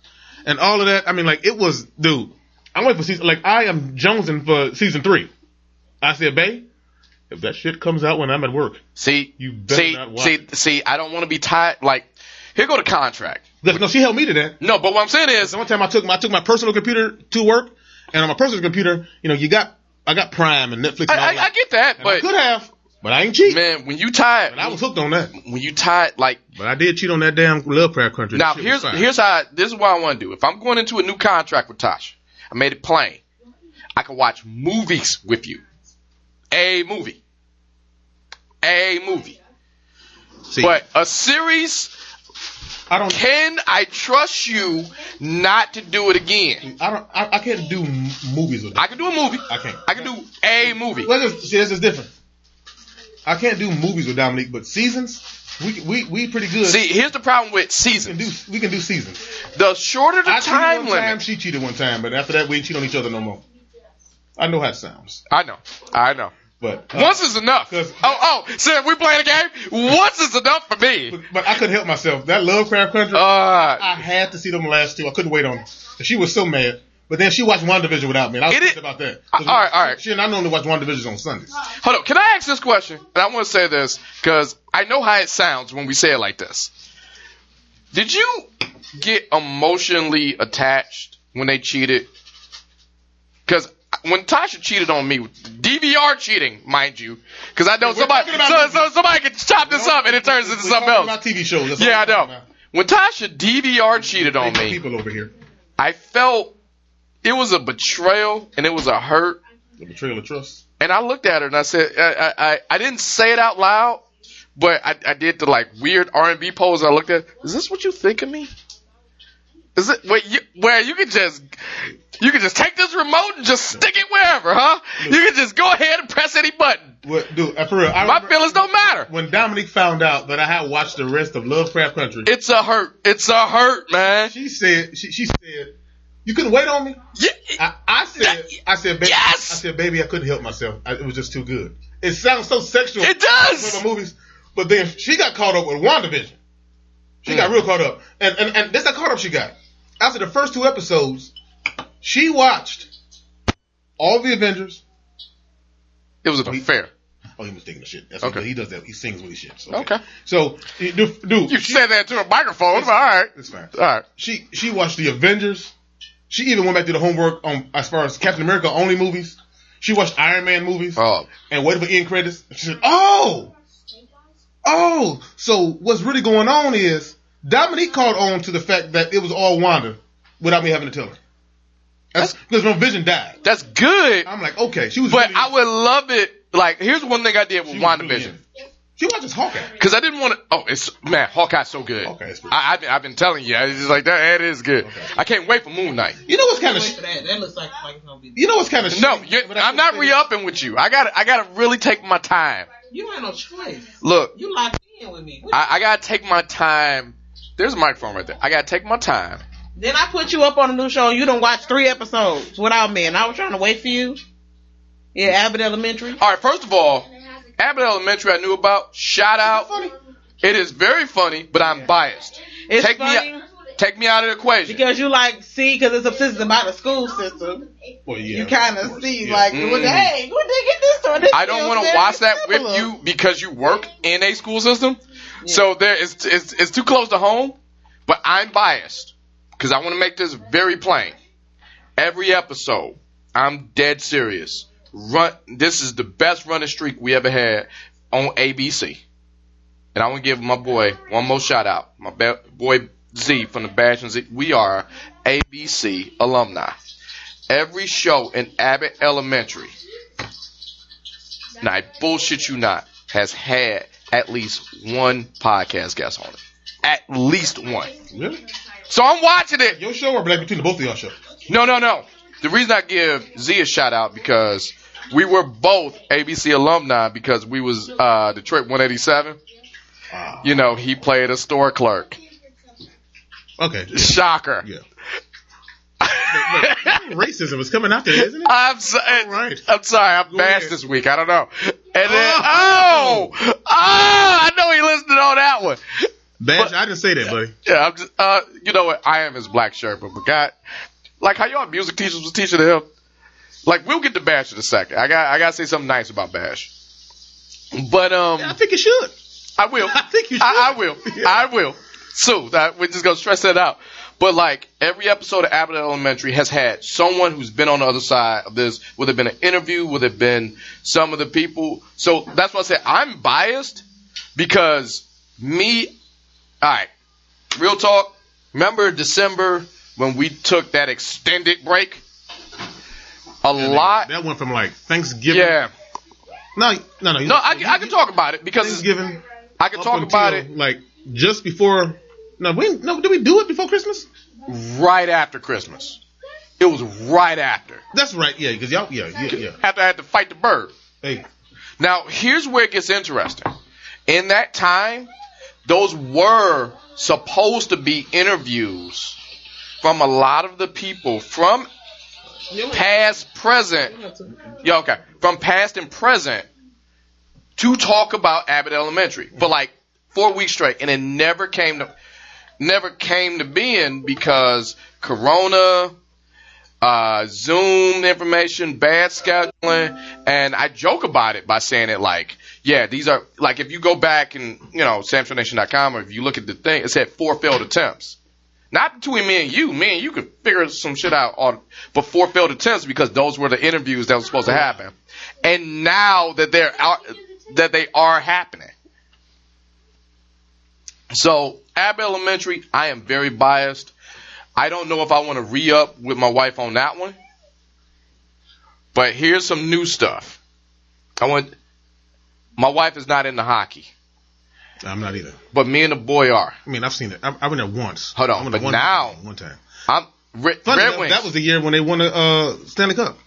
Speaker 4: and all of that. I mean, like it was, dude. I'm waiting for season. Like I am jonesing for season three. I said, "Bay, if that shit comes out when I'm at work,
Speaker 5: See,
Speaker 4: You better
Speaker 5: see,
Speaker 4: not watch
Speaker 5: see,
Speaker 4: it.
Speaker 5: see. I don't want to be tied. Like, here go the contract.
Speaker 4: Look, no, she held me to that."
Speaker 5: No, but what I'm saying is,
Speaker 4: So one time I took my I took my personal computer to work, and on my personal computer, you know, you got I got Prime and Netflix. And
Speaker 5: I,
Speaker 4: all
Speaker 5: I, I
Speaker 4: that.
Speaker 5: get that,
Speaker 4: And I
Speaker 5: but
Speaker 4: could have, but I ain't cheat.
Speaker 5: man, when you tied,
Speaker 4: And I was hooked on that,
Speaker 5: when you tied, like
Speaker 4: but I did cheat on that damn Lovecraft Country.
Speaker 5: now
Speaker 4: That shit
Speaker 5: here's
Speaker 4: was fire.
Speaker 5: here's how I, this is what I want to do. If I'm going into a new contract with Tasha, I made it plain. I can watch movies with you, a movie, a movie,
Speaker 4: See,
Speaker 5: but a series.
Speaker 4: I don't
Speaker 5: Can I trust you not to do it again?
Speaker 4: I don't I, I can't do m- movies with that.
Speaker 5: I can do a movie.
Speaker 4: I can't.
Speaker 5: I can do a movie.
Speaker 4: Well, this, see, this is different. I can't do movies with Dominique, but seasons we we we pretty good.
Speaker 5: See, here's the problem with
Speaker 4: we can
Speaker 5: seasons.
Speaker 4: do we can do seasons.
Speaker 5: The shorter the
Speaker 4: I cheated
Speaker 5: time
Speaker 4: one
Speaker 5: limit.
Speaker 4: time, she cheated one time, but after that we ain't cheat on each other no more. I know how it sounds,
Speaker 5: I know. I know.
Speaker 4: but uh,
Speaker 5: Once is enough. Oh,
Speaker 4: 'Cause-
Speaker 5: oh, sir, we playing a game. Once is enough for me.
Speaker 4: But I couldn't help myself. That Lovecraft Country,
Speaker 5: Uh,
Speaker 4: I had to see them last two. I couldn't wait on them. And she was so mad. But then she watched WandaVision without me. And I was
Speaker 5: It is-
Speaker 4: pissed about that. 'Cause
Speaker 5: All right, all right.
Speaker 4: She and I normally watch WandaVision on Sundays.
Speaker 5: hold on. Can I ask this question? And I want to say this because I know how it sounds when we say it like this. Did you get emotionally attached when they cheated? Because when Tasha cheated on me, DVR cheating, mind you, because I know
Speaker 4: We're
Speaker 5: somebody,
Speaker 4: talking about
Speaker 5: so,
Speaker 4: movies.
Speaker 5: so somebody can chop this up and it turns into
Speaker 4: We're
Speaker 5: something
Speaker 4: talking
Speaker 5: else.
Speaker 4: About TV shows. That's
Speaker 5: Yeah, I
Speaker 4: all we're
Speaker 5: know. When Tasha DVR cheated on
Speaker 4: talking about.
Speaker 5: me,
Speaker 4: People over here.
Speaker 5: I felt it was a betrayal and it was a hurt.
Speaker 4: The betrayal of trust.
Speaker 5: And I looked at her and I said, I, I, I, I didn't say it out loud, but I, I did the like weird R and B pose. I looked at, her, is this what you think of me? Is it where you where you can just you can just take this remote and just stick it wherever, huh? You can just go ahead and press any button.
Speaker 4: What, dude, uh, for real. I
Speaker 5: My
Speaker 4: remember
Speaker 5: feelings don't matter.
Speaker 4: When Dominique found out that I had watched the rest of Lovecraft Country,
Speaker 5: It's a hurt. It's a hurt, man.
Speaker 4: she said, she, she said, you couldn't wait on me?
Speaker 5: Yeah.
Speaker 4: I, I said, I said, baby,
Speaker 5: Yes!
Speaker 4: I said, baby, I couldn't help myself. I, it was just too good. It sounds so sexual.
Speaker 5: It does!
Speaker 4: With the movies, but then she got caught up with WandaVision. She
Speaker 5: Hmm.
Speaker 4: got real caught up, and and and that's how caught up she got. After the first two episodes, she watched all the Avengers.
Speaker 5: It was an affair.
Speaker 4: Oh, he was thinking of shit. That's
Speaker 5: Okay.
Speaker 4: okay. He does that. He sings when he shits.
Speaker 5: Okay.
Speaker 4: So, dude, dude,
Speaker 5: You said that to a microphone. All right.
Speaker 4: it's fine.
Speaker 5: All right.
Speaker 4: She she watched the Avengers. She even went back to the homework on as far as Captain America only movies. She watched Iron Man movies.
Speaker 5: Oh,
Speaker 4: and waited for end credits. She said, "Oh, oh." So what's really going on is Dominique caught on to the fact that it was all Wanda without me having to tell her. That's because when Vision died,
Speaker 5: that's good.
Speaker 4: I'm like, okay, she was.
Speaker 5: But
Speaker 4: really-
Speaker 5: I would love it. Like, here's one thing I did with
Speaker 4: she was really
Speaker 5: WandaVision.
Speaker 4: in it. She watches Hawkeye.
Speaker 5: Because I didn't want to. Oh, it's man, Hawkeye's so good.
Speaker 4: Hawkeye is pretty-
Speaker 5: I, I've, been, I've been telling you, it's just like that. It is good.
Speaker 4: Okay.
Speaker 5: I can't wait for Moon Knight.
Speaker 4: You know what's kind of
Speaker 6: Wait for that. That looks like, like it's gonna be.
Speaker 4: you know what's kind of
Speaker 5: No, you're, I'm not re-upping with you. I got to I got to really take my time.
Speaker 6: You ain't no choice.
Speaker 5: Look,
Speaker 6: You locked in with me. What-
Speaker 5: I, I got to take my time. There's a microphone right there. I got to take my time.
Speaker 6: then I put you up on a new show and you done watched three episodes without me and I was trying to wait for you. Yeah, Abbott Elementary.
Speaker 5: All right. First of all, Abbott Elementary I knew about. Shout out. It is very funny, but I'm biased.
Speaker 6: It's
Speaker 5: Take me
Speaker 6: funny.
Speaker 5: out. Take me out of the equation.
Speaker 6: Because you like see, because it's a system about the school system.
Speaker 4: Well, yeah,
Speaker 6: you kind of
Speaker 4: course,
Speaker 6: see
Speaker 4: yeah.
Speaker 6: like,
Speaker 5: Mm.
Speaker 6: well, hey, where did they get this from? This
Speaker 5: I don't
Speaker 6: feels
Speaker 5: want to
Speaker 6: very
Speaker 5: watch that with
Speaker 6: similar.
Speaker 5: you because you work in a school system. So there is it's, it's too close to home, but I'm biased because I want to make this very plain. Every episode, I'm dead serious. Run. This is the best running streak we ever had on ABC, and I want to give my boy one more shout out. My ba- boy Z from the Bash and Z. We are ABC alumni. Every show in Abbott Elementary and I bullshit you not, has had at least one podcast guest on it. At least one.
Speaker 4: Really?
Speaker 5: So I'm watching it.
Speaker 4: Your show or black between the both of y'all show?
Speaker 5: No, no, no. The reason I give Z a shout out because we were both ABC alumni because we was uh, Detroit 187.
Speaker 4: Wow.
Speaker 5: You know, he played a store clerk.
Speaker 4: Okay. Yeah.
Speaker 5: Shocker.
Speaker 4: yeah. But- but racism is coming out there, isn't it?
Speaker 5: I'm, so,
Speaker 4: right.
Speaker 5: I'm sorry, I'm bashed
Speaker 4: ahead.
Speaker 5: this week. I don't know. And then, oh,
Speaker 4: Oh.
Speaker 5: oh, I know he listened on that one.
Speaker 4: Bash, I didn't say that, buddy.
Speaker 5: Yeah, I'm just, uh, you know what? I am his black Sherpa, but God, like how y'all music teachers was teaching him. Like we'll get to Bash in a second. I got I gotta say something nice about Bash, but um,
Speaker 4: I think you should.
Speaker 5: I will.
Speaker 4: I think you should.
Speaker 5: I, I will.
Speaker 4: Yeah.
Speaker 5: I will. Soon. I- We're just gonna stress that out. But like every episode of Abbott Elementary has had someone who's been on the other side of this, would have been an interview, would have been some of the people. So that's why I said I'm biased because me all right. Real talk. Remember December when we took that extended break? A lot.
Speaker 4: That went from like Thanksgiving.
Speaker 5: Yeah.
Speaker 4: No, no, no.
Speaker 5: No, I, can- I can talk about it because it's,
Speaker 4: Thanksgiving.
Speaker 5: I can
Speaker 4: up
Speaker 5: talk about it
Speaker 4: until, Like just before. No, we no. Did we do it before Christmas?
Speaker 5: right after Christmas. It was right after.
Speaker 4: That's right. Yeah, because y'all. Yeah, yeah, yeah.
Speaker 5: After I had to fight the bird.
Speaker 4: Hey,
Speaker 5: Now, here's where it gets interesting. In that time, those were supposed to be interviews from a lot of the people from past, present. Yeah, okay. From past and present to talk about Abbott Elementary for like four weeks straight, and it never came to never came to being because Corona, uh, Zoom information, bad scheduling, and I joke about it by saying it like, yeah, these are like if you go back and you know samsonation.com or if you look at the thing, it said four failed attempts. Not between me and you, me and you could figure some shit out on but four failed attempts because those were the interviews that was supposed to happen, and now that they're out, that they are happening. So Abb Elementary, I am very biased. I don't know if I want to re up with my wife on that one. But here's some new stuff. I want my wife is not into hockey,
Speaker 4: I'm not either.
Speaker 5: but me and the boy are.
Speaker 4: I mean, I've seen it. I, I went there once.
Speaker 5: Hold on,
Speaker 4: I went
Speaker 5: but
Speaker 4: there one
Speaker 5: now-
Speaker 4: time, one time.
Speaker 5: I'm Red,
Speaker 4: Funny
Speaker 5: Red
Speaker 4: enough,
Speaker 5: Wings.
Speaker 4: that was the year when they won the uh, Stanley Cup.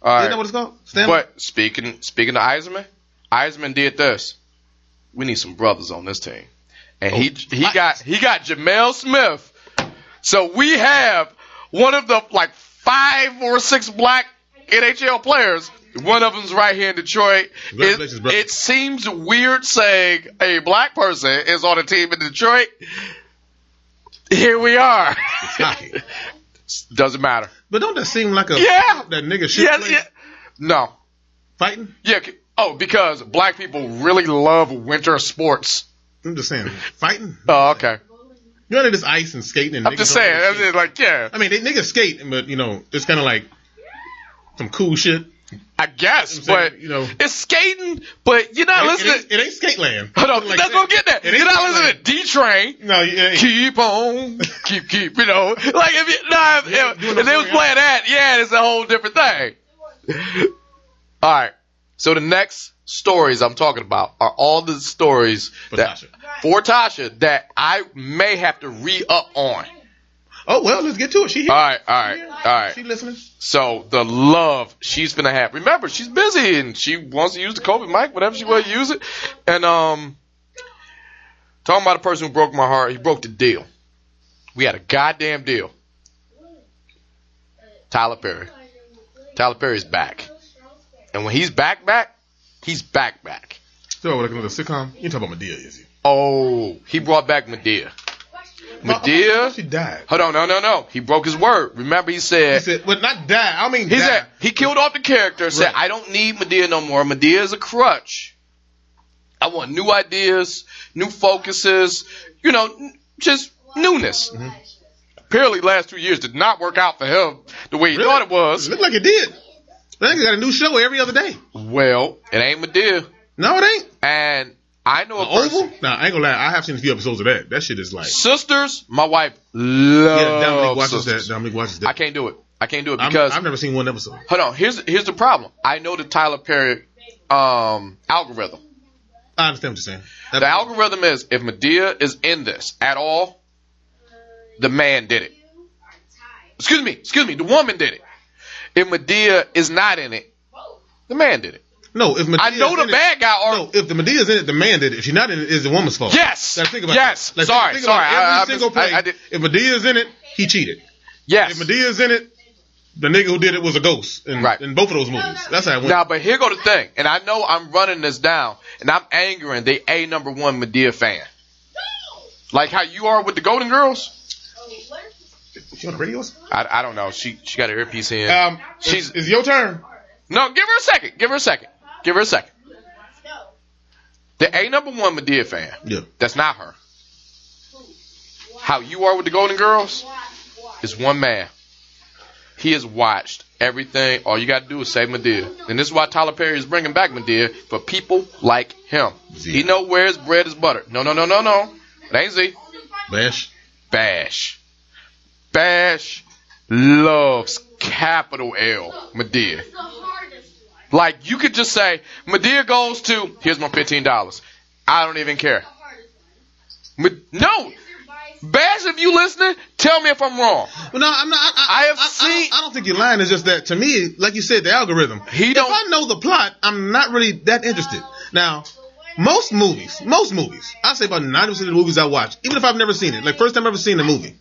Speaker 5: All
Speaker 4: Isn't
Speaker 5: right.
Speaker 4: that what it's called? Stanley.
Speaker 5: But speaking speaking to Eiserman, Eiserman did this. We need some brothers on this team, and he he got he got Jamel Smith. So we have one of the like five or six black NHL players. One of them's right here in Detroit.
Speaker 4: Congratulations,
Speaker 5: It,
Speaker 4: brother.
Speaker 5: it seems weird saying a black person is on a team in Detroit. Here we are.
Speaker 4: hockey.
Speaker 5: Doesn't matter.
Speaker 4: But don't that seem like a
Speaker 5: Yeah.
Speaker 4: that nigga shit
Speaker 5: Yes,
Speaker 4: place
Speaker 5: yeah. No.
Speaker 4: fighting?
Speaker 5: Yeah. c- Oh, because black people really love winter sports.
Speaker 4: I'm just saying, fighting.
Speaker 5: Oh, okay.
Speaker 4: You know, they just ice and skating. And
Speaker 5: I'm
Speaker 4: niggas
Speaker 5: just
Speaker 4: don't
Speaker 5: saying.
Speaker 4: do
Speaker 5: that's
Speaker 4: shit.
Speaker 5: it, like, yeah.
Speaker 4: I mean, they niggas skate, but you know, it's kind of like some cool shit.
Speaker 5: I guess,
Speaker 4: I'm saying,
Speaker 5: but
Speaker 4: you know-
Speaker 5: it's skating. But you're not
Speaker 4: It- it,
Speaker 5: listening.
Speaker 4: ain't, it ain't skate land.
Speaker 5: Hold on.
Speaker 4: Like
Speaker 5: Let's go get that.
Speaker 4: It ain't
Speaker 5: You're not
Speaker 4: skate
Speaker 5: listening to
Speaker 4: land.
Speaker 5: D Train.
Speaker 4: No, you ain't.
Speaker 5: Keep on, keep, keep. You know, like if you, nah, if,
Speaker 4: Yeah,
Speaker 5: if,
Speaker 4: doing
Speaker 5: if they
Speaker 4: the
Speaker 5: was
Speaker 4: choreography.
Speaker 5: playing that, yeah, it's a whole different thing. All right. So the next stories I'm talking about are all the stories
Speaker 4: For
Speaker 5: that
Speaker 4: Tasha.
Speaker 5: for Tasha that I may have to re up on.
Speaker 4: Oh well, let's get to it. She here.
Speaker 5: All right, all right, all right.
Speaker 4: She listening.
Speaker 5: So the love she's gonna have. Remember, she's busy and she wants to use the COVID mic, whatever she wants to use it. And um, talking about a person who broke my heart, he broke the deal. We had a goddamn deal. Tyler Perry. Tyler Perry's back, and when he's back, back, he's back, back.
Speaker 4: So like another sitcom. You talking about Medea, is he?
Speaker 5: Oh, he brought back Medea. Medea.
Speaker 4: She died.
Speaker 5: Hold on, no, no, no. He broke his word. Remember, he
Speaker 4: He
Speaker 5: said
Speaker 4: said, well, not die. I mean,
Speaker 5: he
Speaker 4: die.
Speaker 5: said he killed off the character. and Said
Speaker 4: Right.
Speaker 5: I don't need Medea no more. Medea is a crutch. I want new ideas, new focuses. You know, n- just newness. Apparently, last two years did not work out for him the way he
Speaker 4: Really?
Speaker 5: thought it was.
Speaker 4: Looked like it did. That nigga got a new show every other day.
Speaker 5: Well, it ain't Medea,
Speaker 4: No, it ain't.
Speaker 5: and I know a person.
Speaker 4: Oval? Nah, I ain't gonna lie. I have seen a few episodes of that. That shit is like.
Speaker 5: Sisters, my wife
Speaker 4: Yeah,
Speaker 5: loves
Speaker 4: Dominic watches
Speaker 5: sisters.
Speaker 4: that. Dominic watches
Speaker 5: Oh, I
Speaker 4: that.
Speaker 5: can't do it. I can't do it
Speaker 4: I'm-
Speaker 5: because
Speaker 4: I've never seen one episode.
Speaker 5: hold on. Here's here's the problem. I know the Tyler Perry um, algorithm.
Speaker 4: I understand what you're saying.
Speaker 5: The algorithm is if Medea is in this at all, the man did it. Excuse me, excuse me, the woman did it. If Medea is not in it, the man did it.
Speaker 4: No, if
Speaker 5: I
Speaker 4: Medea's
Speaker 5: know the
Speaker 4: in it-
Speaker 5: bad guy are
Speaker 4: No, if the Medea's in it, the man did it. If she's not in it, it's the woman's fault.
Speaker 5: Yes!
Speaker 4: Now, think about
Speaker 5: Yes!
Speaker 4: It. Like,
Speaker 5: Sorry,
Speaker 4: think about
Speaker 5: sorry.
Speaker 4: Every
Speaker 5: I- I
Speaker 4: single
Speaker 5: mis- I-
Speaker 4: play.
Speaker 5: I did-
Speaker 4: If Medea's in it, he cheated. If
Speaker 5: yes.
Speaker 4: Medea's in it, the nigga who did it was a ghost. In,
Speaker 5: Right.
Speaker 4: in both of those movies. That's how it went.
Speaker 5: Now, but here go the thing, and I know I'm running this down, and I'm angering the a number one Medea fan. Like how you are with the Golden Girls,
Speaker 7: Oh,
Speaker 4: She on the radios?
Speaker 5: I, I don't know. She she got her earpiece in.
Speaker 4: Um,
Speaker 5: She's-
Speaker 4: She's, it's your turn.
Speaker 5: no, give her a second. Give her a second. Give her a second. The a number one Medea fan.
Speaker 4: Yeah.
Speaker 5: That's not her. How you are with the Golden Girls is one man. He has watched everything. All you got to do is save Medea. And this is why Tyler Perry is bringing back Medea for people like him. He know where his bread is buttered. No, no, no, no, no. It ain't Z.
Speaker 4: Bash.
Speaker 5: Bash. Bash loves capital L Medea. Like you could just say Medea goes to here's my fifteen dollars. I don't even care. Med- no, Bash, if you listening, tell me if I'm wrong.
Speaker 4: Well, no, I'm not. I, I,
Speaker 5: I have
Speaker 4: I, I,
Speaker 5: seen-
Speaker 4: don't, I don't think you're lying. It's just that to me, like you said, the algorithm.
Speaker 5: He
Speaker 4: if
Speaker 5: don't-
Speaker 4: I know the plot, I'm not really that interested. Now, most movies, most movies, I say about 90% of the movies I watch, even if I've never seen it, like first time I've ever seen a movie,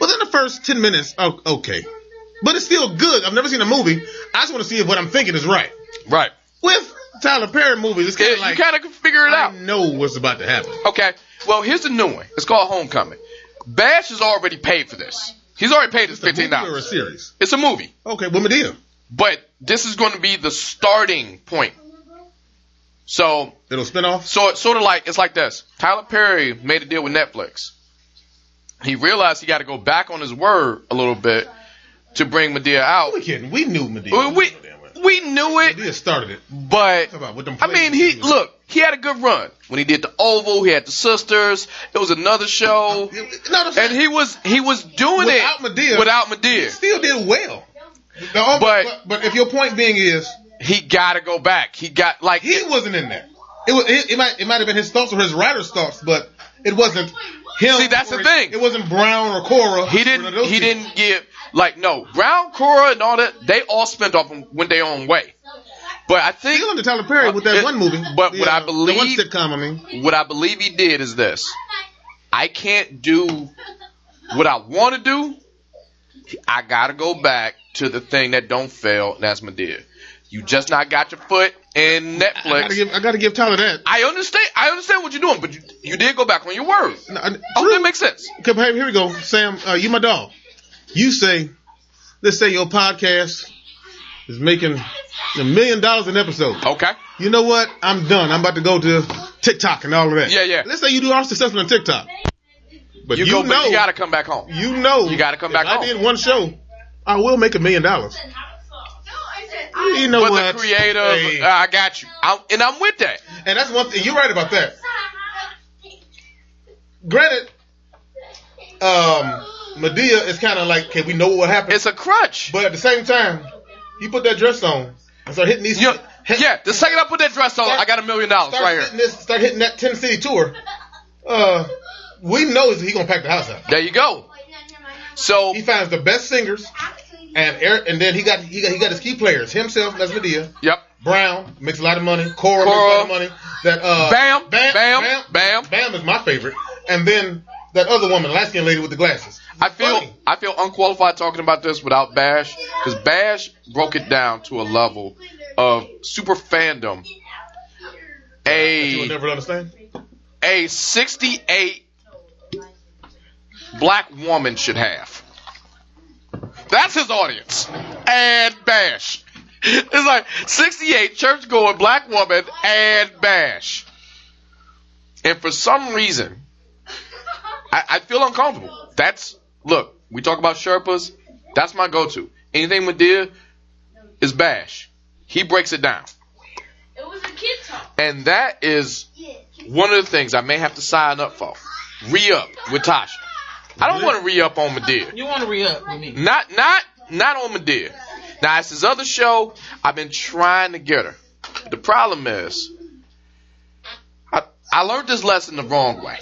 Speaker 4: within the first 10 minutes, oh, okay. But it's still good. I've never seen a movie. I just want to see if what I'm thinking is right.
Speaker 5: Right.
Speaker 4: With Tyler Perry movies, it's kind of
Speaker 5: You
Speaker 4: like,
Speaker 5: kind of can figure it
Speaker 4: I
Speaker 5: out.
Speaker 4: know what's about to happen.
Speaker 5: Okay. Well, here's the new one. It's called Homecoming. Bash has already paid for this. He's already paid his
Speaker 4: It's a
Speaker 5: fifteen
Speaker 4: movie Or a
Speaker 5: dollars.
Speaker 4: series.
Speaker 5: It's a movie,
Speaker 4: Okay, well, Medea.
Speaker 5: but this is going to be the starting point. So
Speaker 4: It'll spin off.
Speaker 5: So it's sort of like it's like this. Tyler Perry made a deal with Netflix. He realized he got to go back on his word a little bit to bring Medea out.
Speaker 4: We kidding. We knew Medea.
Speaker 5: We we, we knew it,
Speaker 4: Medea started it.
Speaker 5: but
Speaker 4: Talk about with them
Speaker 5: I mean, he
Speaker 4: plays.
Speaker 5: look. He had a good run when he did the Oval. He had the Sisters. It was another show,
Speaker 4: No, that's
Speaker 5: and he was he was doing
Speaker 4: Without
Speaker 5: it
Speaker 4: Madea.
Speaker 5: Without Medea,
Speaker 4: still did well. The only-
Speaker 5: But-
Speaker 4: but, but if your point being is
Speaker 5: he got to go back. He got like
Speaker 4: he wasn't in there, it was it, it might it might have been his thoughts or his writer's thoughts, but it wasn't him.
Speaker 5: See, that's the
Speaker 4: or it-
Speaker 5: thing.
Speaker 4: It wasn't Brown or Cora.
Speaker 5: He
Speaker 4: Or
Speaker 5: didn't.
Speaker 4: those
Speaker 5: He
Speaker 4: people.
Speaker 5: didn't give like no Brown, Cora, and all that. They all spent off and went their own way. But I think
Speaker 4: Still under Tyler Perry with that
Speaker 5: It-
Speaker 4: one movie.
Speaker 5: but what I
Speaker 4: uh, the one
Speaker 5: believe-
Speaker 4: sitcom. I mean,
Speaker 5: what I believe he did is this: I can't do what I want to do. I gotta go back to the thing that don't fail, and that's Medea. You just not got your foot in
Speaker 4: I gotta
Speaker 5: Netflix.
Speaker 4: give I gotta give Tyler that.
Speaker 5: I understand. I understand what you're doing, but you, you did go back on your word.
Speaker 4: No, I-
Speaker 5: Oh, that makes sense.
Speaker 4: Okay, hey, here we go. Sam, uh, you my dog. You say, let's say your podcast is making a million dollars an episode.
Speaker 5: Okay.
Speaker 4: You know what? I'm done. I'm about to go to TikTok and all of that.
Speaker 5: Yeah, yeah.
Speaker 4: Let's say you do all successful on TikTok. But
Speaker 5: You,
Speaker 4: you,
Speaker 5: go,
Speaker 4: know,
Speaker 5: but you gotta come back home.
Speaker 4: you know,
Speaker 5: you gotta come back
Speaker 4: if
Speaker 5: home.
Speaker 4: I did one show, I will make a million dollars. You know
Speaker 5: But
Speaker 4: what?
Speaker 5: the creative,
Speaker 4: Hey.
Speaker 5: uh, I got you. I'm, and I'm with that.
Speaker 4: and that's one thing. You're right about that. Granted, um, Medea is kind of like, okay, we know what happened.
Speaker 5: It's a crutch.
Speaker 4: But at the same time, you put that dress on and start hitting these.
Speaker 5: You-
Speaker 4: hit-
Speaker 5: yeah, the second I put that dress on, I got a million dollars
Speaker 4: start
Speaker 5: right
Speaker 4: hitting
Speaker 5: here.
Speaker 4: this. Start hitting that Tennessee tour. Uh, we know he's gonna pack the house out.
Speaker 5: There you go. So
Speaker 4: He finds the best singers and air, and then he got he got he got his key players himself. That's Medea.
Speaker 5: Yep.
Speaker 4: Brown makes a lot of money. Cora, makes a
Speaker 5: Cora.
Speaker 4: lot of money. That uh,
Speaker 5: Bam, Bam, Bam.
Speaker 4: bam, bam is my favorite. And then that other woman, light skinned lady with the glasses.
Speaker 5: I feel
Speaker 4: Funny.
Speaker 5: I feel unqualified talking about this without Bash because Bash broke it down to a level of super fandom.
Speaker 4: You will
Speaker 5: A
Speaker 4: never understand.
Speaker 5: a sixty eight black woman should have. That's his audience. And bash. It's like 68 church going black woman and bash. And for some reason, I, I feel uncomfortable. That's look, we talk about Sherpas, that's my go to. Anything with deer is bash. He breaks it down.
Speaker 7: It was a kid talk.
Speaker 5: And that is
Speaker 7: Yeah.
Speaker 5: one of the things I may have to sign up for. Re up with Tasha. I don't want to re up on Madeira.
Speaker 6: You want to re up with me?
Speaker 5: Not not not on Madeira. Now it's this other show. I've been trying to get her. The problem is I, I learned this lesson the wrong way.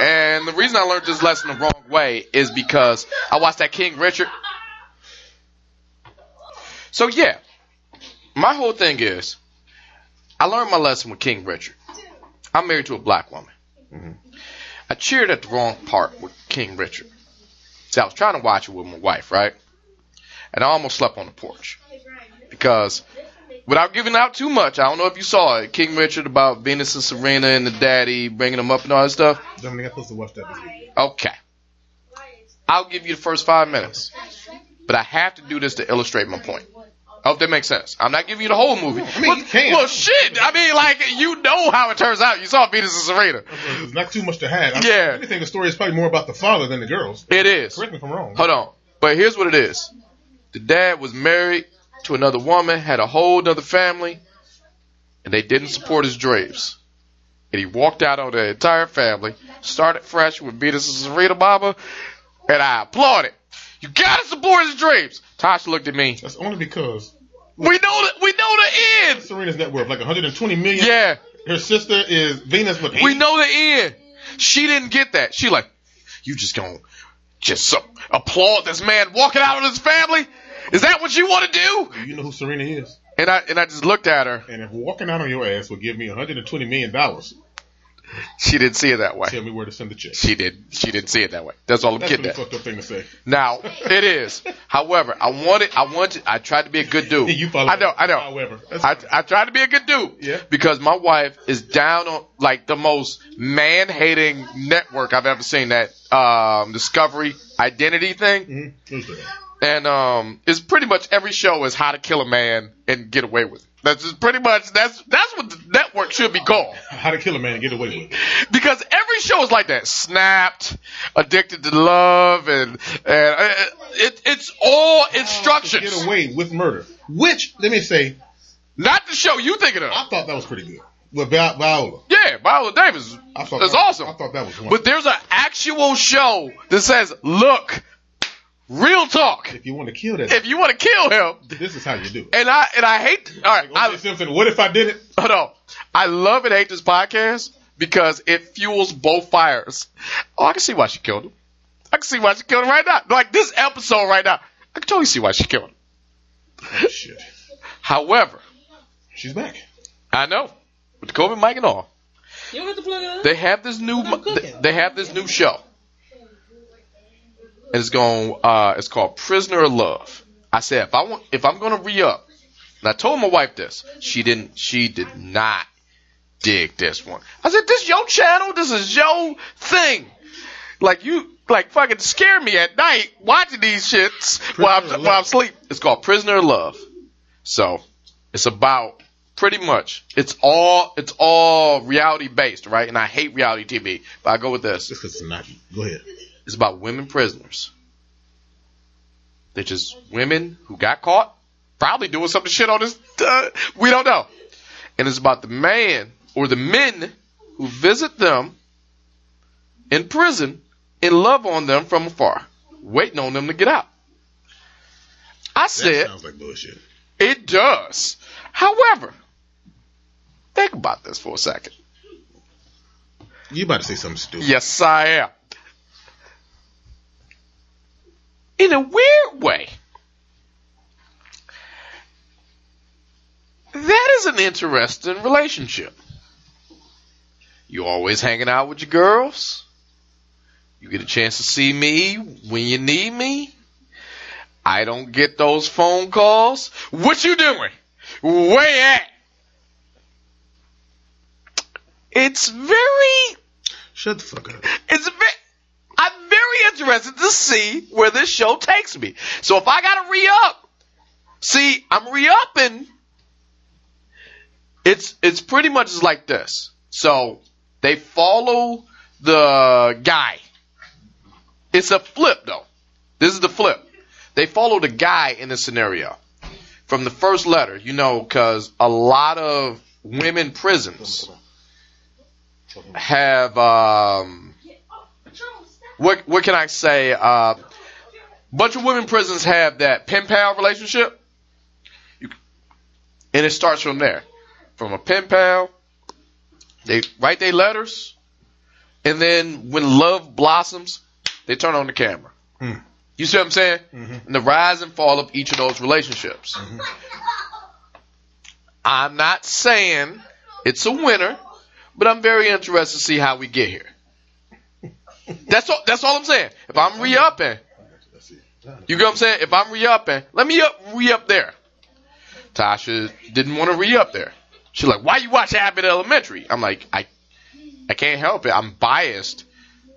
Speaker 5: And the reason I learned this lesson the wrong way is because I watched that King Richard. So yeah. My whole thing is I learned my lesson with King Richard. I'm married to a black woman. I cheered at the wrong part with King Richard. See, I was trying to watch it with my wife, right? And I almost slept on the porch because, without giving out too much, I don't know if you saw it, King Richard about Venus and Serena and the daddy bringing them up and all that stuff.
Speaker 4: Dominic, I'm supposed to watch that this week.
Speaker 5: Okay, I'll give you the first five minutes, but I have to do this to illustrate my point. I hope that makes sense. I'm not giving you the whole movie. I
Speaker 4: mean, you can.
Speaker 5: Well, shit. I mean, like you know how it turns out. You saw Venus and Serena.
Speaker 4: There's not too much to hide. I,
Speaker 5: Yeah.
Speaker 4: I think the story is probably more about the father than the girls.
Speaker 5: It is.
Speaker 4: Correct me if I'm wrong.
Speaker 5: Hold on. But here's what it is. The dad was married to another woman, had a whole nother family, and they didn't support his dreams. And he walked out on the entire family, started fresh with Venus and Serena Baba, and I applauded. You gotta support his dreams. Tosh looked at me.
Speaker 4: That's only because
Speaker 5: We know the we know the end.
Speaker 4: Serena's net worth like 120 million.
Speaker 5: Yeah.
Speaker 4: Her sister is Venus with
Speaker 5: We
Speaker 4: eight.
Speaker 5: know the end. She didn't get that. She like, you just gonna just so applaud this man walking out on his family? Is that what you want to do?
Speaker 4: You know who Serena is.
Speaker 5: And I and I just looked at her.
Speaker 4: And if walking out on your ass will give me 120 million dollars,
Speaker 5: She didn't see it that way.
Speaker 4: tell me where to send the check.
Speaker 5: She did. She didn't see it that way. That's all I'm
Speaker 4: That's
Speaker 5: getting
Speaker 4: really
Speaker 5: at.
Speaker 4: fucked up thing to say.
Speaker 5: Now it is. However, I wanted. I wanted. I tried to be a good dude.
Speaker 4: You follow.
Speaker 5: I know. I know.
Speaker 4: However, that's-
Speaker 5: I, I tried to be a good dude.
Speaker 4: Yeah.
Speaker 5: Because my wife is down on like the most man hating network I've ever seen. That um, Discovery Identity thing.
Speaker 4: Mhm. Who's that?
Speaker 5: and um, it's pretty much every show is how to kill a man and get away with it. That's just pretty much that's that's what the network should be called
Speaker 4: How to kill a man and get away with it.
Speaker 5: because every show is like that. Snapped, addicted to love, and and uh, it it's all instructions.
Speaker 4: Get away with murder. Which, let me say,
Speaker 5: Not the show you thinking of.
Speaker 4: I thought that was pretty good. With Vi- Viola.
Speaker 5: Yeah, Viola Davis.
Speaker 4: I
Speaker 5: That's
Speaker 4: thought that,
Speaker 5: awesome.
Speaker 4: I thought that was one.
Speaker 5: But there's an actual show that says, "Look, real talk.
Speaker 4: if you want to kill that,
Speaker 5: If you want to kill him."
Speaker 4: this is how you do it.
Speaker 5: And I and I hate. All right,
Speaker 4: O.J.
Speaker 5: I,
Speaker 4: Simpson, what if I did it?
Speaker 5: Hold on. I love and hate this podcast because it fuels both fires. Oh, I can see why she killed him. I can see why she killed him right now. Like this episode right now. I can totally see why she killed him.
Speaker 4: Oh, shit.
Speaker 5: However,
Speaker 4: She's back.
Speaker 5: I know with the COVID mic and all,
Speaker 6: You don't have to plug it up.
Speaker 5: they have this new they have this new show. And it's going uh it's called Prisoner of Love. I said if I want if I'm gonna re up and I told my wife this, she didn't she did not dig this one. I said, This your channel, this is your thing. Like you like fucking scare me at night watching these shits while
Speaker 4: Prisoner
Speaker 5: I'm
Speaker 4: of
Speaker 5: while I'm
Speaker 4: Love.
Speaker 5: asleep. It's called Prisoner of Love. So it's about pretty much it's all it's all reality based, right? And I hate reality TV, but I go with this.
Speaker 4: Just because it's not you. Go ahead.
Speaker 5: It's about women prisoners. They're just women who got caught, probably doing some shit on this. Uh, we don't know. And it's about the man or the men who visit them in prison and love on them from afar, waiting on them to get out. I
Speaker 4: That
Speaker 5: said,
Speaker 4: sounds like bullshit.
Speaker 5: it does. However, think about this for a second.
Speaker 4: You about to say something stupid.
Speaker 5: Yes, I am. In a weird way, that is an interesting relationship. You always hanging out with your girls. You get a chance to see me when you need me. I don't get those phone calls. What you doing? Where at? It's very
Speaker 4: Shut the fuck up.
Speaker 5: it's ve- I'm very interested to see where this show takes me. So if I gotta re up, see, I'm re upping. It's it's pretty much like this. So they follow the guy. It's a flip though. This is the flip. They follow the guy in the scenario from the first letter, you know, because a lot of women prisons have um, what what can I say? Uh, bunch of women prisons have that pen pal relationship, you, and it starts from there, from a pen pal. They write their letters, and then when love blossoms, they turn on the camera.
Speaker 4: Mm.
Speaker 5: You see what I'm saying? And the rise and fall of each of those relationships. I'm not saying it's a winner, but I'm very interested to see how we get here. That's all. That's all I'm saying. If I'm re-upping, you get what I'm saying? If I'm re-upping, let me up re-up there. Tasha didn't want to re-up there. She's like, "Why you watch Abbott Elementary?" I'm like, "I, I can't help it. I'm biased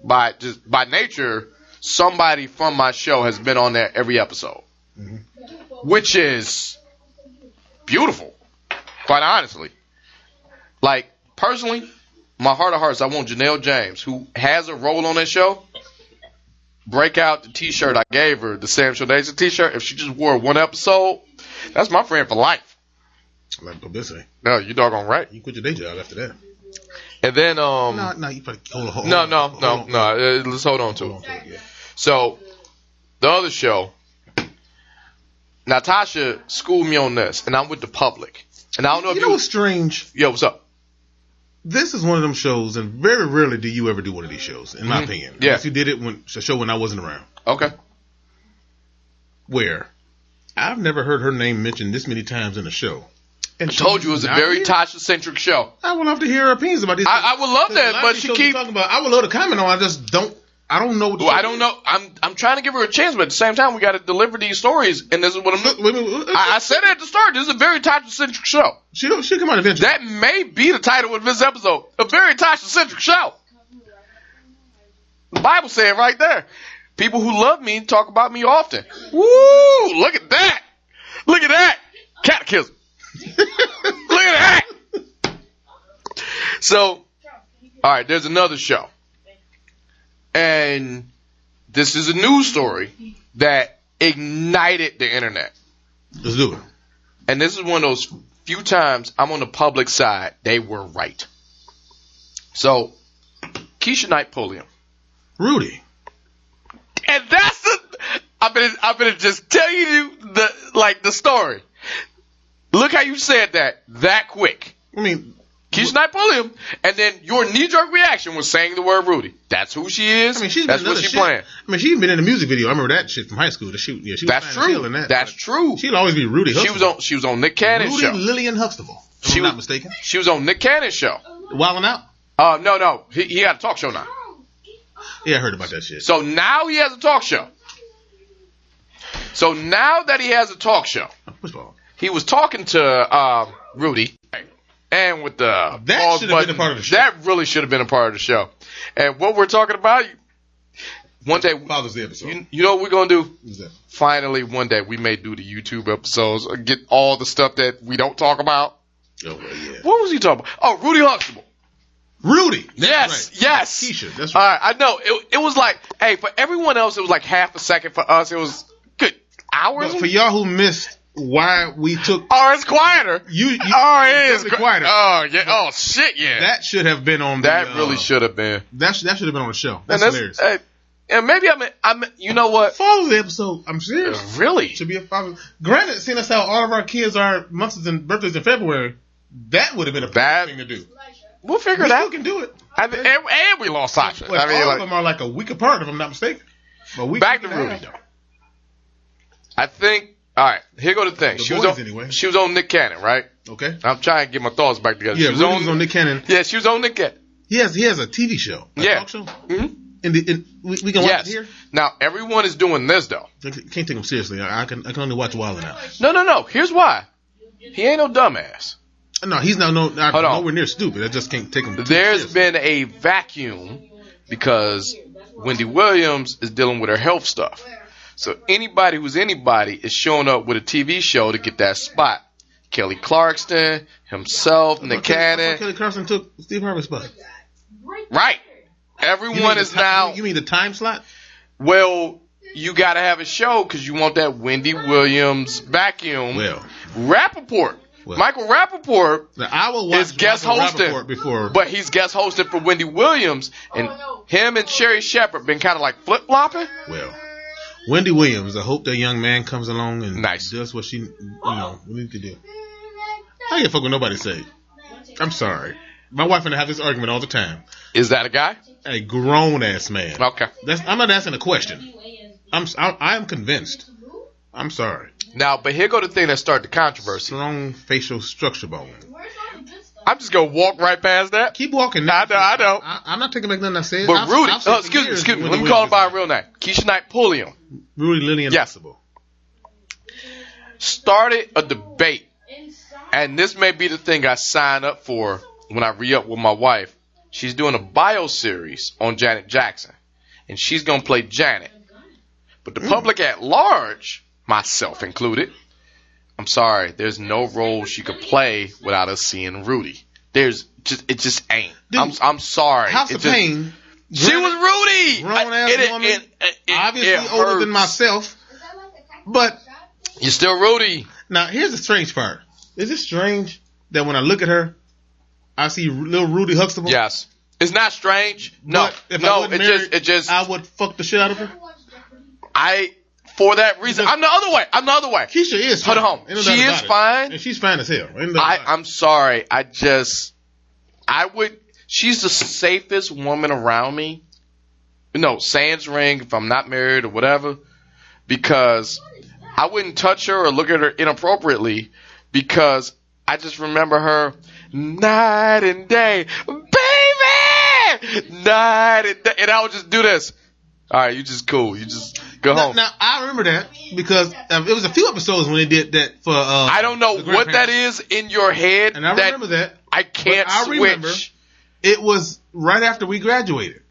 Speaker 5: by just by nature. Somebody from my show has been on there every episode, which is beautiful, quite honestly. Like personally, my heart of hearts, I want Janelle James, who has a role on that show, break out the T-shirt I gave her, the Sam Shadaza T-shirt. If she just wore one episode, that's my friend for life.
Speaker 4: Like publicity.
Speaker 5: No, you doggone right.
Speaker 4: You quit your day job after that.
Speaker 5: And then um,
Speaker 4: No, no, you probably hold on. Hold
Speaker 5: no,
Speaker 4: on,
Speaker 5: no,
Speaker 4: hold
Speaker 5: no,
Speaker 4: on.
Speaker 5: no. uh, Let's hold on to
Speaker 4: Hold on
Speaker 5: it.
Speaker 4: to it, yeah.
Speaker 5: So, the other show, Natasha schooled me on this, and I'm with the public. And I don't know if
Speaker 4: You
Speaker 5: you,
Speaker 4: know what's strange?
Speaker 5: yo, what's up?
Speaker 4: This is one of them shows, and very rarely do you ever do one of these shows, in my
Speaker 5: Mhm.
Speaker 4: opinion.
Speaker 5: Yeah.
Speaker 4: Unless you did it when a show when I wasn't around.
Speaker 5: Okay,
Speaker 4: Where I've never heard her name mentioned this many times in a show. And
Speaker 5: I told you it was a very Tasha centric show.
Speaker 4: I would love to hear her opinions about these.
Speaker 5: I, I would love
Speaker 4: There's a
Speaker 5: that,
Speaker 4: lot of
Speaker 5: but
Speaker 4: these
Speaker 5: she
Speaker 4: shows
Speaker 5: keep.
Speaker 4: we're talking about. I would love to comment on. I just don't. I don't know. What the
Speaker 5: Well, I
Speaker 4: fuck-
Speaker 5: don't know. I'm I'm trying to give her a chance, but at the same time, we got to deliver these stories, and this is what I'm.
Speaker 4: Look, wait, wait, wait,
Speaker 5: I, I said it at the start. This is a very Tasha centric show.
Speaker 4: she don't. She come out eventually.
Speaker 5: That may be the title of this episode. A very Tasha centric show. The Bible said right there. People who love me talk about me often. Woo! Look at that. Look at that. Catechism. look at that. So, all right, there's another show. And this is a news story that ignited the internet
Speaker 4: Let's do it.
Speaker 5: and this is one of those few times I'm on the public side, they were right. So, Keisha Knight Pulliam.
Speaker 4: Rudy.
Speaker 5: And that's the, I'm gonna, I'm gonna just tell you the, like, the story. Look how you said that, that quick.
Speaker 4: I mean,
Speaker 5: Keisha Knight Pulliam, and then your knee-jerk reaction was saying the word Rudy. That's who she is.
Speaker 4: I mean, she's
Speaker 5: that's
Speaker 4: been in
Speaker 5: what
Speaker 4: other
Speaker 5: she
Speaker 4: shit.
Speaker 5: playing.
Speaker 4: I mean, she's been in a music video. I remember that shit from high school. That she, yeah, she was
Speaker 5: That's
Speaker 4: fine as hell
Speaker 5: true.
Speaker 4: In that.
Speaker 5: That's true.
Speaker 4: She'll always be Rudy.
Speaker 5: She
Speaker 4: Huxtable.
Speaker 5: was on, she was on Nick Cannon's
Speaker 4: Rudy
Speaker 5: show.
Speaker 4: Lillian Huxtable. If
Speaker 5: She
Speaker 4: I'm
Speaker 5: was-
Speaker 4: not mistaken.
Speaker 5: she was on Nick Cannon's show.
Speaker 4: Wilding out.
Speaker 5: Uh, no, no, he, he got a talk show now.
Speaker 4: Yeah, I heard about that shit.
Speaker 5: So now he has a talk show. So now that he has a talk show,
Speaker 4: First of all,
Speaker 5: he was talking to um, Rudy, and with the
Speaker 4: That
Speaker 5: pause
Speaker 4: should have been
Speaker 5: button,
Speaker 4: a part of the show.
Speaker 5: That really should have been a part of the show. And what we're talking about, one day,
Speaker 4: Father's Day episode.
Speaker 5: you, you know what we're gonna do?
Speaker 4: Who's that?
Speaker 5: Finally, one day we may do the YouTube episodes, uh, get all the stuff that we don't talk about.
Speaker 4: Oh, well, yeah.
Speaker 5: What was he talking about? Oh, Rudy Huxtable.
Speaker 4: Rudy. That's
Speaker 5: Yes,
Speaker 4: right.
Speaker 5: yes.
Speaker 4: Keisha. That's
Speaker 5: All
Speaker 4: right.
Speaker 5: right, I know. It, it was like, hey, for everyone else, it was like half a second. For us, it was good hours.
Speaker 4: But for y'all who missed why we took
Speaker 5: oh, it's quieter.
Speaker 4: you, you
Speaker 5: oh, it is
Speaker 4: definitely
Speaker 5: qu-
Speaker 4: quieter.
Speaker 5: Oh, yeah. Oh, shit, yeah. That,
Speaker 4: that should have been on. the, uh,
Speaker 5: really should have been.
Speaker 4: That should, that should have been on the show.
Speaker 5: And
Speaker 4: That's, hilarious.
Speaker 5: hey, and maybe I'm. I'm. You know what?
Speaker 4: Father's Day episode. I'm serious.
Speaker 5: Really?
Speaker 4: to be a father. Granted, seeing as how all of our kids are months and birthdays in February, that would have been a
Speaker 5: That-
Speaker 4: bad thing to do.
Speaker 5: We'll
Speaker 4: We
Speaker 5: figure it
Speaker 4: still
Speaker 5: out.
Speaker 4: can do it.
Speaker 5: And, and, and we lost Sasha.
Speaker 4: Well,
Speaker 5: I mean,
Speaker 4: all
Speaker 5: like,
Speaker 4: of them are like a week apart, if I'm not mistaken. But we
Speaker 5: Back
Speaker 4: can
Speaker 5: to
Speaker 4: do
Speaker 5: Rudy,
Speaker 4: that.
Speaker 5: though. I think. All right. Here go the thing.
Speaker 4: The
Speaker 5: she was
Speaker 4: boys,
Speaker 5: on.
Speaker 4: anyway.
Speaker 5: She was on Nick Cannon, right?
Speaker 4: Okay.
Speaker 5: I'm trying to get my thoughts back together.
Speaker 4: Yeah,
Speaker 5: she was
Speaker 4: Rudy was on Nick Cannon.
Speaker 5: Yeah, she was on Nick Cannon.
Speaker 4: He has he has a TV show, a
Speaker 5: Yeah.
Speaker 4: talk show.
Speaker 5: Mhm.
Speaker 4: And, the, and we, we can watch
Speaker 5: Yes.
Speaker 4: it here.
Speaker 5: Now everyone is doing this though.
Speaker 4: I can't take him seriously. I, I can I can only watch Wild Out.
Speaker 5: No, no, no. Here's why. He ain't no dumbass.
Speaker 4: No, he's not no I'm
Speaker 5: Hold on.
Speaker 4: nowhere near stupid. I just can't take him. too
Speaker 5: There's
Speaker 4: seriously.
Speaker 5: been a vacuum because Wendy Williams is dealing with her health stuff. So anybody who's anybody is showing up with a TV show to get that spot. Kelly Clarkson, himself,
Speaker 4: Kelly,
Speaker 5: Nick Cannon.
Speaker 4: Kelly Clarkson took Steve Harvey's spot.
Speaker 5: Right.
Speaker 4: You
Speaker 5: Everyone
Speaker 4: mean
Speaker 5: is
Speaker 4: the ti-
Speaker 5: now,
Speaker 4: You mean the time slot?
Speaker 5: well, you got to have a show because you want that Wendy Williams vacuum.
Speaker 4: Well,
Speaker 5: Rappaport.
Speaker 4: Well.
Speaker 5: Michael Rappaport
Speaker 4: now, I will watch
Speaker 5: It's guest
Speaker 4: Michael
Speaker 5: hosting.
Speaker 4: Rappaport before.
Speaker 5: But he's guest hosted for Wendy Williams, and
Speaker 4: Oh,
Speaker 5: him and Sherry Shepard been kind of like flip flopping.
Speaker 4: well, Wendy Williams. I hope that young man comes along and
Speaker 5: Nice.
Speaker 4: does what she, you know, we need to do. I can't fuck with nobody say. I'm sorry. My wife and I have this argument all the time.
Speaker 5: Is that a guy?
Speaker 4: A grown ass man.
Speaker 5: Okay.
Speaker 4: That's, I'm not asking a question. I'm s- I, I am convinced. I'm sorry.
Speaker 5: Now, but here go the thing that started the controversy.
Speaker 4: Strong facial structure bone.
Speaker 7: Where's all the good stuff?
Speaker 5: I'm just gonna walk right past that.
Speaker 4: Keep walking.
Speaker 5: I know, I know.
Speaker 4: I, I'm not taking back nothing I said.
Speaker 5: But
Speaker 4: I've-
Speaker 5: Rudy,
Speaker 4: I've said
Speaker 5: oh,
Speaker 4: for
Speaker 5: excuse me,
Speaker 4: years
Speaker 5: excuse me. Let
Speaker 4: Wendy
Speaker 5: me call him
Speaker 4: Williams
Speaker 5: by
Speaker 4: is-
Speaker 5: her real name. Keisha Knight Pulliam
Speaker 4: Rudy Lillian.
Speaker 5: Yes. started a debate, and this may be the thing I sign up for when I re up with my wife. She's doing a bio series on Janet Jackson, and she's gonna play Janet. But the public at large, myself included, I'm sorry, there's no role she could play without us seeing Rudy. There's just it just ain't. I'm
Speaker 4: Dude,
Speaker 5: I'm sorry.
Speaker 4: House
Speaker 5: It
Speaker 4: of
Speaker 5: just-
Speaker 4: Pain.
Speaker 5: She was Rudy.
Speaker 4: Grown ass
Speaker 5: It- it-
Speaker 4: woman.
Speaker 5: it- it- it-
Speaker 4: obviously
Speaker 5: it
Speaker 4: older than
Speaker 5: hurts.
Speaker 4: myself. But
Speaker 5: You're still Rudy.
Speaker 4: now here's the strange part. Is it strange that when I look at her, I see Ru- little Rudy Huxtable?
Speaker 5: Yes. It's not strange. No.
Speaker 4: But if I
Speaker 5: no, it
Speaker 4: wasn't
Speaker 5: just
Speaker 4: married,
Speaker 5: it just I,
Speaker 4: I would fuck the shit out of her.
Speaker 5: for that reason
Speaker 4: Look.
Speaker 5: I'm the other way. I'm the other way.
Speaker 4: Keisha is.
Speaker 5: Hold
Speaker 4: fine.
Speaker 5: on.
Speaker 4: Ain't no
Speaker 5: She
Speaker 4: doubt
Speaker 5: is
Speaker 4: about it.
Speaker 5: fine.
Speaker 4: And she's fine as hell. Ain't no doubt
Speaker 5: I,
Speaker 4: about it.
Speaker 5: I'm sorry. I just I would she's the safest woman around me. You know, Sans ring if I'm not married or whatever. Because I wouldn't touch her or look at her inappropriately because I just remember her night and day. Baby night and day and I would just do this. Alright, you just cool. You just go
Speaker 4: Now,
Speaker 5: home.
Speaker 4: now, I remember that because uh, it was a few episodes when they did that for. Uh,
Speaker 5: I don't know
Speaker 4: the
Speaker 5: what that
Speaker 4: grandparents.
Speaker 5: is in your head.
Speaker 4: And I
Speaker 5: that
Speaker 4: remember that
Speaker 5: I can't
Speaker 4: But I
Speaker 5: switch.
Speaker 4: remember- it was right after we graduated.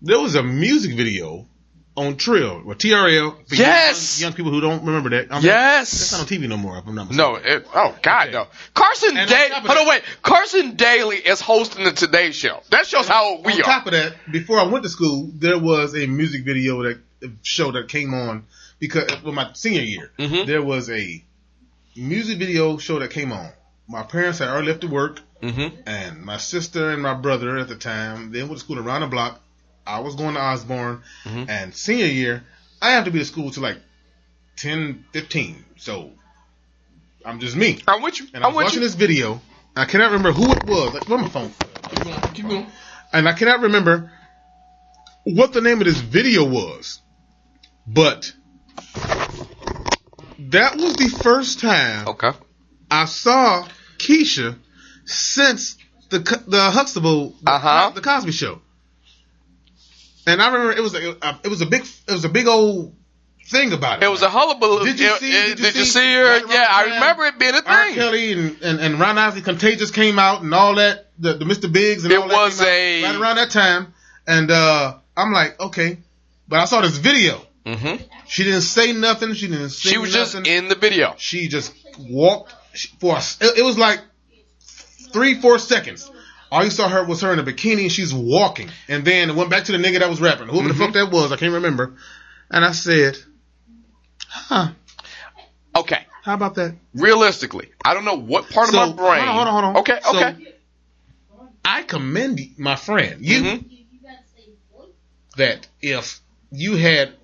Speaker 4: There was a music video on Trill or TRL. For
Speaker 5: Yes!
Speaker 4: young, young people who don't remember that. I'm
Speaker 5: Yes.
Speaker 4: that's not on TV no more. If I'm not mistaken.
Speaker 5: No. It, oh God, no. Carson
Speaker 4: And on
Speaker 5: Daly.
Speaker 4: top of
Speaker 5: Hold on,
Speaker 4: that-
Speaker 5: wait. Carson Daly is hosting the Today Show. That shows how old
Speaker 4: On
Speaker 5: we are.
Speaker 4: top of that, before I went to school, there was a music video that show that came on because well, my senior year
Speaker 5: Mhm.
Speaker 4: there was a music video show that came on. My parents had already left to work.
Speaker 5: Mm-hmm.
Speaker 4: and my sister and my brother at the time, they went to school around the block. I was going to Osborne, and senior year, I have to be to school till like 10, 15. So I'm just me.
Speaker 5: I'm with you.
Speaker 4: And I
Speaker 5: I'm
Speaker 4: was
Speaker 5: with
Speaker 4: watching
Speaker 5: you.
Speaker 4: this video. I cannot remember who it was. Like, where my phone? Keep going, keep going. And I cannot remember what the name of this video was, but that was the first time
Speaker 5: Okay.
Speaker 4: I saw Keisha since the Co- the Huxtable, the,
Speaker 5: Uh-huh.
Speaker 4: the Cosby Show, and I remember it was a it was a big it was a big old thing about it.
Speaker 5: It was a hullabaloo.
Speaker 4: Did you
Speaker 5: It-
Speaker 4: see-
Speaker 5: it-
Speaker 4: did you
Speaker 5: did you
Speaker 4: see-
Speaker 5: see her?
Speaker 4: right around
Speaker 5: yeah,
Speaker 4: the
Speaker 5: I
Speaker 4: time,
Speaker 5: remember it being a
Speaker 4: R.
Speaker 5: thing.
Speaker 4: Kelly and, and, and Ron Isley Contagious came out and all that the, the Mr. Biggs and
Speaker 5: It
Speaker 4: all that
Speaker 5: was
Speaker 4: came out
Speaker 5: a-
Speaker 4: right around that time, and uh, I'm like okay, but I saw this video.
Speaker 5: Mm-hmm.
Speaker 4: She didn't say nothing. She didn't. Sing
Speaker 5: She was just
Speaker 4: nothing.
Speaker 5: in the video.
Speaker 4: she just walked she- for a, it, it was like three four seconds all you saw her was her in a bikini and she's walking and then it went back to the nigga that was rapping whoever
Speaker 5: Mm-hmm.
Speaker 4: the fuck that was i can't remember and i said huh
Speaker 5: Okay.
Speaker 4: how about that
Speaker 5: Realistically, I don't know what part
Speaker 4: So-
Speaker 5: of my brain.
Speaker 4: hold on, hold on, hold on.
Speaker 5: Okay.
Speaker 4: So-
Speaker 5: okay.
Speaker 4: i commend y- my friend you
Speaker 5: Mhm.
Speaker 4: that if you had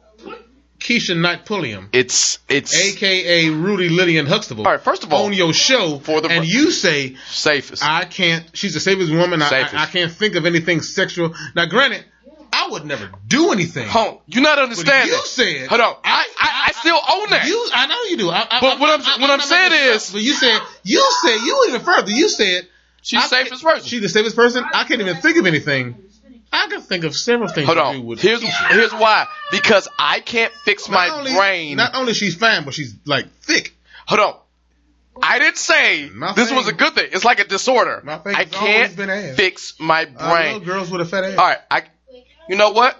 Speaker 4: keisha knight pulliam
Speaker 5: It's it's
Speaker 4: aka rudy lillian huxtable
Speaker 5: All right, first of all,
Speaker 4: on your show
Speaker 5: for the-
Speaker 4: and you say
Speaker 5: safest.
Speaker 4: I can't. She's the safest woman. I,
Speaker 5: Safest.
Speaker 4: I, I can't think of anything sexual. Now, granted, I would never do anything.
Speaker 5: Hold on. You're not understanding.
Speaker 4: you said-
Speaker 5: Hold on. I, I, I still own that.
Speaker 4: You, I know you do. I, I,
Speaker 5: But what I'm- what I'm
Speaker 4: not
Speaker 5: saying
Speaker 4: making
Speaker 5: is-
Speaker 4: stuff, but you said you said you went even further. You said
Speaker 5: She's
Speaker 4: I-
Speaker 5: safest person.
Speaker 4: She's the safest person. I can't even think of anything. I can think of several things.
Speaker 5: Hold
Speaker 4: to do
Speaker 5: on.
Speaker 4: with
Speaker 5: Here's here's why. Because I can't fix my
Speaker 4: Not only-
Speaker 5: brain.
Speaker 4: Not only she's fine, but she's like thick.
Speaker 5: Hold on. I didn't say
Speaker 4: My
Speaker 5: this
Speaker 4: thing-
Speaker 5: was a good thing. It's like a disorder.
Speaker 4: My thing
Speaker 5: I
Speaker 4: has always
Speaker 5: can't
Speaker 4: been ass.
Speaker 5: fix my
Speaker 4: I
Speaker 5: brain.
Speaker 4: love girls with a fat ass.
Speaker 5: All right. I. You know what?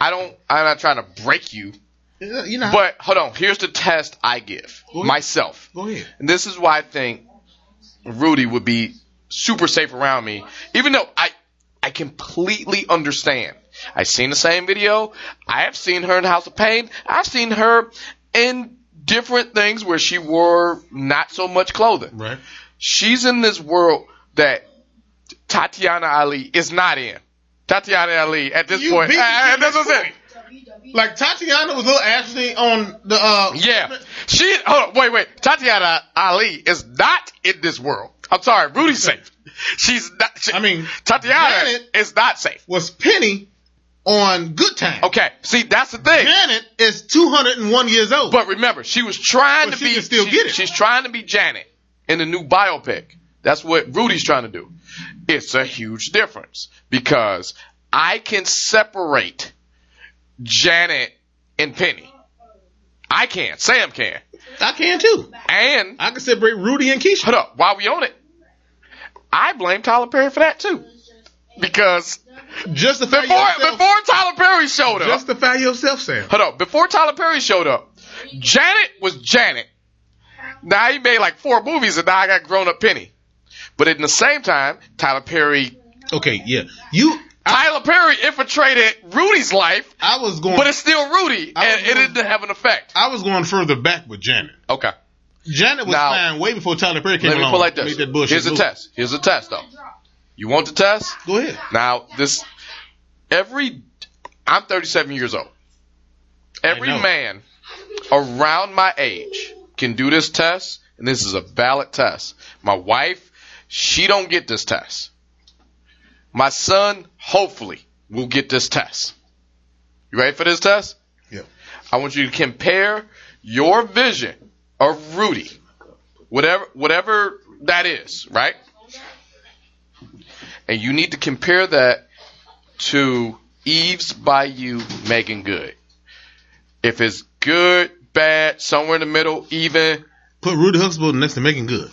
Speaker 5: I don't. I'm not trying to break you.
Speaker 4: Yeah, You know,
Speaker 5: But hold on. Here's the test I give
Speaker 4: Go ahead.
Speaker 5: myself.
Speaker 4: go ahead.
Speaker 5: And this is why I think Rudy would be super safe around me, even though I I completely understand. I've seen the same video. I have seen her in House of Pain. I've seen her in different things where she wore not so much clothing.
Speaker 4: Right.
Speaker 5: She's in this world that Tatiana Ali is not in. Tatiana Ali at this
Speaker 4: You
Speaker 5: point.
Speaker 4: beat me
Speaker 5: I- I-
Speaker 4: to
Speaker 5: that's
Speaker 4: that
Speaker 5: what I'm saying.
Speaker 4: point. Like Tatiana was little Ashley on the uh
Speaker 5: Yeah. She hold on, wait, wait. Tatiana Ali is not in this world. I'm sorry, Rudy's safe. She's not she-
Speaker 4: I mean,
Speaker 5: Tatiana
Speaker 4: granted-
Speaker 5: is not safe.
Speaker 4: was Penny on Good Time.
Speaker 5: Okay. See, that's the thing.
Speaker 4: Janet is 201 years old.
Speaker 5: But remember, she was trying
Speaker 4: But
Speaker 5: to
Speaker 4: she
Speaker 5: be
Speaker 4: can still get it.
Speaker 5: she's trying to be Janet in the new biopic. That's what Rudy's trying to do. It's a huge difference because I can separate Janet and Penny. I can. Sam can.
Speaker 4: I can too.
Speaker 5: And
Speaker 4: I can separate Rudy and Keisha.
Speaker 5: Hold up, while we on it, I blame Tyler Perry for that too. Because
Speaker 4: Justify
Speaker 5: before
Speaker 4: yourself.
Speaker 5: before Tyler Perry showed up,
Speaker 4: Justify yourself, Sam.
Speaker 5: hold up, before Tyler Perry showed up, Janet was Janet. Now he made like four movies and now I got grown up Penny. But at the same time, Tyler Perry
Speaker 4: Okay, yeah. You,
Speaker 5: Tyler Perry infiltrated Rudy's life,
Speaker 4: I was going,
Speaker 5: but it's still Rudy,
Speaker 4: I
Speaker 5: and
Speaker 4: was
Speaker 5: it
Speaker 4: going-
Speaker 5: didn't have an effect.
Speaker 4: I was going further back with Janet.
Speaker 5: Okay,
Speaker 4: Janet was
Speaker 5: Now-
Speaker 4: fine way before Tyler Perry came
Speaker 5: let me
Speaker 4: along.
Speaker 5: put it like
Speaker 4: to
Speaker 5: this.
Speaker 4: make that bullshit
Speaker 5: Here's a
Speaker 4: move.
Speaker 5: test. Here's a test though. You want the test?
Speaker 4: Go ahead.
Speaker 5: Now, this every I'm 37 years old. Every
Speaker 4: know.
Speaker 5: man around my age can do this test, and this is a valid test. My wife, she don't get this test. My son, hopefully, will get this test. You ready for this test?
Speaker 4: Yeah.
Speaker 5: I want you to compare your vision of Rudy, whatever whatever that is, right? And you need to compare that to Eve's Bayou Megan Good. If it's good, bad, somewhere in the middle, even
Speaker 4: Put Rudy Huxtable next to Making Good.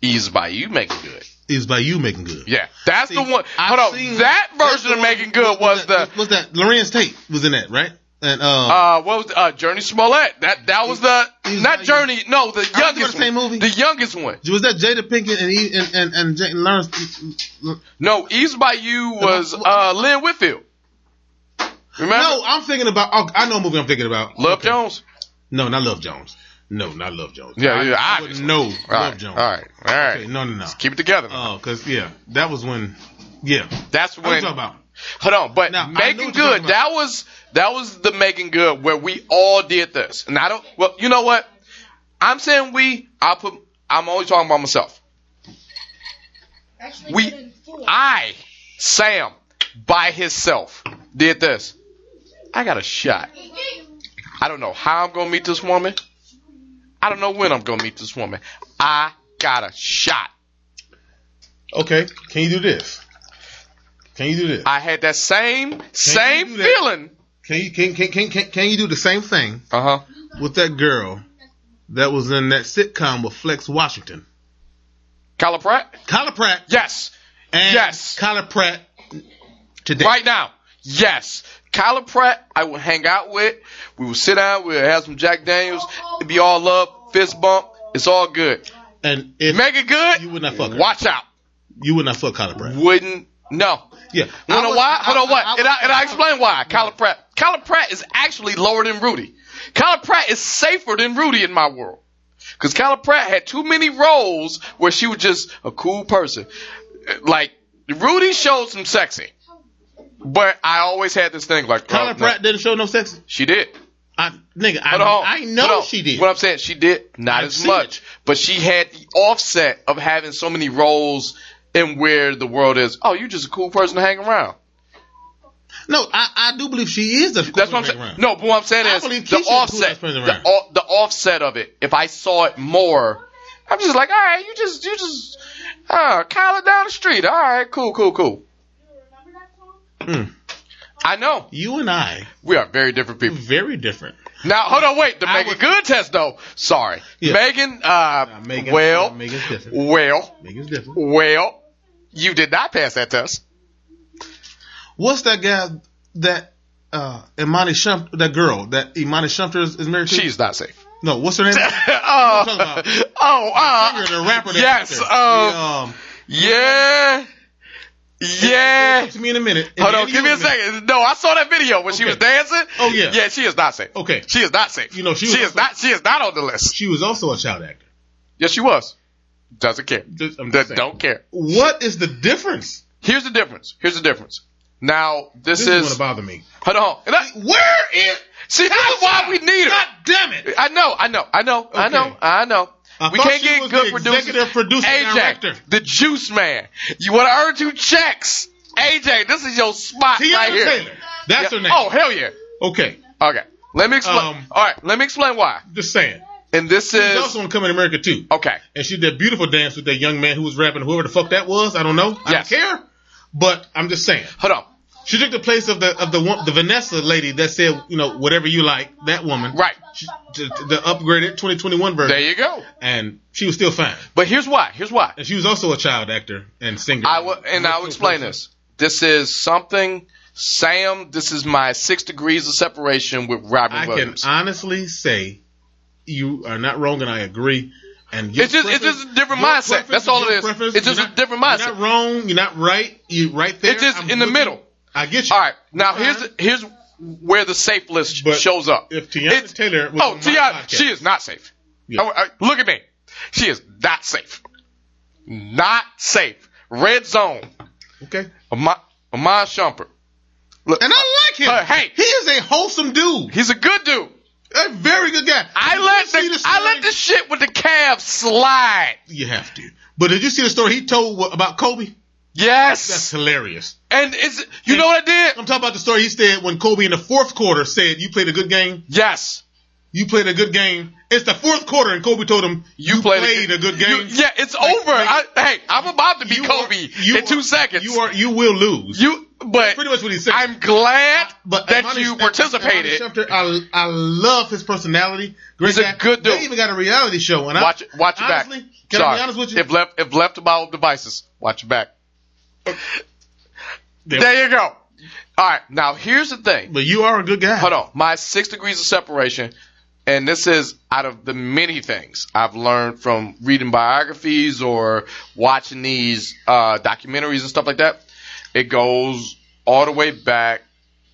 Speaker 5: Eve's Bayou Megan Good.
Speaker 4: Is by you making good.
Speaker 5: Yeah, that's
Speaker 4: See,
Speaker 5: the one.
Speaker 4: I've
Speaker 5: Hold on,
Speaker 4: seen-
Speaker 5: that
Speaker 4: that's the
Speaker 5: version of
Speaker 4: one-
Speaker 5: Megan Good was the
Speaker 4: What's that? Lorenz Tate was in that, right? And uh,
Speaker 5: Uh, what was the, uh, Journey Smollett? That that was the
Speaker 4: He's
Speaker 5: not
Speaker 4: like-
Speaker 5: Journey, no, the
Speaker 4: I was
Speaker 5: youngest
Speaker 4: gonna say
Speaker 5: one.
Speaker 4: movie.
Speaker 5: The youngest one.
Speaker 4: was that Jada Pinkett and he, and and and, Jane Lawrence?
Speaker 5: Uh, No, East by You was uh, Lynn Whitfield. Remember?
Speaker 4: No, I'm thinking about. Oh, I know a movie I'm thinking about.
Speaker 5: Love Jones.
Speaker 4: No, not Love Jones. No, not Love Jones.
Speaker 5: Yeah, yeah,
Speaker 4: I, I would
Speaker 5: obviously.
Speaker 4: know
Speaker 5: All right,
Speaker 4: Love Jones.
Speaker 5: all right, all right.
Speaker 4: Okay, no, no, no.
Speaker 5: Keep it together.
Speaker 4: Oh, cause yeah, that was when. Yeah,
Speaker 5: That's
Speaker 4: what I'm
Speaker 5: when.
Speaker 4: talking about.
Speaker 5: Hold on, but
Speaker 4: Now, I know
Speaker 5: making
Speaker 4: what you're talking
Speaker 5: good.
Speaker 4: about.
Speaker 5: That was that was the making good where we all did this, and I don't. Well, you know what? I'm saying we. I put. I'm only talking about myself.
Speaker 7: Actually,
Speaker 5: We-
Speaker 7: couldn't fool.
Speaker 5: I, Sam, by himself, did this. I got a shot. I don't know how I'm gonna meet this woman. I don't know when I'm gonna meet this woman. I got a shot.
Speaker 4: Okay, can you do this? Can you do this?
Speaker 5: I had that same same
Speaker 4: you do that?
Speaker 5: feeling.
Speaker 4: Can you can can can can, can you do the same thing
Speaker 5: Uh huh.
Speaker 4: with that girl that was in that sitcom with Flex Washington?
Speaker 5: Kyla Pratt.
Speaker 4: Kyla Pratt
Speaker 5: Yes.
Speaker 4: and
Speaker 5: Yes.
Speaker 4: Kyla Pratt today.
Speaker 5: Right now. Yes. Kyla Pratt, I would hang out with. We would sit down. We'll have some Jack Daniels. It'd be all up, fist bump. It's all good.
Speaker 4: And if
Speaker 5: Make it good.
Speaker 4: You would not fuck her.
Speaker 5: Watch out.
Speaker 4: you would not fuck Kyla Pratt.
Speaker 5: Wouldn't. No.
Speaker 4: Yeah.
Speaker 5: You
Speaker 4: I
Speaker 5: know
Speaker 4: would-
Speaker 5: why?
Speaker 4: I-
Speaker 5: Hold on, what?
Speaker 4: I- I
Speaker 5: and, I, and I
Speaker 4: would-
Speaker 5: explain why. Kyler Pratt. Kyler Pratt is actually lower than Rudy. Kyler Pratt is safer than Rudy in my world. Because Kyler Pratt had too many roles where she was just a cool person. Like, Rudy showed some sexy. But I always had this thing like,
Speaker 4: Kyla
Speaker 5: well, no,
Speaker 4: Pratt didn't show no sex.
Speaker 5: she did.
Speaker 4: I, nigga, I,
Speaker 5: Hold on.
Speaker 4: I know
Speaker 5: Hold on.
Speaker 4: she did.
Speaker 5: uh, What I'm saying, she did not
Speaker 4: I've
Speaker 5: as
Speaker 4: seen
Speaker 5: much,
Speaker 4: it.
Speaker 5: but she had the offset of having so many roles in where the world is. Oh, you just a cool person to hang around.
Speaker 4: no, I, I do believe she is a cool
Speaker 5: That's what I'm saying.
Speaker 4: background.
Speaker 5: No, but what I'm saying
Speaker 4: I
Speaker 5: is
Speaker 4: believe
Speaker 5: the
Speaker 4: Keisha is the
Speaker 5: offset,
Speaker 4: coolest
Speaker 5: the,
Speaker 4: person around.
Speaker 5: off- the offset of it. If I saw it more, I'm just like, all right, you just, you just, uh, Kyla down the street. All right, cool, cool, cool.
Speaker 4: Mm.
Speaker 5: I know
Speaker 4: You and I,
Speaker 5: we are very different people.
Speaker 4: very different.
Speaker 5: Now, hold on, wait. The
Speaker 4: Mm. I
Speaker 5: Megan
Speaker 4: would-
Speaker 5: Good test, though. Sorry,
Speaker 4: Yeah.
Speaker 5: Megan. Uh,
Speaker 4: Nah, Megan-
Speaker 5: well,
Speaker 4: nah, Megan's different.
Speaker 5: well,
Speaker 4: Niggas different.
Speaker 5: well, you did not pass that test.
Speaker 4: What's that guy that uh, Imani Shumpter, that girl that Imani Shumpter is, is married to?
Speaker 5: She's not safe.
Speaker 4: no, what's her name? talking
Speaker 5: oh,
Speaker 4: about?
Speaker 5: oh, uh,
Speaker 4: the rapper. That
Speaker 5: yes,
Speaker 4: The,
Speaker 5: uh,
Speaker 4: um,
Speaker 5: yeah, yeah.
Speaker 4: come to me in a minute.
Speaker 5: Hold
Speaker 4: And
Speaker 5: on,
Speaker 4: Andy
Speaker 5: give me a
Speaker 4: Huberman.
Speaker 5: second. No, I saw that video when she
Speaker 4: Okay.
Speaker 5: was dancing.
Speaker 4: Oh, yeah.
Speaker 5: yeah. She is not safe.
Speaker 4: Okay,
Speaker 5: She is not safe.
Speaker 4: You know, she was
Speaker 5: she is
Speaker 4: also-
Speaker 5: not. She is not on the list.
Speaker 4: she was also a child actor.
Speaker 5: Yes, she was. Doesn't care.
Speaker 4: Just- I'm just
Speaker 5: That
Speaker 4: saying.
Speaker 5: don't care.
Speaker 4: What is the difference?
Speaker 5: Here's the difference. Here's the difference. Now
Speaker 4: This
Speaker 5: this,
Speaker 4: is going
Speaker 5: is
Speaker 4: to bother me.
Speaker 5: hold on. And I-
Speaker 4: Where is?
Speaker 5: see, this is why we need her.
Speaker 4: God damn it!
Speaker 5: I know, I know, I know, I know,
Speaker 4: Okay.
Speaker 5: I know.
Speaker 4: I
Speaker 5: we
Speaker 4: thought
Speaker 5: can't
Speaker 4: she
Speaker 5: get
Speaker 4: was
Speaker 5: good
Speaker 4: the
Speaker 5: producers.
Speaker 4: executive producer
Speaker 5: AJ,
Speaker 4: director.
Speaker 5: the Juice Man. You want to earn two checks, AJ? This is your spot
Speaker 4: Tiana
Speaker 5: right here.
Speaker 4: Taylor. That's
Speaker 5: Yeah.
Speaker 4: her name.
Speaker 5: Oh hell yeah.
Speaker 4: Okay,
Speaker 5: Okay, let me explain.
Speaker 4: Um,
Speaker 5: All right, let me explain why.
Speaker 4: just saying.
Speaker 5: And this
Speaker 4: She's
Speaker 5: is
Speaker 4: also on Coming to America too.
Speaker 5: okay.
Speaker 4: and she did beautiful dance with that young man who was rapping, whoever the fuck that was. I don't know. I
Speaker 5: Yes.
Speaker 4: don't care. But I'm just saying,
Speaker 5: Hold on.
Speaker 4: she took the place of the of the one, the Vanessa lady that said, you know, whatever you like. That woman,
Speaker 5: Right.
Speaker 4: She, the, the upgraded 2021 version,
Speaker 5: There you go.
Speaker 4: and she was still fine.
Speaker 5: But here's why. Here's why.
Speaker 4: And she was also a child actor and singer.
Speaker 5: I will, and I'll explain this. This is something, Sam. This is my six degrees of separation with Robert
Speaker 4: I can
Speaker 5: Williams.
Speaker 4: honestly say, you are not wrong, and I agree. And your
Speaker 5: it's just, it's
Speaker 4: preference-
Speaker 5: just a different
Speaker 4: your
Speaker 5: mindset.
Speaker 4: preference
Speaker 5: That's all
Speaker 4: your
Speaker 5: it is.
Speaker 4: preference.
Speaker 5: It's just
Speaker 4: You're
Speaker 5: a
Speaker 4: not-
Speaker 5: different mindset.
Speaker 4: You're not wrong. You're not right. You right there.
Speaker 5: It's just
Speaker 4: I'm
Speaker 5: in the
Speaker 4: with
Speaker 5: middle.
Speaker 4: you. I get you.
Speaker 5: All right, now
Speaker 4: Fine.
Speaker 5: here's here's where the safe list
Speaker 4: But
Speaker 5: shows up.
Speaker 4: if Tiana Taylor was
Speaker 5: oh
Speaker 4: on my
Speaker 5: Tiana,
Speaker 4: podcast-
Speaker 5: she is not safe.
Speaker 4: Yeah.
Speaker 5: Oh, uh, look at me, she is not safe. Not safe. Red zone.
Speaker 4: Okay.
Speaker 5: Amon Amon Shumpert. Look,
Speaker 4: And I like him.
Speaker 5: Uh, hey.
Speaker 4: he is a wholesome dude,
Speaker 5: he's a good dude.
Speaker 4: a very good guy.
Speaker 5: I
Speaker 4: Did
Speaker 5: let
Speaker 4: you see
Speaker 5: the, I
Speaker 4: story-
Speaker 5: let the shit with the calves slide.
Speaker 4: You have to. But did you see the story he told wa- about Kobe? That's
Speaker 5: Yes,
Speaker 4: hilarious.
Speaker 5: and it's you
Speaker 4: And-
Speaker 5: know what I did.
Speaker 4: I'm talking about the story he said when Kobe in the fourth quarter said, "You played a good game.
Speaker 5: Yes,
Speaker 4: You played a good game." It's the fourth quarter, and Kobe told him,
Speaker 5: you, played,
Speaker 4: played a good game.
Speaker 5: You- yeah, it's over.
Speaker 4: like-
Speaker 5: I, hey, I'm about to be
Speaker 4: You are-
Speaker 5: Kobe
Speaker 4: you
Speaker 5: in two
Speaker 4: are-
Speaker 5: seconds.
Speaker 4: "You are, you will lose."
Speaker 5: You, but
Speaker 4: Pretty much what he said.
Speaker 5: I'm glad
Speaker 4: But
Speaker 5: that
Speaker 4: Imani
Speaker 5: you
Speaker 4: Shumpert-
Speaker 5: participated.
Speaker 4: Imani Shumpter, I, I love his personality. Great
Speaker 5: He's a
Speaker 4: guy.
Speaker 5: good dude.
Speaker 4: They even got a reality show. And
Speaker 5: watch,
Speaker 4: I,
Speaker 5: watch your back.
Speaker 4: honestly, Can I
Speaker 5: Sorry.
Speaker 4: be honest with you?
Speaker 5: If left, if left to my own devices, watch your back.
Speaker 4: They-
Speaker 5: There you go. All right, now here's the thing.
Speaker 4: but you are a good guy.
Speaker 5: Hold on, my six degrees of separation, and this is out of the many things I've learned from reading biographies or watching these uh, documentaries and stuff like that. It goes all the way back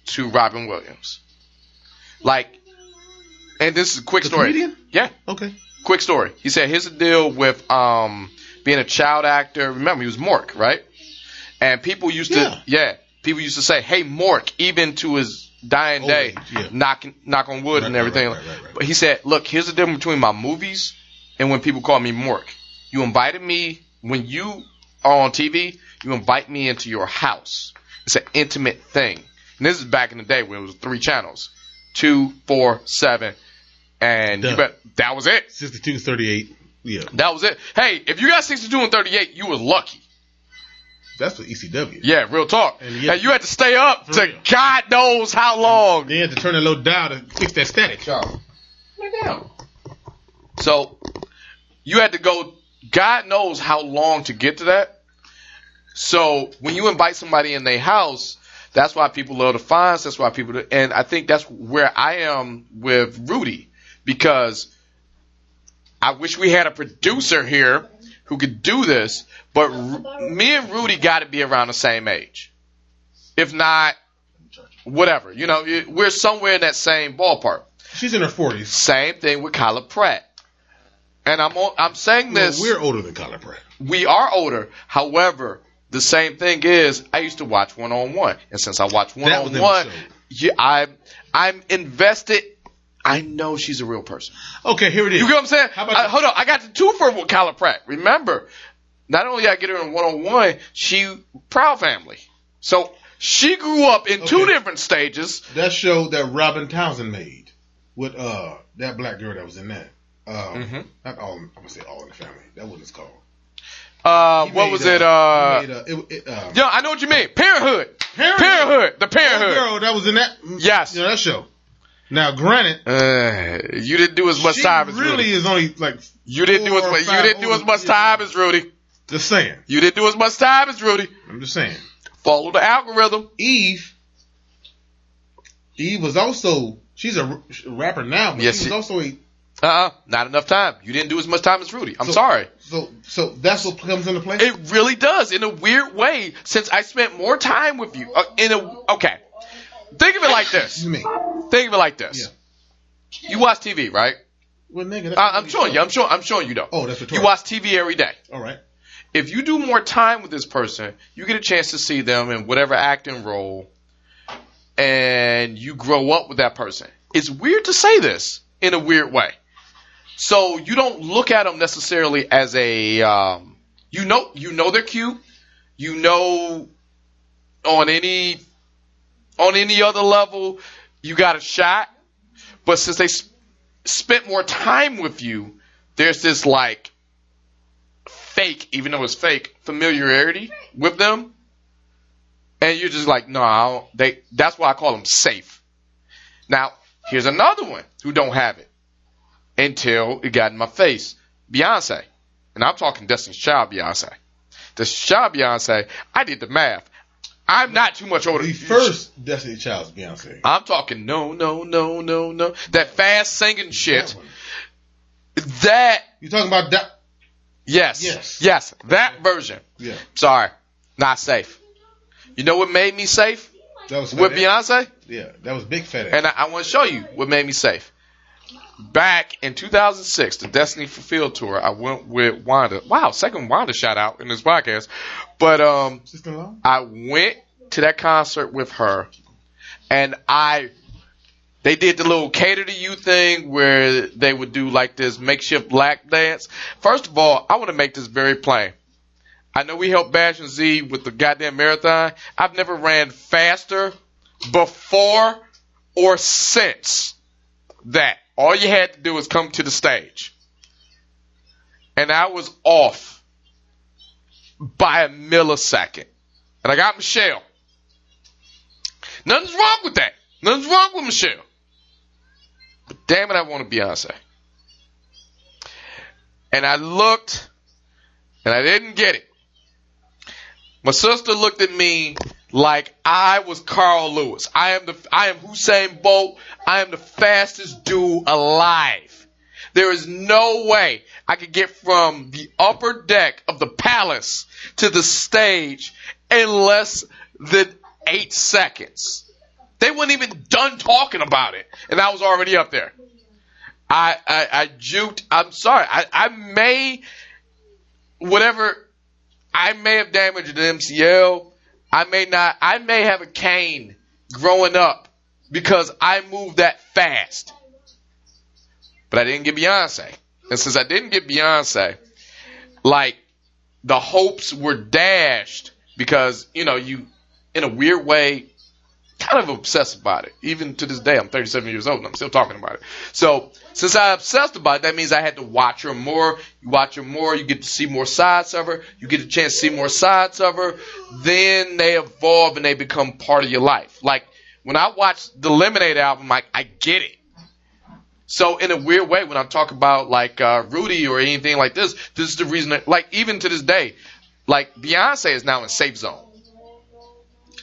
Speaker 5: to Robin Williams. Like, and this is a quick
Speaker 4: The
Speaker 5: story.
Speaker 4: comedian?
Speaker 5: Yeah.
Speaker 4: Okay.
Speaker 5: quick story. He said here's the deal with um being a child actor. Remember, he was Mork, right? And people used to
Speaker 4: Yeah.
Speaker 5: yeah, people used to say, "Hey, Mork," even to his dying
Speaker 4: Old
Speaker 5: day,
Speaker 4: age, yeah.
Speaker 5: knock knock on wood
Speaker 4: Right,
Speaker 5: and
Speaker 4: right,
Speaker 5: everything.
Speaker 4: right, right, right, right.
Speaker 5: But he said, "Look, here's the difference between my movies and when people call me Mork. You invited me when you are on TV. You invite me into your house. It's an intimate thing. And this is back in the day when it was three channels, two, four, seven, and you
Speaker 4: Done.
Speaker 5: bet, that was it.
Speaker 4: 62, 38. Yeah.
Speaker 5: That was it. Hey, if you got 62 and 38, you was lucky.
Speaker 4: That's
Speaker 5: E
Speaker 4: what ECW.
Speaker 5: Yeah, real talk. And,
Speaker 4: And yeah.
Speaker 5: you had to stay up
Speaker 4: For
Speaker 5: to
Speaker 4: real.
Speaker 5: God knows how long.
Speaker 4: They had to turn that low dial to fix that static.
Speaker 5: So you had to go God knows how long to get to that. So when you invite somebody in their house, that's why people love the fines. That's why people, do, and I think that's where I am with Rudy because I wish we had a producer here who could do this. But Ru- me and Rudy got to be around the same age, if not, whatever. You know, it- we're somewhere in that same ballpark.
Speaker 4: She's in her 40s.
Speaker 5: Same thing with Kyla Pratt. And I'm on, I'm saying this.
Speaker 4: Well, we're older than Colin Pratt.
Speaker 5: we are older. However, the same thing is I used to watch one on one, and since I watch one
Speaker 4: That was
Speaker 5: on one,
Speaker 4: in the show.
Speaker 5: yeah, I I'm invested. I know she's a real person.
Speaker 4: Okay, here it is.
Speaker 5: You get what I'm saying?
Speaker 4: How about
Speaker 5: I-
Speaker 4: this?
Speaker 5: hold on, I got the two for with Kyla Pratt. Remember, not only I get her in one on one, she proud family. So she grew up in two
Speaker 4: Okay.
Speaker 5: different stages.
Speaker 4: that show that Robin Townsend made with uh that black girl that was in that. Um,
Speaker 5: Mm-hmm.
Speaker 4: Not all. I'm gonna say all in the family. That was what it's called.
Speaker 5: Uh,
Speaker 4: He
Speaker 5: what
Speaker 4: made,
Speaker 5: was it?
Speaker 4: he
Speaker 5: Uh,
Speaker 4: made, it, it, um,
Speaker 5: yeah, I know what you mean. Parenthood.
Speaker 4: Parenthood.
Speaker 5: Parenthood. The
Speaker 4: that
Speaker 5: Parenthood.
Speaker 4: girl that was in that. mm,
Speaker 5: Yes.
Speaker 4: you know, that show. Now, granted,
Speaker 5: Uh, you didn't do as much
Speaker 4: she
Speaker 5: time as
Speaker 4: really
Speaker 5: Rudy.
Speaker 4: is only like
Speaker 5: You didn't do as
Speaker 4: four or
Speaker 5: much. You
Speaker 4: five
Speaker 5: didn't do as
Speaker 4: older
Speaker 5: much
Speaker 4: kids.
Speaker 5: time as Rudy.
Speaker 4: Just saying.
Speaker 5: You didn't do as much time as Rudy.
Speaker 4: I'm just saying.
Speaker 5: Follow the algorithm.
Speaker 4: Eve Eve was also she's a r- rapper now, but
Speaker 5: Yes,
Speaker 4: she was
Speaker 5: she-
Speaker 4: also a
Speaker 5: Uh, uh not enough time. You didn't do as much time as Rudy. I'm
Speaker 4: So-
Speaker 5: sorry.
Speaker 4: so so that's what comes into play.
Speaker 5: It really does in a weird way. Since I spent more time with you, uh, in a okay. Think of it like this.
Speaker 4: Excuse me.
Speaker 5: Think of it like this. You watch TV, right?
Speaker 4: Well, nigga, that's
Speaker 5: I, I'm showing you. I'm showing. I'm showing you though.
Speaker 4: Oh, that's
Speaker 5: you
Speaker 4: rhetorical.
Speaker 5: watch TV every day.
Speaker 4: All right.
Speaker 5: If you do more time with this person, you get a chance to see them in whatever acting role, and you grow up with that person. It's weird to say this in a weird way. So you don't look at them necessarily as a um, you know you know they're cute. You know on any on any other level you got a shot, but since they sp- spent more time with you, there's this like fake, even though it's fake, familiarity with them, and you're just like, no, I don't, they. That's why I call them safe. Now, here's another one who don't have it until it got in my face, Beyonce, and I'm talking Destiny's Child Beyonce. Destiny's Child Beyonce, I did the math. I'm not too much older.
Speaker 4: The first Destiny Child's Beyonce.
Speaker 5: I'm talking no, no, no, no, no. That fast singing shit. That
Speaker 4: You talking about that?
Speaker 5: yes,
Speaker 4: Yes.
Speaker 5: yes, that version.
Speaker 4: Yeah,
Speaker 5: Sorry, not safe. You know what made me safe
Speaker 4: that was
Speaker 5: with
Speaker 4: FedEx.
Speaker 5: Beyonce,
Speaker 4: Yeah, that was big FedEx.
Speaker 5: and I, I want to show you what made me safe. Back in 2006, the Destiny Fulfilled tour, I went with Wanda. Wow, second Wanda shout out in this podcast. But um,
Speaker 4: Sister-in-law?
Speaker 5: I went to that concert with her, and I they did the little cater to you thing where they would do like this makeshift black dance. First of all, I want to make this very plain. I know we helped Bash and Z with the goddamn marathon. I've never ran faster before or since that. All you had to do was come to the stage. And I was off by a millisecond. And I got Michelle. Nothing's wrong with that. Nothing's wrong with Michelle. But damn it, I wanted Beyonce. And I looked and I didn't get it. My sister looked at me like I was Carl Lewis. I am the I am Hussein Bolt. I am the fastest dude alive. There is no way I could get from the upper deck of the palace to the stage in less than eight seconds. They weren't even done talking about it, and I was already up there. I I, I juked. I'm sorry. I, I may whatever. I may have damaged an MCL. I may not. I may have a cane growing up because I moved that fast but I didn't get Beyonce. And since I didn't get Beyonce, like the hopes were dashed because, you know, you in a weird way kind of obsessed about it. Even to this day, I'm 37 years old and I'm still talking about it. So since I obsessed about it, that means I had to watch her more. You watch her more, you get to see more sides of her, you get a chance to see more sides of her. Then they evolve and they become part of your life. Like when I watched the Lemonade album, like I get it. So in a weird way, when I talk about like uh, Rudy or anything like this, this is the reason. That, like even to this day, like Beyonce is now in safe zone.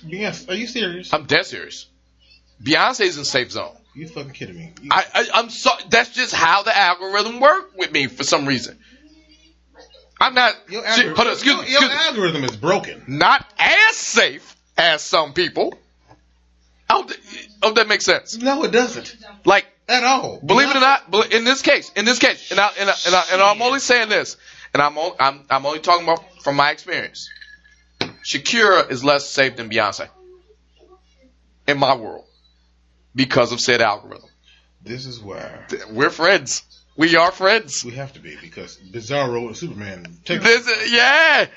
Speaker 4: Beyonce, are you serious?
Speaker 5: I'm dead serious. Beyonce is in safe zone.
Speaker 4: you fucking kidding me? You-
Speaker 5: I, I I'm so that's just how the algorithm worked with me for some reason. I'm not.
Speaker 4: your
Speaker 5: shit,
Speaker 4: algor-
Speaker 5: hold on, excuse
Speaker 4: your,
Speaker 5: me,
Speaker 4: your
Speaker 5: excuse me.
Speaker 4: algorithm is broken.
Speaker 5: Not as safe as some people. I hope that, I hope that makes sense.
Speaker 4: No, it doesn't
Speaker 5: Like
Speaker 4: at all.
Speaker 5: Believe it or
Speaker 4: Beyonce-
Speaker 5: not, bel- in this case, in this case, and I and, I, and, I, and I'm only saying this, and I'm on, I'm I'm only talking about from my experience. Shakira is less safe than Beyonce in my world because of said algorithm.
Speaker 4: This is why
Speaker 5: We're friends. We are friends.
Speaker 4: we have to be because Bizarro and Superman. Take,
Speaker 5: This is- yeah, it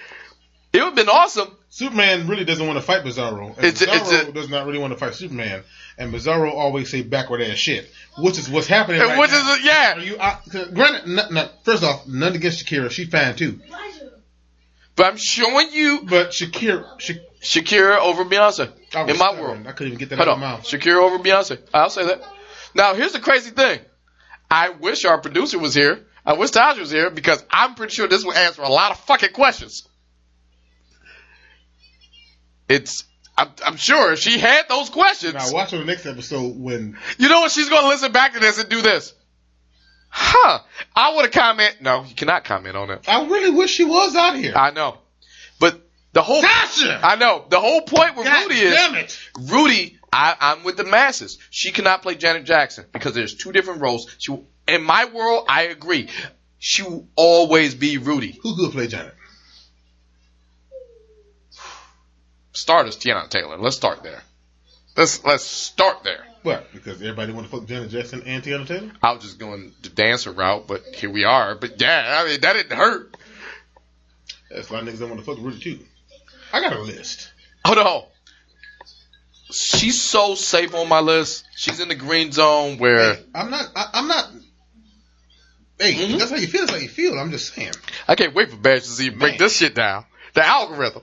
Speaker 5: would have been awesome.
Speaker 4: Superman really doesn't want to fight Bizarro, and
Speaker 5: It's a- it's
Speaker 4: Bizarro
Speaker 5: a-
Speaker 4: does not really want to fight Superman. And Bizarro always say backward ass shit, which is what's happening. right
Speaker 5: Which
Speaker 4: now.
Speaker 5: is yeah,
Speaker 4: Are you I, 'cause granted? Not, not, first off, nothing against Shakira, she fine too.
Speaker 5: but I'm showing you
Speaker 4: But Shakira, Sha-
Speaker 5: Shakira over Beyonce
Speaker 4: I was
Speaker 5: in my
Speaker 4: stuttering.
Speaker 5: world.
Speaker 4: I couldn't even get that
Speaker 5: Hold
Speaker 4: out
Speaker 5: on.
Speaker 4: of my mouth.
Speaker 5: Shakira over Beyonce. I'll say that. Now, here's the crazy thing. I wish our producer was here. I wish Taj was here because I'm pretty sure this will answer a lot of fucking questions. It's I'm, I'm sure if she had those questions,
Speaker 4: Now watch on the next episode when
Speaker 5: you know what? She's gonna listen back to this and do this. Huh? I would have comment. No, you cannot comment on that.
Speaker 4: I really wish she was out here.
Speaker 5: I know, but the whole
Speaker 4: Sasha!
Speaker 5: I know the whole point with
Speaker 4: God
Speaker 5: Rudy is
Speaker 4: damn it.
Speaker 5: Rudy. I, I'm with the masses. She cannot play Janet Jackson because there's two different roles. She in my world, I agree. She will always be Rudy.
Speaker 4: Who could play Janet?
Speaker 5: Start as Tiana Taylor. Let's start there. Let's let's start there.
Speaker 4: What? Because everybody want to fuck Janet Jackson and Tiana Taylor?
Speaker 5: I was just going the dancer route, but here we are. But yeah, I mean that didn't hurt.
Speaker 4: That's why niggas don't want to fuck Rudy too. I got a list.
Speaker 5: Hold on. She's so safe on my list. She's in the green zone where
Speaker 4: Hey, I'm not. I, I'm not. Hey, that's how you feel. That's how you feel. I'm just saying.
Speaker 5: I can't wait for Bash to see break
Speaker 4: Man.
Speaker 5: this shit down. The algorithm.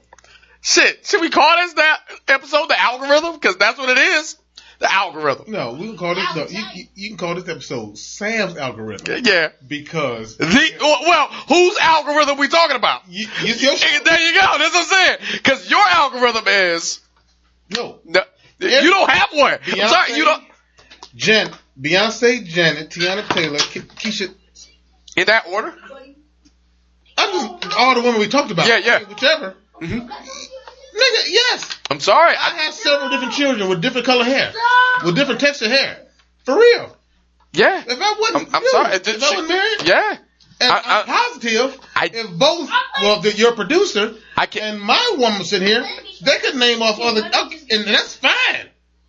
Speaker 5: Shit, should we call this that episode the algorithm? Because that's what it is. The algorithm.
Speaker 4: No, we can call this. No, you, you, you can call this episode Sam's algorithm
Speaker 5: Yeah.
Speaker 4: because
Speaker 5: The well, whose algorithm we talking about?
Speaker 4: you, you, your
Speaker 5: Eh, There you go. That's what I'm saying. Because your algorithm is
Speaker 4: no
Speaker 5: no, you don't have one. I'm sorry,
Speaker 4: Beyonce.
Speaker 5: you don't.
Speaker 4: Jan, Beyonce, Janet, Tiana Taylor, Ke- Keisha.
Speaker 5: In that order?
Speaker 4: I just all the women we talked about.
Speaker 5: Yeah, yeah.
Speaker 4: Whichever. Nigga, yes.
Speaker 5: I'm sorry.
Speaker 4: I
Speaker 5: I,
Speaker 4: have several different children with different color hair, with different texture hair. For real.
Speaker 5: yeah.
Speaker 4: If I
Speaker 5: I'm,
Speaker 4: wasn't,
Speaker 5: I'm
Speaker 4: really,
Speaker 5: sorry. It
Speaker 4: If
Speaker 5: did-
Speaker 4: I
Speaker 5: she-
Speaker 4: wasn't married,
Speaker 5: Yeah.
Speaker 4: and
Speaker 5: I-
Speaker 4: I, am
Speaker 5: I-
Speaker 4: positive,
Speaker 5: I-
Speaker 4: if both, well, the, your producer
Speaker 5: I can
Speaker 4: and my woman sitting here, they could name off other, okay, and that's fine.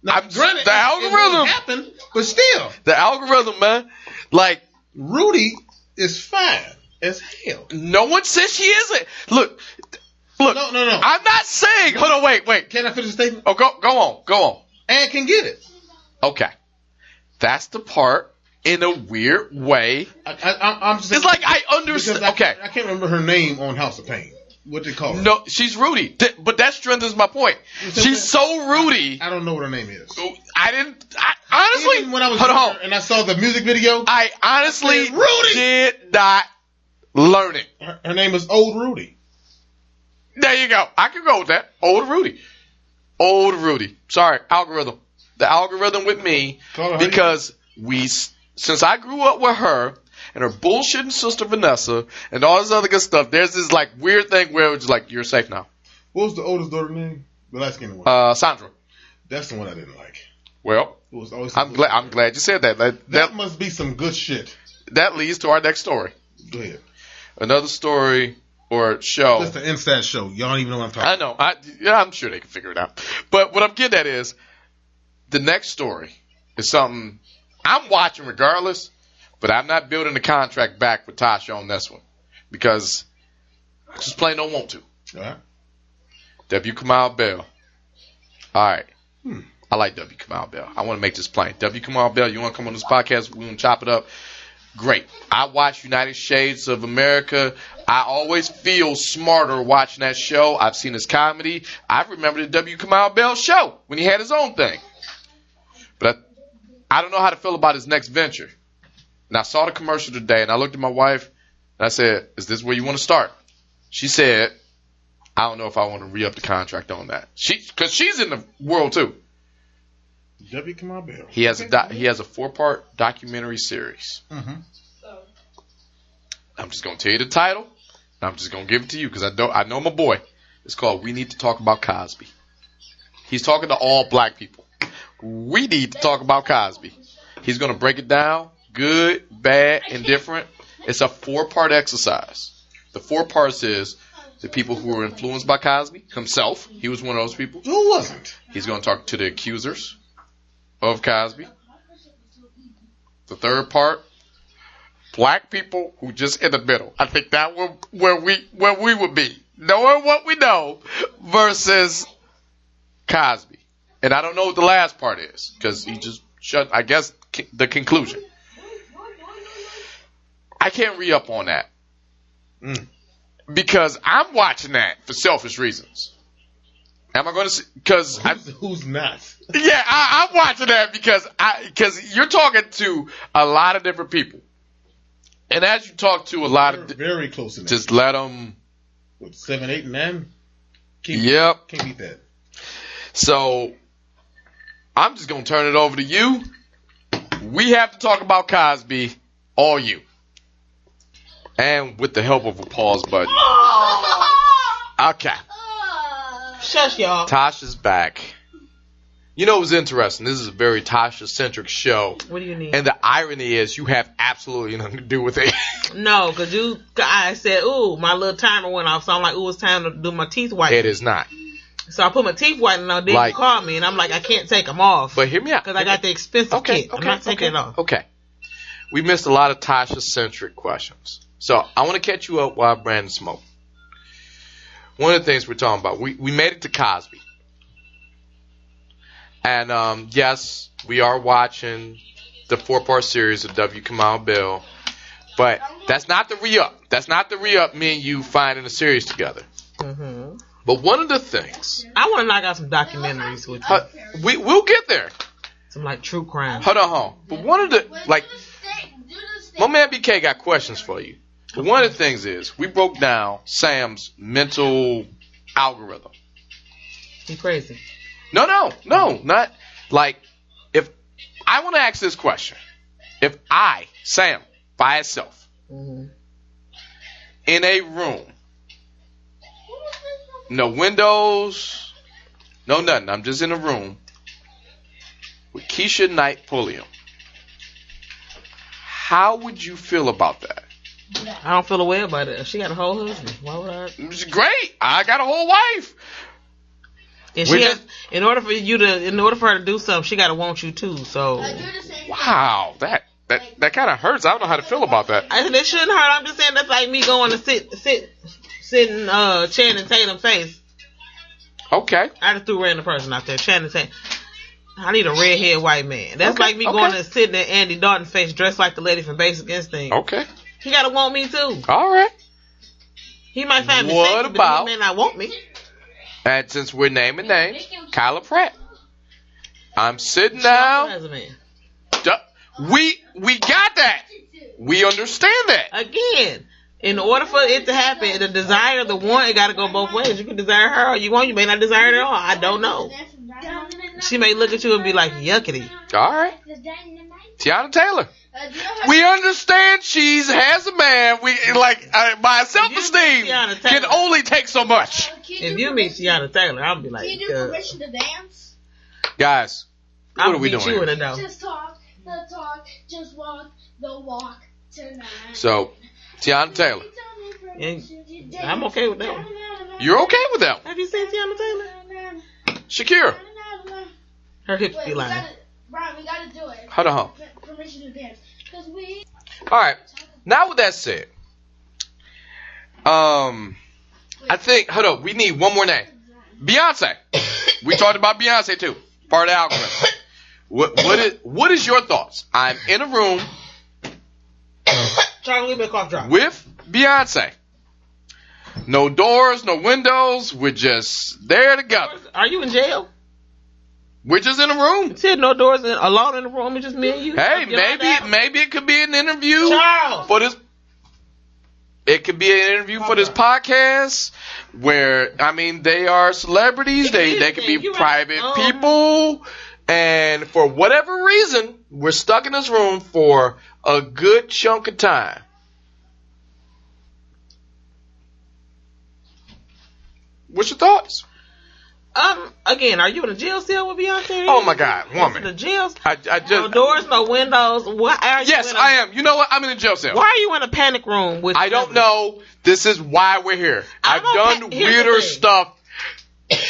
Speaker 4: Now,
Speaker 5: I'm- the
Speaker 4: it- it won't
Speaker 5: algorithm.
Speaker 4: happen, but still,
Speaker 5: the algorithm, man. Like
Speaker 4: Rudy is fine as hell.
Speaker 5: no one says she isn't. Look, look.
Speaker 4: No, no, no.
Speaker 5: I'm not saying. Hold on. Wait, wait.
Speaker 4: Can I finish the statement?
Speaker 5: Oh, go, go on, go on.
Speaker 4: And can get it.
Speaker 5: Okay, that's the part. In a weird way,
Speaker 4: I, I, I, I'm just
Speaker 5: it's like I
Speaker 4: because
Speaker 5: understand.
Speaker 4: I,
Speaker 5: Okay,
Speaker 4: I can't remember her name on House of Pain. What they call her?
Speaker 5: no, she's Rudy, Th- but that strengthens my point. She's so Rudy.
Speaker 4: I don't know what her name is.
Speaker 5: I didn't. I, honestly,
Speaker 4: Even when I was
Speaker 5: hold
Speaker 4: younger
Speaker 5: on.
Speaker 4: and I saw the music video,
Speaker 5: I honestly
Speaker 4: said Rudy.
Speaker 5: did not learn it.
Speaker 4: her, her name is Old Rudy.
Speaker 5: There you go. I can go with that. Old Rudy. Old Rudy. Sorry, algorithm. The algorithm with me
Speaker 4: Call her how you-
Speaker 5: because we s- since I grew up with her and her bullshitting sister Vanessa and all this other good stuff. There's this like weird thing where it's like you're safe now.
Speaker 4: What was the oldest daughter name? The last game one.
Speaker 5: Uh, Sandra.
Speaker 4: That's the one I didn't like.
Speaker 5: Well,
Speaker 4: It was always.
Speaker 5: I'm glad I'm glad you said that. That
Speaker 4: That
Speaker 5: that,
Speaker 4: must be some good shit.
Speaker 5: that leads to our next story.
Speaker 4: Go ahead.
Speaker 5: Another story or show.
Speaker 4: That's the inside show. Y'all don't even know what I'm talking.
Speaker 5: I know. I, yeah, I'm sure they can figure it out. But what I'm getting at is the next story is something I'm watching regardless, but I'm not building the contract back with Tasha on this one because I just plain don't want to.
Speaker 4: about. All right.
Speaker 5: W. Kamal Bell. All right. I like W. Kamal Bell. I want to make this plain. W. Kamal Bell, you want to come on this podcast? We're going to chop it up. Great. I watch United Shades of America. I always feel smarter watching that show. I've seen his comedy. I remember the W. Kamal Bell show when he had his own thing. But I, I don't know how to feel about his next venture. And I saw the commercial today and I looked at my wife and I said, Is this where you want to start? She said, I don't know if I want to re up the contract on that. She, cause she's in the world too.
Speaker 4: W. Kamal Bell.
Speaker 5: He has a doc, he has a four part documentary series.
Speaker 4: Mhm.
Speaker 5: I'm just gonna tell you the title. And I'm just gonna give it to you because I don't I know my boy. It's called We Need to Talk About Cosby. He's talking to all black people. We need to talk about Cosby. He's gonna break it down, good, bad, and different. It's a four part exercise. The four parts is the people who were influenced by Cosby himself. He was one of those people.
Speaker 4: Who wasn't?
Speaker 5: He's going to talk to the accusers of Cosby. The third part, black people who just in the middle. I think that were where we where we would be, knowing what we know versus Cosby. And I don't know what the last part is because he just shut. I guess c- the conclusion. I can't re up on that
Speaker 4: Mm.
Speaker 5: because I'm watching that for selfish reasons. Am I going to see? Because I,
Speaker 4: Who's, who's not?
Speaker 5: yeah, I, I'm watching that because I because you're talking to a lot of different people, and as you talk to a lot
Speaker 4: They're
Speaker 5: of, di-
Speaker 4: very close in that.
Speaker 5: just let them.
Speaker 4: What, seven, eight, and nine. Keep,
Speaker 5: Yep.
Speaker 4: Can't beat that.
Speaker 5: So I'm just gonna turn it over to you. We have to talk about Cosby, all you. And with the help of a pause button. Okay.
Speaker 6: Shush, y'all.
Speaker 5: Tasha's back. You know it was interesting. This is a very Tasha centric show.
Speaker 6: What do you need?
Speaker 5: And the irony is you have absolutely nothing to do with it.
Speaker 6: No, cause you, I said, ooh, my little timer went off, so I'm like, ooh, it's time to do my teeth whitening.
Speaker 5: it is not.
Speaker 6: So I put my teeth whitening on. Then
Speaker 5: Like-
Speaker 6: you called me, and I'm like, I can't take them off
Speaker 5: But hear me out.
Speaker 6: because I got the expensive kit. I'm not
Speaker 5: okay,
Speaker 6: taking it off.
Speaker 5: Okay. We missed a lot of Tasha centric questions. So I want to catch you up while Brandon smoke. One of the things we're talking about, we, we made it to Cosby. And um, yes, we are watching the four part series of W. Kamau Bill. But that's not the re up. That's not the re up me and you finding a series together.
Speaker 6: hmm
Speaker 5: But one of the things,
Speaker 6: I want to knock out some documentaries with you,
Speaker 5: uh, we, we'll get there.
Speaker 6: some like true crime.
Speaker 5: Hold on, hold on. But one of the, like, My man BK got questions for you. But one of the things is we broke down Sam's mental algorithm.
Speaker 6: You crazy?
Speaker 5: No, no, no, not like if I want to ask this question. If I, Sam, by itself,
Speaker 6: Mhm.
Speaker 5: in a room, no windows, no nothing, I'm just in a room with Keisha Knight Pulliam, how would you feel about that?
Speaker 6: I don't feel a way about it. She got a whole husband. Why would I?
Speaker 5: It's great. I got a whole wife.
Speaker 6: And
Speaker 5: We're
Speaker 6: she has,
Speaker 5: just-
Speaker 6: in order for you to, in order for her to do something, she got to want you too. So
Speaker 5: Wow, that that that kind of hurts. I don't know how to feel about that.
Speaker 6: I said it shouldn't hurt. I'm just saying that's like me going to sit, sit, sit in uh, Channing Tatum's face.
Speaker 5: Okay,
Speaker 6: I just threw random person out there. Channing Tatum. I need a redhead white man. That's
Speaker 5: Okay,
Speaker 6: like me
Speaker 5: okay.
Speaker 6: going and sitting in Andy Dalton's face dressed like the lady from Basic Instinct.
Speaker 5: okay,
Speaker 6: He gotta want me too.
Speaker 5: all right.
Speaker 6: He might find me
Speaker 5: What
Speaker 6: sexy,
Speaker 5: about-
Speaker 6: but he may not want me.
Speaker 5: And since we're naming names, Kyla Pratt. I'm sitting
Speaker 6: She
Speaker 5: down.
Speaker 6: also has a man.
Speaker 5: Duh. We we got that. We understand that.
Speaker 6: Again, in order for it to happen, the desire, the want, it gotta go both ways. You can desire her or you won't. You may not desire it at all. I don't know. She may look at you and be like, yuckity.
Speaker 5: All right, Tiana Taylor. We understand she's has a man. We like uh, my self
Speaker 6: If you
Speaker 5: esteem
Speaker 6: meet Tiana Taylor-
Speaker 5: can only take so much.
Speaker 6: If you meet Tiana Taylor, I'll be like,
Speaker 7: Can you
Speaker 6: uh,
Speaker 7: permission to dance?
Speaker 5: Guys,
Speaker 6: I'll
Speaker 5: what are we
Speaker 6: beat
Speaker 5: doing?
Speaker 6: you
Speaker 5: here?
Speaker 6: in the dough.
Speaker 7: Just talk the talk, just walk the walk tonight.
Speaker 5: So, Tiana Taylor,
Speaker 6: I'm okay with that one.
Speaker 5: you're okay with that one.
Speaker 6: Have you seen Tiana Taylor?
Speaker 5: Shakira,
Speaker 6: Her hips
Speaker 7: Wait,
Speaker 6: be
Speaker 7: we
Speaker 6: lying.
Speaker 7: gotta, Brian, we gotta do it.
Speaker 5: hold on. hold on.
Speaker 7: Permission to dance. Cause we.
Speaker 5: All right. Now with that said, um, I think hold up, we need one more name. Beyonce. we talked about Beyonce too. Part of the algorithm. What what is what is your thoughts? I'm in a room
Speaker 6: Charlie, leave me a cough drop.
Speaker 5: with Beyonce. No doors, no windows. We're just there together.
Speaker 6: Are you in jail?
Speaker 5: We're just in a room.
Speaker 6: Said no doors and alone in the room. It's just me and you.
Speaker 5: Hey,
Speaker 6: Get out of
Speaker 5: maybe
Speaker 6: the
Speaker 5: maybe it could be an interview.
Speaker 6: house. Charles.
Speaker 5: for this. It could be an interview for
Speaker 6: Oh,
Speaker 5: this podcast where I mean they are celebrities. They they could be
Speaker 6: You right.
Speaker 5: private
Speaker 6: Um.
Speaker 5: people, and for whatever reason, we're stuck in this room for a good chunk of time. What's your thoughts?
Speaker 6: Um, again, are you in a jail cell with Beyonce?
Speaker 5: Oh my God, woman.
Speaker 6: The jails.
Speaker 5: I, I
Speaker 6: No
Speaker 5: just
Speaker 6: doors, no windows. Why are you?
Speaker 5: yes,
Speaker 6: in a-
Speaker 5: I am. You know what? I'm in a jail cell.
Speaker 6: Why are you in a panic room with?
Speaker 5: I don't know. This is why we're here.
Speaker 6: I'm
Speaker 5: I've done
Speaker 6: okay. Here's the
Speaker 5: weirder
Speaker 6: thing.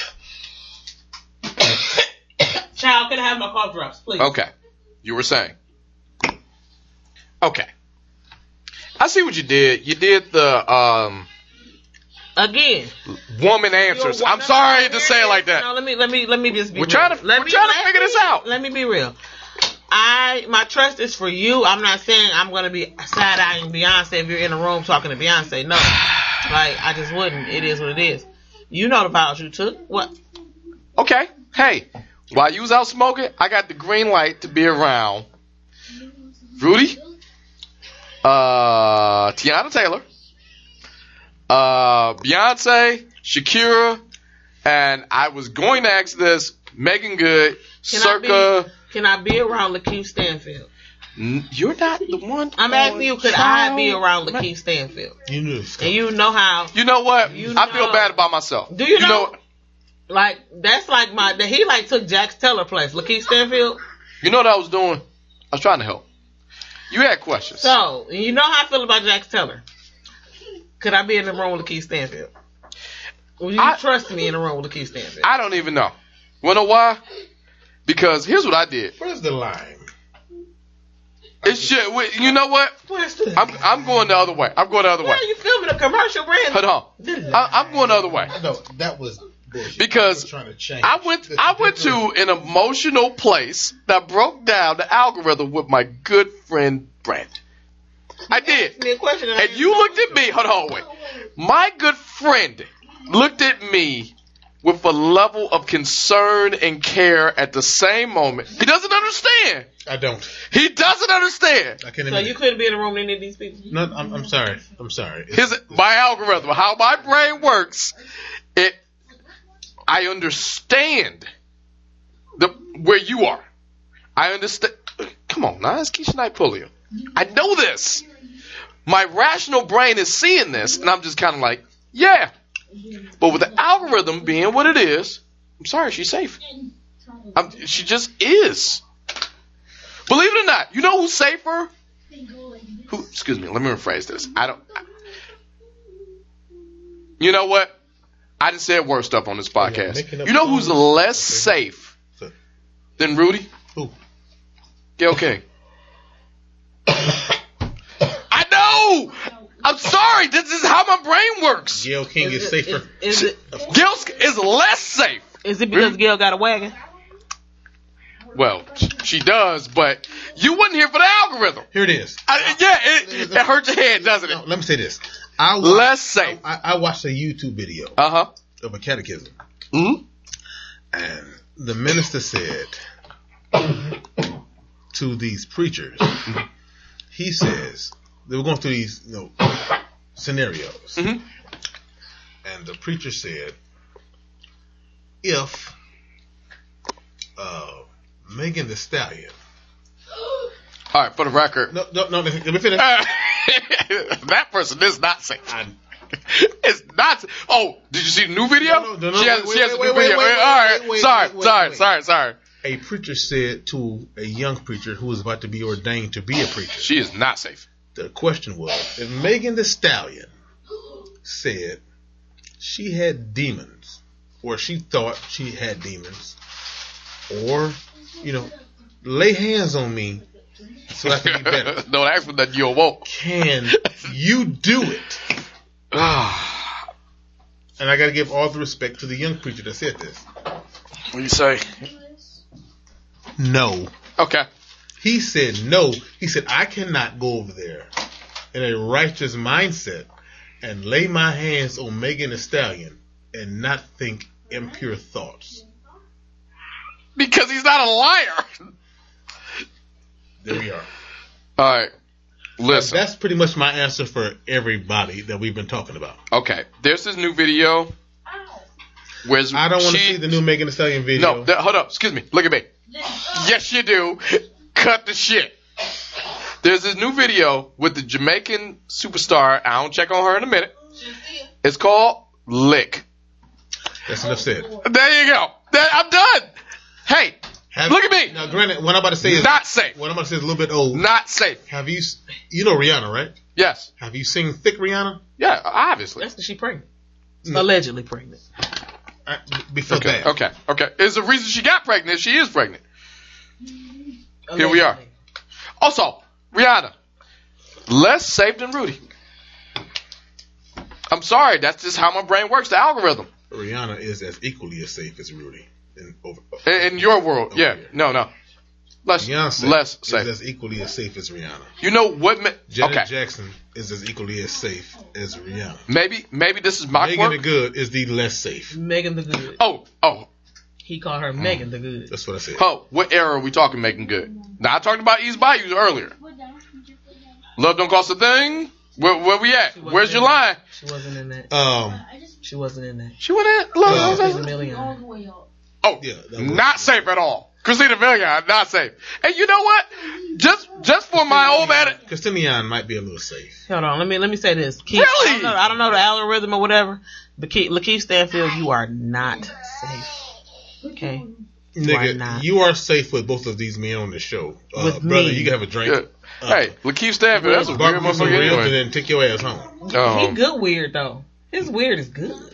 Speaker 5: stuff.
Speaker 6: Child, can I have my cough drops, please?
Speaker 5: Okay. You were saying. Okay. I see what you did. You did the um,
Speaker 6: Again.
Speaker 5: woman answers. I'm sorry to say it like
Speaker 6: No,
Speaker 5: that.
Speaker 6: let me let me let me just be.
Speaker 5: We're
Speaker 6: real.
Speaker 5: trying to-
Speaker 6: Let
Speaker 5: we're
Speaker 6: me-
Speaker 5: trying to
Speaker 6: let
Speaker 5: figure this
Speaker 6: me-
Speaker 5: out.
Speaker 6: Let me be real. I my trust is for you. I'm not saying I'm gonna be side eyeing Beyonce if you're in a room talking to Beyonce. No, like I just wouldn't. It is what it is. You know the vows you took. What?
Speaker 5: Okay. Hey, while you was out smoking, I got the green light to be around Rudy, uh, Tiana Taylor, uh, Beyonce, Shakira, and I was going to ask this Megan Good
Speaker 6: Can I
Speaker 5: circa.
Speaker 6: be can I be around Lakeith Stanfield?
Speaker 5: N- Mm-hmm. You're not the one.
Speaker 6: I'm asking you, could I
Speaker 5: child.
Speaker 6: be around Lakeith Stanfield?
Speaker 4: You knew this.
Speaker 6: And you know how
Speaker 5: You know what?
Speaker 6: You
Speaker 5: I feel
Speaker 6: know.
Speaker 5: bad about myself.
Speaker 6: Do you know- like that's like my that he like took Jack's Teller place. Lakeith Stanfield.
Speaker 5: You know what I was doing? I was trying to help. You had questions.
Speaker 6: So and you know how I feel about Jack's Teller. Could I be in the room with Lakeith Stanfield? Will you
Speaker 5: I-
Speaker 6: trust me in the room with Lakeith Stanfield?
Speaker 5: I don't even know. Wanna know why? Because here's what I did.
Speaker 4: Where's the line?
Speaker 5: It's shit. wait, You know what?
Speaker 6: Where's the,
Speaker 5: I'm I'm going the other way. I'm going the other
Speaker 6: why
Speaker 5: way.
Speaker 6: are you filming a commercial, Brandon?
Speaker 5: Hold on. I, I'm going the other way.
Speaker 3: No, that was bullshit.
Speaker 5: Because
Speaker 3: They were trying to change.
Speaker 5: I went I went to an emotional place that broke down the algorithm with my good friend Brand. I
Speaker 6: Ask
Speaker 5: did.
Speaker 6: me a question I
Speaker 5: And
Speaker 6: didn't
Speaker 5: you
Speaker 6: know.
Speaker 5: looked at me. Hold on, wait. My good friend looked at me with a level of concern and care at the same moment. He doesn't understand.
Speaker 4: I don't.
Speaker 5: He doesn't understand.
Speaker 4: I can't
Speaker 6: So
Speaker 4: admit
Speaker 6: you
Speaker 4: it.
Speaker 6: couldn't be in the room with any of these people.
Speaker 4: No, I'm, I'm sorry. I'm sorry. It's-
Speaker 5: His my algorithm, how my brain works. It, I understand the where you are. I understand. Come on, now it's Keisha Knight Pulliam. I know this. My rational brain is seeing this, and I'm just kind of like, yeah. But with the algorithm being what it is, I'm sorry, she's safe. I'm, she just is. Believe it or not, you know who's safer? who excuse me let me rephrase this i don't I- you know what i just said worse stuff on this podcast
Speaker 4: making up
Speaker 5: you know who's
Speaker 4: songs.
Speaker 5: less safe than rudy
Speaker 4: Who?
Speaker 5: gail king i know i'm sorry this is how my brain works
Speaker 4: Gail King is, safer.
Speaker 6: Is, it,
Speaker 5: gail is less safe
Speaker 6: is it because Gail got a wagon?
Speaker 5: well she does but you wasn't here for the algorithm
Speaker 4: Here it is.
Speaker 5: I, yeah it, it hurts your head doesn't
Speaker 4: No,
Speaker 5: it
Speaker 4: let me say this. I watched,
Speaker 5: less safe
Speaker 4: I, I watched a YouTube video
Speaker 5: uh-huh
Speaker 4: of a catechism,
Speaker 5: mm-hmm.
Speaker 4: and the minister said to these preachers, he says they were going through these you know, scenarios,
Speaker 5: Mhm.
Speaker 4: and the preacher said, if uh, Megan the Stallion,
Speaker 5: all right for the record
Speaker 4: no, no, no, let me finish.
Speaker 5: Uh, that person is not safe.
Speaker 4: I-
Speaker 5: It's not. Oh, did you see the new video?
Speaker 4: No, no, no,
Speaker 5: she
Speaker 4: no,
Speaker 5: has,
Speaker 4: wait,
Speaker 5: she has
Speaker 4: wait,
Speaker 5: a new
Speaker 4: wait,
Speaker 5: video.
Speaker 4: wait, wait,
Speaker 5: All right,
Speaker 4: wait, wait,
Speaker 5: sorry,
Speaker 4: wait,
Speaker 5: sorry,
Speaker 4: wait.
Speaker 5: sorry, sorry.
Speaker 4: a preacher said to a young preacher who was about to be ordained to be a preacher.
Speaker 5: She is not safe.
Speaker 4: The question was if Megan the Stallion said she had demons, or she thought she had demons, or, you know, lay hands on me so I can be better.
Speaker 5: Don't ask for that. You awoke.
Speaker 4: Can you do it?
Speaker 5: Ah,
Speaker 4: And I got to give all the respect to the young preacher that said this.
Speaker 5: what do you say?
Speaker 4: No.
Speaker 5: Okay.
Speaker 4: He said no. He said I cannot go over there in a righteous mindset and lay my hands on Megan Thee Stallion and not think impure thoughts.
Speaker 5: Because he's not a liar.
Speaker 4: There we are.
Speaker 5: All right. Listen.
Speaker 4: That's pretty much my answer for everybody that we've been talking about.
Speaker 5: Okay. There's this new video. Where's
Speaker 4: I don't want to
Speaker 5: she-
Speaker 4: see the new Megan Thee Stallion video.
Speaker 5: No, that, hold up. Excuse me. Look at me. Yes, you do. Cut the shit. There's this new video with the Jamaican superstar. I don't check on her in a minute. It's called Lick.
Speaker 4: That's enough said.
Speaker 5: There you go. That, I'm done. Hey,
Speaker 4: Have-
Speaker 5: Look at me.
Speaker 4: Now, granted, what I'm about to say is
Speaker 5: not safe.
Speaker 4: what I'm about to say is a little bit old.
Speaker 5: Not safe.
Speaker 4: Have you, s- you know Rihanna, right?
Speaker 5: Yes.
Speaker 4: Have you seen Thick Rihanna?
Speaker 5: Yeah, obviously.
Speaker 6: That's because she pregnant.
Speaker 4: No.
Speaker 6: Allegedly pregnant.
Speaker 4: I, before
Speaker 5: Okay,
Speaker 4: that,
Speaker 5: okay, okay. Is the reason she got pregnant. She is pregnant. Here we are.
Speaker 6: Allegedly.
Speaker 5: Also, Rihanna, less safe than Rudy. I'm sorry. That's just how my brain works. The algorithm.
Speaker 4: Rihanna is as equally as safe as Rudy. In, over,
Speaker 5: In, in your world,
Speaker 4: over
Speaker 5: yeah.
Speaker 4: here.
Speaker 5: No, no. Less,
Speaker 4: Beyonce
Speaker 5: less
Speaker 4: is
Speaker 5: safe.
Speaker 4: as equally as safe as Rihanna.
Speaker 5: You know what? Ma-
Speaker 4: Janet
Speaker 5: okay.
Speaker 4: Jackson is as equally as safe as Rihanna.
Speaker 5: Maybe, maybe this is my
Speaker 4: Megan the
Speaker 5: quirk.
Speaker 4: Good is the less safe.
Speaker 6: Megan the Good.
Speaker 5: oh, oh,
Speaker 6: He called her Megan the Good.
Speaker 4: That's what I said.
Speaker 5: oh. What era are we talking? Making good. Now I talked about East Bayou earlier. Love don't cost a thing. Where, where we at?
Speaker 6: wasn't
Speaker 5: Where's your
Speaker 6: in
Speaker 5: line?
Speaker 6: She wasn't in that.
Speaker 4: Um,
Speaker 8: She wasn't in there.
Speaker 5: She went in.
Speaker 4: Yeah.
Speaker 5: Look,
Speaker 8: She's
Speaker 5: look,
Speaker 8: a
Speaker 5: look.
Speaker 7: All
Speaker 8: millionaire.
Speaker 7: the way up.
Speaker 5: oh,
Speaker 4: Yeah, that was-
Speaker 5: not safe at all. Christina Milian, not safe. And you know what? Just just for my old man.
Speaker 4: Justinian might be a little safe.
Speaker 8: Hold on, let me let me say this. Keith,
Speaker 5: Really?
Speaker 8: I don't, know, I don't know the algorithm or whatever, but Keith, Lakeith Stanfield, you are not safe. Okay.
Speaker 4: Nigga,
Speaker 8: not?
Speaker 4: you are safe with both of these men on the show. Uh,
Speaker 8: With
Speaker 4: brother,
Speaker 8: me.
Speaker 4: you can have a drink.
Speaker 5: Yeah. Hey, Lakeith Stanfield, that's a
Speaker 4: Uh,
Speaker 5: weird
Speaker 4: barbecue some
Speaker 5: motherfucker
Speaker 4: ribs and
Speaker 5: anyway.
Speaker 4: then take your ass home.
Speaker 8: He
Speaker 5: Um,
Speaker 8: good weird though. His weird is good.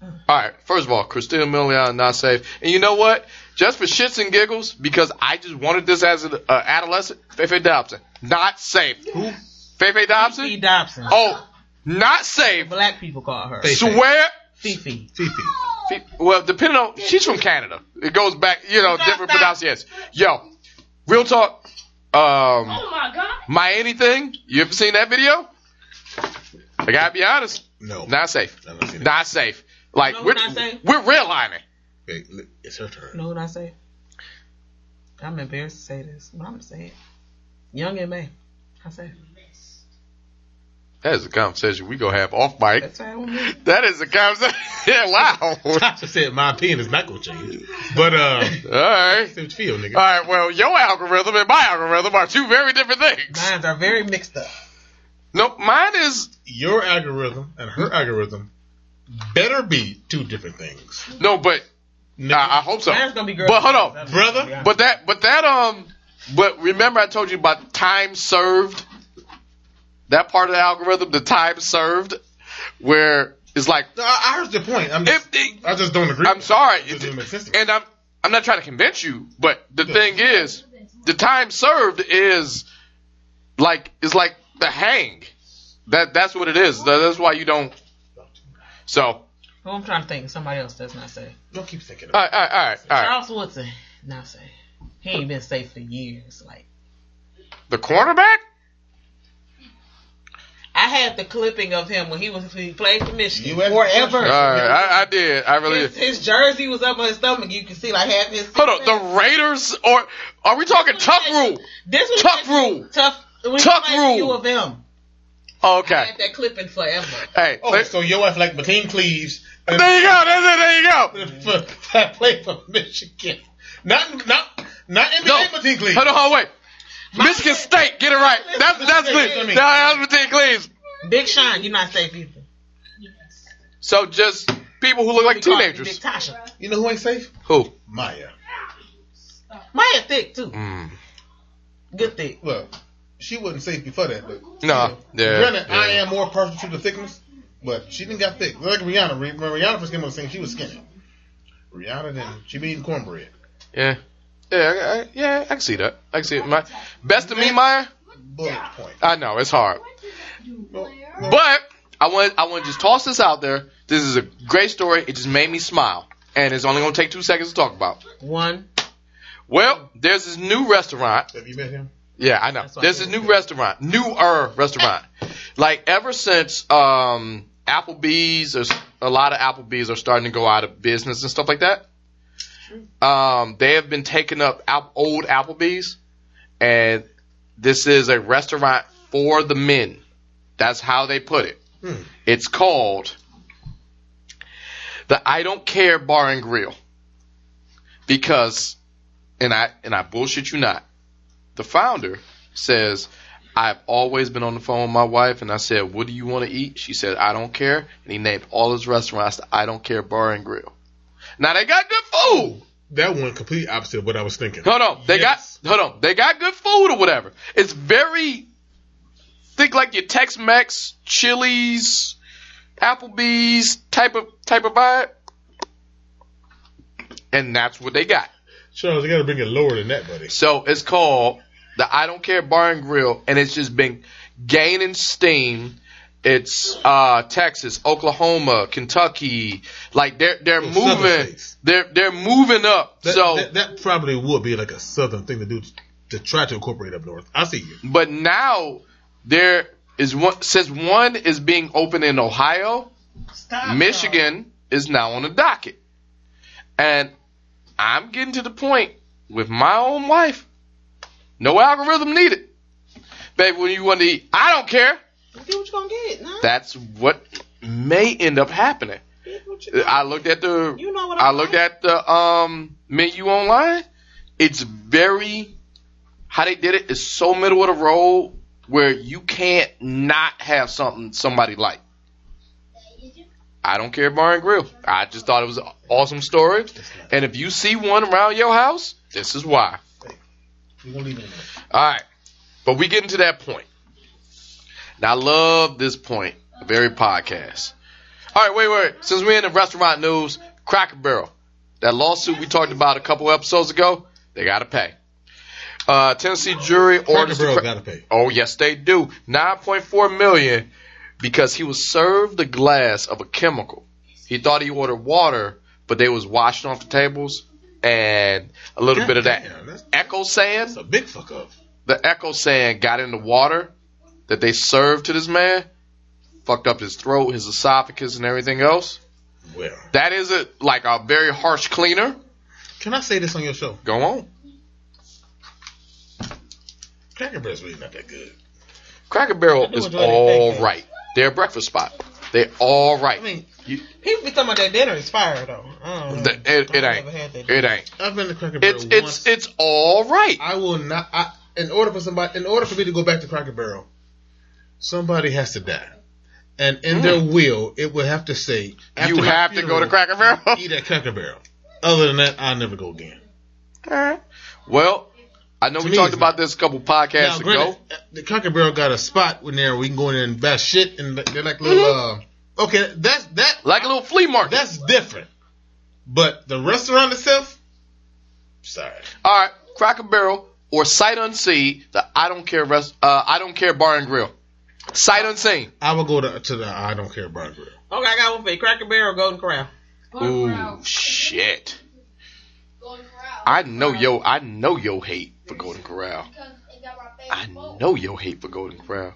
Speaker 5: all right, first of all, Christina Milian, not safe. And you know what? Just for shits and giggles, because I just wanted this as an uh, adolescent, Fefe Dobson, not safe.
Speaker 4: Who?
Speaker 5: Fefe
Speaker 8: Fifi
Speaker 5: Dobson?
Speaker 8: Dobson.
Speaker 5: Oh, not safe.
Speaker 8: Black people call her
Speaker 4: Hey.
Speaker 5: Swear.
Speaker 8: Fifi.
Speaker 4: Fifi.
Speaker 5: Fe- Well, depending on she's from Canada. It goes back, you know, different pronunciations. Yo, real talk. Um,
Speaker 7: Oh my god.
Speaker 5: my anything. You ever seen that video? I gotta be honest.
Speaker 4: No.
Speaker 5: Not safe.
Speaker 4: I've not seen it.
Speaker 5: Not safe. Like
Speaker 8: No,
Speaker 5: we're
Speaker 8: not safe.
Speaker 5: we're redlining.
Speaker 4: Okay, l- it's her turn.
Speaker 8: You know what I say? I'm embarrassed to say this, but I'm gonna say it. Young and May. I say it.
Speaker 5: That is a conversation we gonna have off mic.
Speaker 8: that's how I'm
Speaker 5: That is a conversation. yeah, wow. All
Speaker 4: I just said my opinion is not gonna change, but uh,
Speaker 5: right.
Speaker 4: see what you feel, nigga.
Speaker 5: All right. Well, your algorithm and my algorithm are two very different things.
Speaker 8: Minds are very mixed up.
Speaker 5: No, mine is
Speaker 4: Your algorithm and her algorithm better be two different things,
Speaker 5: no, but
Speaker 4: nigga.
Speaker 5: nah, I hope so.
Speaker 8: Mine's gonna be girl.
Speaker 5: But hold on.
Speaker 4: brother.
Speaker 5: But that, but that, um, but remember I told you about time served. That part of the algorithm, the time served, where it's like,
Speaker 4: No, I, I heard your point. I'm just,
Speaker 5: if the,
Speaker 4: I just don't agree.
Speaker 5: I'm
Speaker 4: with
Speaker 5: sorry,
Speaker 4: It doesn't make sense to me.
Speaker 5: and I'm, I'm not trying to convince you, but the thing is, the time served is like, is like the hang. That that's what it is. That- That's why you don't. So,
Speaker 8: Who I'm trying to think. Somebody else that's not safe.
Speaker 4: it. Don't keep thinking.
Speaker 5: all
Speaker 4: About
Speaker 5: right, all right, all right, all right.
Speaker 8: Charles Woodson, not safe. He ain't been safe for years. Like
Speaker 5: The cornerback.
Speaker 8: I had the clipping of him when he was he played for Michigan
Speaker 4: You had-
Speaker 8: forever.
Speaker 5: All right, I, I did. I really did.
Speaker 8: his, his jersey was up on his stomach. You can see like half his.
Speaker 5: Hold on, the Raiders or are we talking tough rule?
Speaker 8: this was
Speaker 5: Tuck rule.
Speaker 8: Tough. When
Speaker 5: Tuck
Speaker 8: he played for
Speaker 5: rule.
Speaker 8: U of M.
Speaker 5: Okay.
Speaker 8: I had that clipping forever.
Speaker 5: Hey,
Speaker 4: oh,
Speaker 5: there,
Speaker 4: so your wife like Mateen Cleaves and
Speaker 5: there you go. That's it. There you go.
Speaker 4: for, that play for Michigan, not not not NBA
Speaker 5: No.
Speaker 4: Mateen Cleaves.
Speaker 5: Hold on, hold on, wait. Michigan State, get it right. That's that's
Speaker 4: Listen to
Speaker 5: good.
Speaker 4: me.
Speaker 5: That's what Team Cleaves.
Speaker 8: Big Sean, you're not safe either.
Speaker 5: So just people who look like
Speaker 8: Because of Big
Speaker 5: teenagers.
Speaker 8: Tasha.
Speaker 4: You know who ain't safe?
Speaker 5: Who?
Speaker 4: Maya.
Speaker 8: Maya thick too.
Speaker 5: Mm.
Speaker 8: Good thick.
Speaker 4: Well, she wasn't safe before that, but
Speaker 5: No. Yeah.
Speaker 4: Granted,
Speaker 5: yeah.
Speaker 4: I am more partial to the thickness, but she didn't got thick. Like Rihanna, Re- when Rihanna first came on the scene, she was skinny. Rihanna didn't. She been eating cornbread.
Speaker 5: Yeah. Yeah. I, I, yeah. I can see that. I can see it. My best of me, Maya.
Speaker 4: Bullet point.
Speaker 5: I know it's hard,
Speaker 4: Well, well,
Speaker 5: but I want I want to just toss this out there. This is a great story. It just made me smile, and it's only gonna take two seconds to talk about.
Speaker 8: One.
Speaker 5: Well, there's this new restaurant.
Speaker 4: have you met him?
Speaker 5: Yeah, I know.
Speaker 8: That's what
Speaker 5: There's
Speaker 8: I
Speaker 5: this
Speaker 8: said.
Speaker 5: new restaurant, newer restaurant. Like ever since um, Applebee's, or s- a lot of Applebee's are starting to go out of business and stuff like that. Um, they have been taking up app- old Applebee's, and this is a restaurant for the men. That's how they put it.
Speaker 4: Hmm.
Speaker 5: It's called the I Don't Care Bar and Grill because, and I and I bullshit you not, the founder says, I've always been on the phone with my wife, and I said, What do you want to eat? She said, I don't care. And he named all his restaurants the I Don't Care Bar and Grill. Now they got good food.
Speaker 4: That one complete opposite of what I was thinking.
Speaker 5: Hold on. They
Speaker 4: Yes.
Speaker 5: got hold on. They got good food or whatever. It's very think like your Tex Mex, Chili's, Applebee's type of type of vibe. And that's what they got.
Speaker 4: Charles, you got to bring it lower than that, buddy.
Speaker 5: So it's called the I Don't Care Bar and Grill, and it's just been gaining steam. It's uh, Texas, Oklahoma, Kentucky. Like they're they're
Speaker 4: Those southern
Speaker 5: moving.
Speaker 4: states.
Speaker 5: They're they're moving up.
Speaker 4: That,
Speaker 5: so,
Speaker 4: that, that probably would be like a southern thing to do t- to try to incorporate up north. I see you.
Speaker 5: but now there is one since one is being opened in Ohio,
Speaker 8: Stop.
Speaker 6: Uh-huh.
Speaker 5: Michigan is now on the docket, and I'm getting to the point with my own wife. No algorithm needed, babe. When you want to eat, I don't care.
Speaker 8: Let's See what you gonna get. Nah.
Speaker 5: That's what may end up happening. I looked at the
Speaker 9: You know what
Speaker 5: I
Speaker 9: I'm
Speaker 5: looked
Speaker 9: saying?
Speaker 5: at the um menu online. It's very how they did it is so middle of the road where you can't not have something somebody like. I don't care bar and grill. I just thought it was an awesome story. And if you see one around your house, this is why.
Speaker 4: We're gonna leave it in there.
Speaker 5: All right. But we getting to that point. And I love this point. Very podcast. All right, wait, wait. Since we're in the restaurant news, Cracker Barrel. That lawsuit we talked about a couple episodes ago, they got to pay. Uh, Tennessee jury
Speaker 4: Cracker
Speaker 5: orders. the
Speaker 4: Barrel
Speaker 5: Cra-
Speaker 4: gotta pay.
Speaker 5: Oh yes, they do. Nine point four million because he was served a glass of a chemical. He thought he ordered water, but they was washing off the tables and a little bit of that
Speaker 4: Damn, that's,
Speaker 5: echo sand.
Speaker 4: that's a big fuck up.
Speaker 5: The echo sand got in the water that they served to this man, fucked up his throat, his esophagus, and everything else.
Speaker 4: Well,
Speaker 5: That is a, like a very harsh cleaner.
Speaker 4: can I say this on your show?
Speaker 5: Go on.
Speaker 4: Cracker Barrel's really not that good.
Speaker 5: Cracker Barrel is
Speaker 6: enjoy their
Speaker 5: all
Speaker 6: pancakes.
Speaker 5: right. They're a breakfast spot. They're all right.
Speaker 6: I mean,
Speaker 5: You-
Speaker 6: people be talking about their dinner is fire though. I don't know.
Speaker 5: The- it, it
Speaker 6: I've
Speaker 5: ain't.
Speaker 6: never had that.
Speaker 5: It ain't.
Speaker 4: I've been to Cracker Barrel
Speaker 5: It's
Speaker 4: once.
Speaker 5: it's it's all right.
Speaker 4: I will not. I, in order for somebody, in order for me to go back to Cracker Barrel, somebody has to die, and in their will, it will have to say after
Speaker 5: Hmm. You
Speaker 4: my
Speaker 5: have to go to
Speaker 4: funeral,
Speaker 5: Cracker Barrel.
Speaker 4: Eat at Cracker Barrel. Other than that, I'll never go again.
Speaker 5: well, I know we
Speaker 4: me,
Speaker 5: talked
Speaker 4: it's
Speaker 5: about this a couple
Speaker 4: now,
Speaker 5: podcasts ago.
Speaker 4: granted, uh, the Cracker Barrel got a spot in there where we can go in there and bash shit, and they're like little.
Speaker 5: Mm-hmm.
Speaker 4: Uh, okay, that's that.
Speaker 5: Like a little flea market.
Speaker 4: That's different. But the restaurant itself, sorry.
Speaker 5: All right, Cracker Barrel or Sight Unseen, the I don't care rest, uh, I don't care bar and grill. Sight Unseen.
Speaker 4: I will go to, to the I don't care bar and grill.
Speaker 6: Okay, I got one for you. Cracker Barrel, Golden Corral.
Speaker 5: Ooh shit! I know yo, I know yo hate for Golden Corral. I know yo hate for Golden Corral.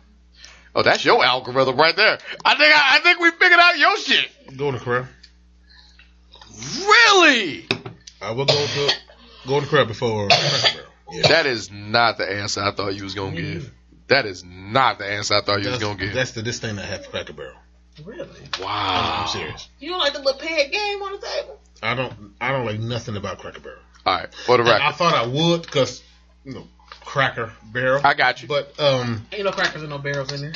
Speaker 5: Oh, that's your algorithm right there. I think I, I think we figured out your shit.
Speaker 4: Go to Corral.
Speaker 5: Really?
Speaker 4: I will go to Golden Corral before Cracker Barrel. Yeah.
Speaker 5: That is not the answer I thought you was gonna give. That is not the answer I thought you was gonna give.
Speaker 4: Mm. that's the this thing that happened Cracker Barrel.
Speaker 6: Really?
Speaker 5: wow.
Speaker 4: I'm serious.
Speaker 6: You don't like the little peg game on the table?
Speaker 4: I don't I don't like nothing about Cracker Barrel.
Speaker 5: All right, for the
Speaker 4: I
Speaker 5: record,
Speaker 4: thought I would because you know Cracker Barrel.
Speaker 5: I got you.
Speaker 4: But um,
Speaker 6: Ain't no crackers and no barrels in there.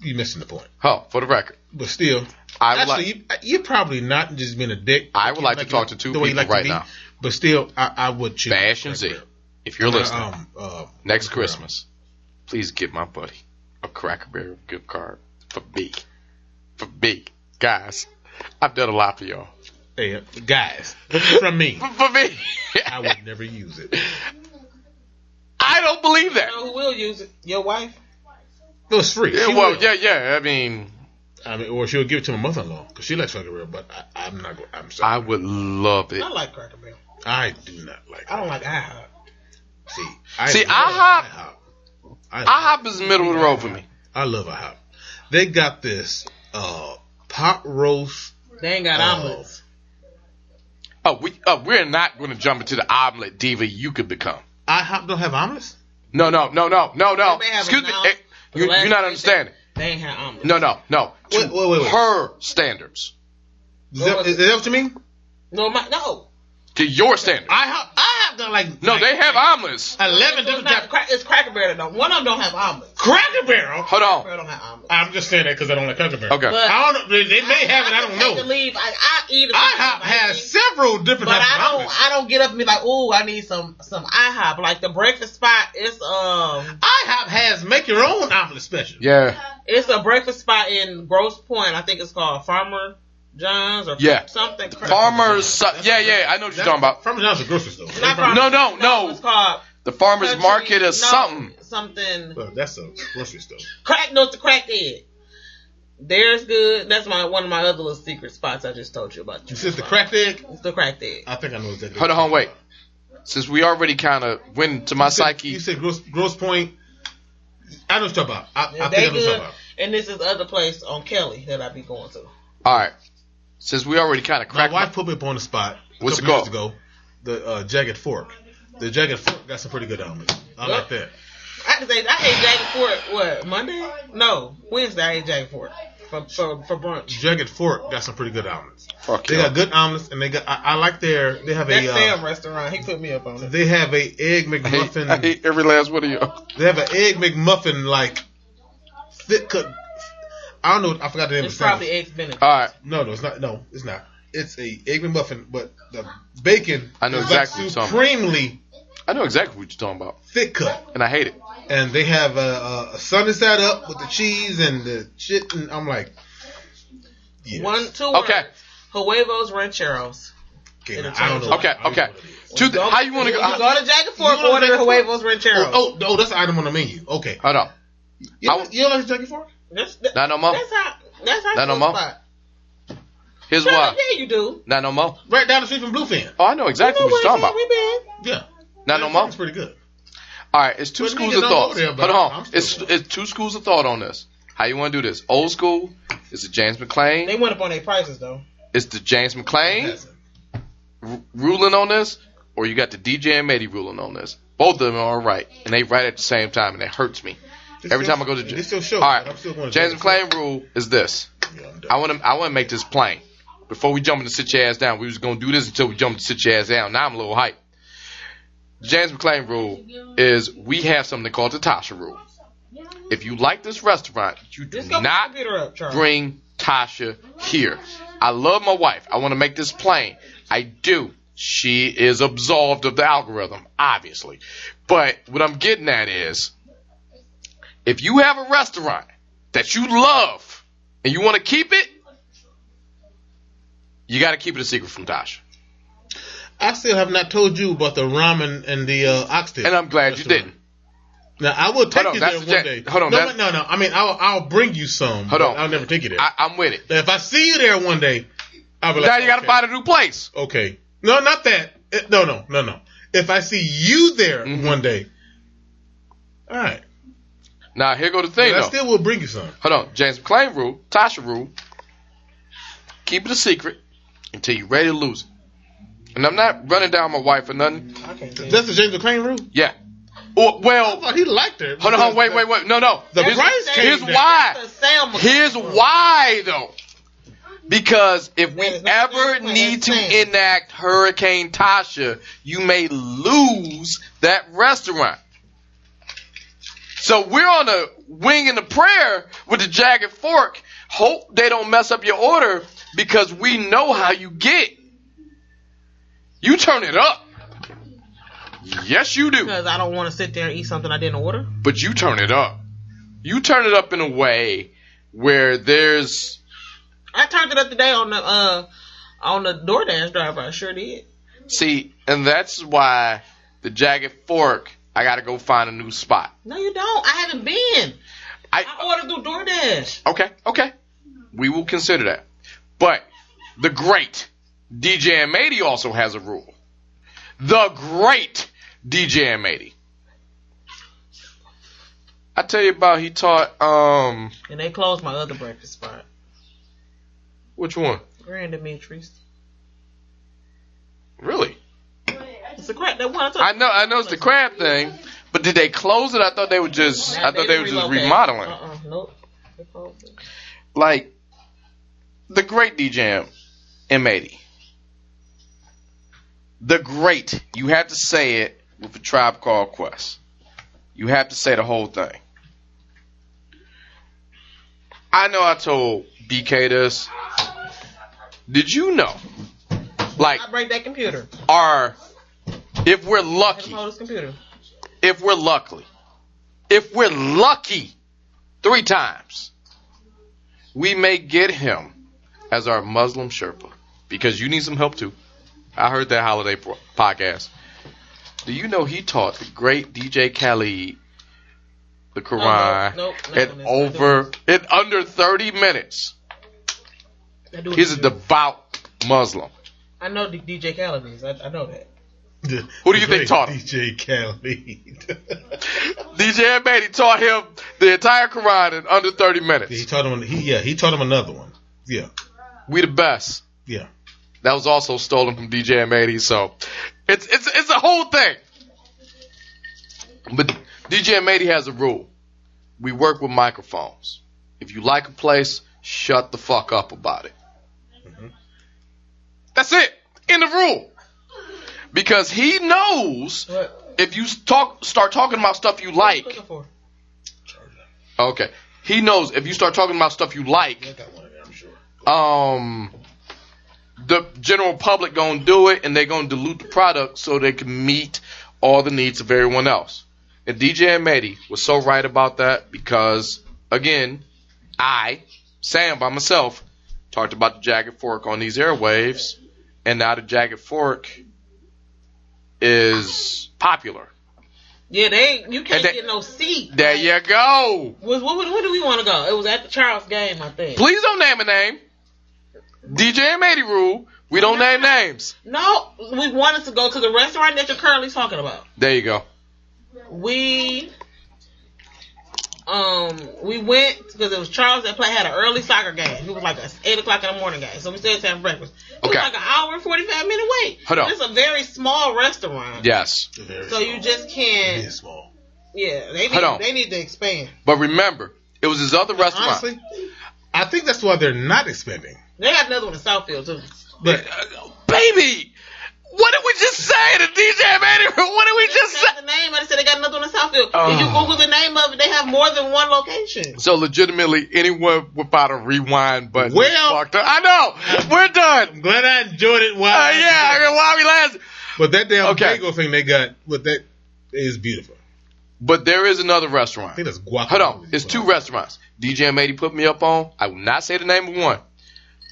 Speaker 4: you missing the point.
Speaker 5: Oh, for the record,
Speaker 4: But still,
Speaker 5: I would like-
Speaker 4: actually, you, you're probably not just being a dick.
Speaker 5: I would like to
Speaker 4: you-
Speaker 5: talk to two
Speaker 4: the way you
Speaker 5: people right
Speaker 4: be,
Speaker 5: now.
Speaker 4: But still, I, I would choose
Speaker 5: Bash and Z.
Speaker 4: Cracker Barrel.
Speaker 5: If you're listening,
Speaker 4: Um, uh,
Speaker 5: next
Speaker 4: Cracker Barrel.
Speaker 5: Christmas, please get my buddy a Cracker Barrel gift card for me. For me. Guys, I've done a lot for y'all.
Speaker 4: Hey, guys, from me,
Speaker 5: For me.
Speaker 4: I
Speaker 5: I,
Speaker 4: would never use it.
Speaker 5: don't believe that.
Speaker 6: You know who will use it? Your wife?
Speaker 4: It was free.
Speaker 5: Yeah,
Speaker 4: She
Speaker 5: well,
Speaker 4: would.
Speaker 5: yeah, yeah. I mean,
Speaker 4: I mean, or she'll give it to my mother-in-law because she likes Cracker Barrel. But I, I'm not. go- I'm sorry.
Speaker 5: I would love it.
Speaker 6: I like Cracker Barrel.
Speaker 4: I do not like.
Speaker 6: I don't like IHOP.
Speaker 4: See, I
Speaker 5: See,
Speaker 4: love IHOP. I,
Speaker 5: IHOP is middle of the road for me.
Speaker 4: I love IHOP. They got this uh, pot roast.
Speaker 6: They ain't got
Speaker 4: uh,
Speaker 6: omelets.
Speaker 5: Oh, we, uh, we're not going to jump into the omelet diva you could become.
Speaker 4: IHOP don't have omelets.
Speaker 5: No, no, no, no, no, no.
Speaker 6: They may have
Speaker 5: Excuse
Speaker 6: it
Speaker 5: me.
Speaker 6: now,
Speaker 5: eh,
Speaker 6: but
Speaker 5: you,
Speaker 6: the last
Speaker 5: you're not
Speaker 6: place
Speaker 5: understanding.
Speaker 6: They ain't have omelets.
Speaker 5: No, no, no. To
Speaker 4: Wait, wait, wait, wait.
Speaker 5: her standards.
Speaker 4: Is that, is that what you mean?
Speaker 6: No, my, no.
Speaker 5: To your standards.
Speaker 4: IHOP, IHOP got like
Speaker 5: No,
Speaker 4: like
Speaker 5: they have omelets.
Speaker 4: eleven
Speaker 6: So it's,
Speaker 4: different
Speaker 6: not,
Speaker 4: types.
Speaker 6: cra- it's Cracker Barrel that don't. One of them don't have omelets.
Speaker 4: Cracker Barrel.
Speaker 5: Hold
Speaker 6: Cracker
Speaker 5: on.
Speaker 6: Barrel don't have omelets.
Speaker 4: I'm just saying that because I don't like Cracker Barrel.
Speaker 5: Okay.
Speaker 6: But-
Speaker 4: I don't. know. They, they may have it. I don't
Speaker 6: I hate to
Speaker 4: know.
Speaker 6: leave. I, I eat. a-
Speaker 4: IHOP has several different
Speaker 6: But
Speaker 4: types
Speaker 6: I
Speaker 4: of
Speaker 6: don't.
Speaker 4: omelets.
Speaker 6: I don't get up and be like, "Ooh, I need some some IHOP." Like the breakfast spot, it's um,
Speaker 4: IHOP has make your own omelet special.
Speaker 5: yeah.
Speaker 6: it's a breakfast spot in Gross Point. I think it's called Farmer John's or
Speaker 5: Yeah.
Speaker 6: something.
Speaker 5: Farmers. Su- yeah, yeah. I know what you're talking about.
Speaker 4: From John's a grocery store.
Speaker 6: Not from-
Speaker 5: No, no,
Speaker 6: It's
Speaker 5: no.
Speaker 6: called
Speaker 5: The farmers
Speaker 6: Country-
Speaker 5: market is
Speaker 6: no,
Speaker 5: something.
Speaker 6: Something
Speaker 4: Well, Uh, that's a grocery store.
Speaker 6: crack. No, it's a crack egg. There's good. That's my one of my other little secret spots I just told you about.
Speaker 4: Is this the cracked egg?
Speaker 6: It's the crack egg.
Speaker 4: I think I know exactly.
Speaker 5: Hold
Speaker 4: what
Speaker 5: on,
Speaker 4: you're
Speaker 5: wait. Since we already kind of went to my
Speaker 4: You said-
Speaker 5: psyche.
Speaker 4: You said gross, gross point. I know what you're talking about. I, I think I know what
Speaker 6: they
Speaker 4: you're
Speaker 6: good.
Speaker 4: talking about.
Speaker 6: And this is other place on Kelly that I be going to.
Speaker 5: All right. Since we already kind of
Speaker 4: My
Speaker 5: cracked.
Speaker 4: wife put me up on the spot. a
Speaker 5: What's
Speaker 4: couple
Speaker 5: it
Speaker 4: years ago. The uh, jagged fork. The jagged fork got some pretty good omelets. I like that.
Speaker 6: I had to say I ate Jack Fort what Monday? No, Wednesday. I ate Jack Fort.
Speaker 8: for, for, for brunch.
Speaker 4: Jagged Fork got some pretty good omelets.
Speaker 5: Fuck
Speaker 4: They
Speaker 5: yeah.
Speaker 4: got good omelets, and they got. I, I like their. They have
Speaker 8: That
Speaker 4: a.
Speaker 8: Sam
Speaker 4: Uh,
Speaker 8: restaurant, he put me up on it.
Speaker 4: they have a egg
Speaker 5: I hate,
Speaker 4: McMuffin.
Speaker 5: I hate every last one of you.
Speaker 4: They have an egg McMuffin like thick cut. I don't know. I forgot the name
Speaker 8: It's
Speaker 4: of the sandwich.
Speaker 8: probably eggs benedict.
Speaker 5: All right,
Speaker 4: No, no, it's not. No, it's not. It's a egg McMuffin, but the bacon
Speaker 5: I know
Speaker 4: is
Speaker 5: exactly
Speaker 4: like
Speaker 5: what you're talking about.
Speaker 4: supremely
Speaker 5: I know exactly what you're talking about,
Speaker 4: thick cut,
Speaker 5: and I hate it.
Speaker 4: and they have a, a, a sunny side up with the cheese and the shit, and I'm like, yes.
Speaker 8: One, two
Speaker 5: Okay.
Speaker 8: words. Huevos Rancheros.
Speaker 4: Okay, now, I don't know.
Speaker 5: Okay,
Speaker 4: I don't know
Speaker 5: okay.
Speaker 4: what it is.
Speaker 5: To the, how you want to go?
Speaker 8: You go to Jack and Fork,
Speaker 4: You go to
Speaker 8: order
Speaker 4: Jack and
Speaker 8: Huevos Rancheros.
Speaker 4: Oh, oh, oh, that's the item on the menu. Okay.
Speaker 5: Hold on.
Speaker 4: You,
Speaker 5: I
Speaker 4: know,
Speaker 5: w-
Speaker 4: you don't like Jackie Fork?
Speaker 8: That's, that,
Speaker 5: Not no more.
Speaker 8: That's how. That's how.
Speaker 5: Not no
Speaker 8: close
Speaker 5: more.
Speaker 8: by.
Speaker 5: Here's
Speaker 8: Sure,
Speaker 5: why.
Speaker 8: Yeah, you do.
Speaker 5: Not no more.
Speaker 4: Right down the street from Bluefin.
Speaker 5: Oh, I know exactly
Speaker 8: You know
Speaker 5: what you're talking
Speaker 8: where
Speaker 5: about.
Speaker 8: we been.
Speaker 4: Yeah.
Speaker 5: Not no more.
Speaker 4: It's pretty good.
Speaker 5: All right, it's two
Speaker 4: But
Speaker 5: schools
Speaker 4: niggas
Speaker 5: of
Speaker 4: don't
Speaker 5: thought.
Speaker 4: go there, but
Speaker 5: Hold
Speaker 4: I'm
Speaker 5: on,
Speaker 4: still
Speaker 5: it's
Speaker 4: going.
Speaker 5: it's two schools of thought on this. How you want to do this? Old school is the James
Speaker 8: They
Speaker 5: McLean.
Speaker 8: went up on their prices though.
Speaker 5: It's the James McLean
Speaker 4: That's it.
Speaker 5: r- ruling on this, or you got the DJ and Matey ruling on this. Both of them are right, and they right at the same time, and it hurts me
Speaker 4: This
Speaker 5: every
Speaker 4: still-
Speaker 5: time I go to. J-
Speaker 4: This still show.
Speaker 5: All right,
Speaker 4: I'm still going to
Speaker 5: James
Speaker 4: Jackie Fork.
Speaker 5: McLean rule is this.
Speaker 4: Yeah, I'm done.
Speaker 5: I want to I want to make this plain. Before we jump in to sit your ass down, we was gonna do this until we jumped to sit your ass down. Now I'm a little hyped. James McClain rule is we have something called the Tasha rule. If you like this restaurant, you do
Speaker 8: Just go
Speaker 5: not
Speaker 8: put the computer up, Charles.
Speaker 5: bring Tasha here. I love my wife. I want to make this plain. I do. She is absolved of the algorithm, obviously. But what I'm getting at is if you have a restaurant that you love and you want to keep it, you got to keep it a secret from Tasha.
Speaker 4: I still have not told you about the ramen and the uh, oxtail.
Speaker 5: And I'm glad you
Speaker 4: restaurant.
Speaker 5: didn't.
Speaker 4: Now I will take
Speaker 5: Hold on,
Speaker 4: you
Speaker 5: that's
Speaker 4: there
Speaker 5: the
Speaker 4: one
Speaker 5: Jack-
Speaker 4: day.
Speaker 5: hold on,
Speaker 4: no,
Speaker 5: that's-
Speaker 4: no, no. I mean, I'll I'll bring you some.
Speaker 5: Hold
Speaker 4: but
Speaker 5: on.
Speaker 4: I'll never take you there.
Speaker 5: I, I'm with it.
Speaker 4: Now, if I see you there one day, I'll be like,
Speaker 5: Now you got to
Speaker 4: okay,
Speaker 5: find a new place.
Speaker 4: Okay, no, not that. Eh, No, no, no, no. If I see you there
Speaker 5: Mhm.
Speaker 4: one day, all right.
Speaker 5: Now here go the thing
Speaker 4: But I
Speaker 5: though.
Speaker 4: still will bring you some.
Speaker 5: Hold on. James McClain rule, Tasha rule. Keep it a secret until you're ready to lose it. And I'm not running down my wife or nothing.
Speaker 8: I can't do it.
Speaker 4: That's the James McClain rule.
Speaker 5: Yeah. Or, well,
Speaker 4: I thought Oh, he liked her.
Speaker 5: hold on, hold on, wait, wait, wait. No, no.
Speaker 4: The
Speaker 5: here's,
Speaker 4: price came
Speaker 5: here's
Speaker 4: down.
Speaker 5: why.
Speaker 8: That's the Sam McLean
Speaker 5: Here's
Speaker 8: rule.
Speaker 5: why though. Because if we
Speaker 8: That is not
Speaker 5: ever
Speaker 8: the plan,
Speaker 5: need to
Speaker 8: that's Sam.
Speaker 5: enact Hurricane Tasha, you may lose that restaurant. So we're on a wing and a prayer with the jagged fork. Hope they don't mess up your order because we know how you get. You turn it up. Yes, you do
Speaker 8: Because I don't want to sit there and eat something I didn't order.
Speaker 5: but you turn it up. You turn it up in a way where there's
Speaker 8: I turned it up today on the uh on the DoorDash driver. I sure did.
Speaker 5: see, and that's why the jagged fork. I gotta go find a new spot.
Speaker 8: No, you don't. I haven't been. I
Speaker 5: I
Speaker 8: ordered through DoorDash.
Speaker 5: okay, okay. We will consider that. But the great DJ and Matey also has a rule. The great DJ and Matey. I tell you about he taught um
Speaker 8: And they closed my other breakfast spot.
Speaker 5: which one?
Speaker 8: Grand Demetrius.
Speaker 5: Really?
Speaker 8: It's a crap. That one I took.
Speaker 5: I know, I know it's the crab thing, but did they close it? I thought they were just, I thought they were just remodeling.
Speaker 8: Uh uh
Speaker 6: Uh-uh,
Speaker 8: Nope. They closed it.
Speaker 5: Like the great DJ M80, the great. You have to say it with a tribe called Quest. You have to say the whole thing. I know. I told BK this. Did you know? Like,
Speaker 8: I break that computer.
Speaker 5: our if we're
Speaker 8: I
Speaker 5: lucky,
Speaker 8: hold this computer.
Speaker 5: if we're lucky, if we're lucky three times, we may get him as our Muslim Sherpa because you need some help too. I heard that holiday pro- podcast. Do you know he taught the great DJ Khaled the Quran
Speaker 8: nope, nope,
Speaker 5: in
Speaker 8: nope, nope,
Speaker 5: over in under 30 minutes?
Speaker 8: That dude
Speaker 5: He's a
Speaker 8: is cute.
Speaker 5: devout Muslim.
Speaker 8: I know the DJ Khaled is. I, I know that.
Speaker 5: Who do you think taught him?
Speaker 4: DJ Khaled.
Speaker 5: DJ Abadi taught him the entire Quran in under 30
Speaker 4: he
Speaker 5: minutes.
Speaker 4: taught him. He, yeah, he taught him another one. Yeah,
Speaker 5: We the best.
Speaker 4: yeah.
Speaker 5: That was also stolen from DJ M80, so it's it's it's a whole thing. But DJ M80 has a rule. We work with microphones. If you like a place, shut the fuck up about it. That's it. End of rule. Because he knows
Speaker 6: What?
Speaker 5: if you talk, start talking about stuff you like.
Speaker 6: Looking for.
Speaker 5: Okay, he knows if you start talking about stuff you like. Um, the general public gonna do it, and they gonna dilute the product so they can meet all the needs of everyone else. And DJ and Matty was so right about that because again, I, Sam by myself, talked about the jagged fork on these airwaves, and now the jagged fork is popular.
Speaker 6: Yeah, they ain't. You can't
Speaker 5: And they-
Speaker 6: get no seat.
Speaker 5: There you go.
Speaker 6: Was what, what, do we want to go? It was at the Charles game, I think.
Speaker 5: Please don't name a name. DJ and Matty rule. We don't name names.
Speaker 6: No, we wanted to go to the restaurant that you're currently talking about.
Speaker 5: There you go.
Speaker 6: We um we went because it was Charles that play had an early soccer game. It was like a eight o'clock in the morning game, so we started having breakfast. It was
Speaker 5: Okay.
Speaker 6: like an hour and forty five minute wait.
Speaker 5: Hold on.
Speaker 6: It's a very small restaurant.
Speaker 5: Yes.
Speaker 4: Very
Speaker 6: So you just can't.
Speaker 4: Very small.
Speaker 6: Yeah, they
Speaker 5: Hold
Speaker 6: need,
Speaker 5: on.
Speaker 6: they need to expand.
Speaker 5: But remember, it was his other restaurant.
Speaker 4: Honestly, I think that's why they're not expanding.
Speaker 6: They got another one in Southfield too.
Speaker 4: But
Speaker 5: Uh, Baby, what did we just say to DJ Matty rule? What did we just say?
Speaker 6: That's the name. I just said they got another one in Southfield.
Speaker 5: Oh.
Speaker 6: If you Google the name of it, they have more than one location.
Speaker 5: So legitimately, anyone without a rewind button. is
Speaker 4: Well-
Speaker 5: fucked up. I know. We're done.
Speaker 4: I'm glad I enjoyed it. While
Speaker 5: Uh, yeah. I mean, Why we last?
Speaker 4: But that damn
Speaker 5: Okay.
Speaker 4: bagel thing they got with that is beautiful.
Speaker 5: But there is another restaurant.
Speaker 4: I think that's guacamole.
Speaker 5: Hold on. It's two restaurants. DJ Matey put me up on. I will not say the name of one,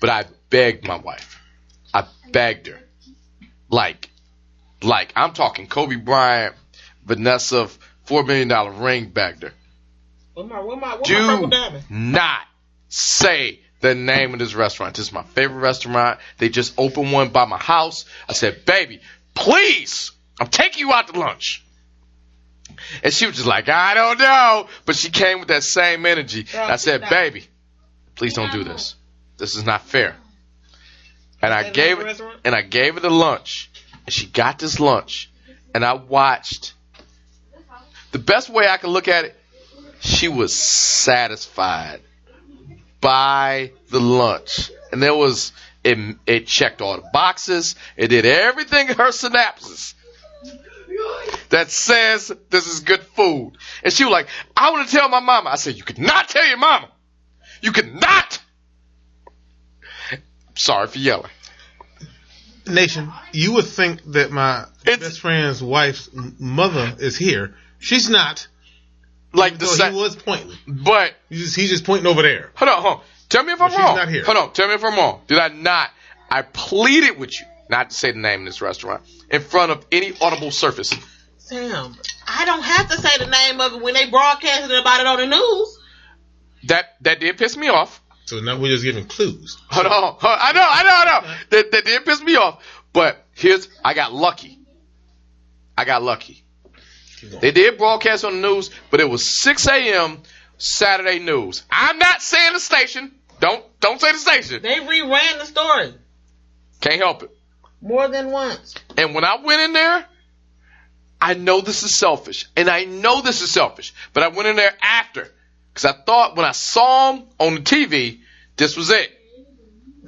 Speaker 5: but I begged my wife. I begged her. Like, like I'm talking Kobe Bryant, Vanessa, f- four million dollar ring begged her.
Speaker 6: Where my, where my, where my purple
Speaker 5: Do
Speaker 6: diamond?
Speaker 5: not say the name of this restaurant. This is my favorite restaurant. They just opened one by my house. I said, baby, please, I'm taking you out to lunch. And she was just like, I don't know. But she came with that same energy. and I said, baby, please don't do this. This is not fair. And I
Speaker 6: Is that
Speaker 5: gave
Speaker 6: another
Speaker 5: it
Speaker 6: restaurant?
Speaker 5: and I gave her the lunch. And she got this lunch. And I watched the best way I can look at it, she was satisfied by the lunch. And there was it, it checked all the boxes. It did everything in her synapses that says this is good food. And she was like, I want to tell my mama. I said, You could not tell your mama. You could not. Sorry for yelling.
Speaker 4: Nation, you would think that my
Speaker 5: It's-
Speaker 4: best friend's wife's m- mother is here. She's not.
Speaker 5: Like the
Speaker 4: So
Speaker 5: sa-
Speaker 4: he was pointing.
Speaker 5: but
Speaker 4: He's just, he's just pointing over there.
Speaker 5: Hold on, hold on. Tell me if I'm
Speaker 4: But she's
Speaker 5: wrong.
Speaker 4: not here.
Speaker 5: Hold on, tell me if I'm wrong. Did I not? I pleaded with you not to say the name of this restaurant in front of any audible surface.
Speaker 6: Sam, I don't have to say the name of it when they broadcasted about it on the news.
Speaker 5: That that did piss me off.
Speaker 4: So now we're just giving clues.
Speaker 5: Hold on, hold- I know, I know, I know. That that did piss me off. But here's, I got lucky. I got lucky. They did broadcast on the news, but it was 6 a.m. Saturday news. I'm not saying the station. Don't don't say the station.
Speaker 6: They reran the story
Speaker 5: Can't help it.
Speaker 6: more than once.
Speaker 5: And when I went in there, I know this is selfish, and I know this is selfish, but I went in there after because I thought when I saw him on the TV, this was it.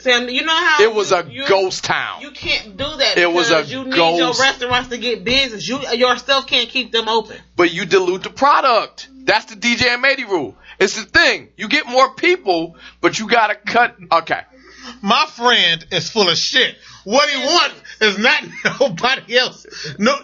Speaker 6: Sam, you know how
Speaker 5: It was a
Speaker 6: you-
Speaker 5: ghost town.
Speaker 6: You can't do that.
Speaker 5: It was
Speaker 6: because
Speaker 5: a
Speaker 6: you need your
Speaker 5: ghost.
Speaker 6: restaurants to get business. You yourself can't keep them open.
Speaker 5: but you dilute the product. That's the DJ and Matey rule. It's the thing. You get more people, but you gotta cut. Okay,
Speaker 4: My friend is full of shit. What he wants is not nobody else. No,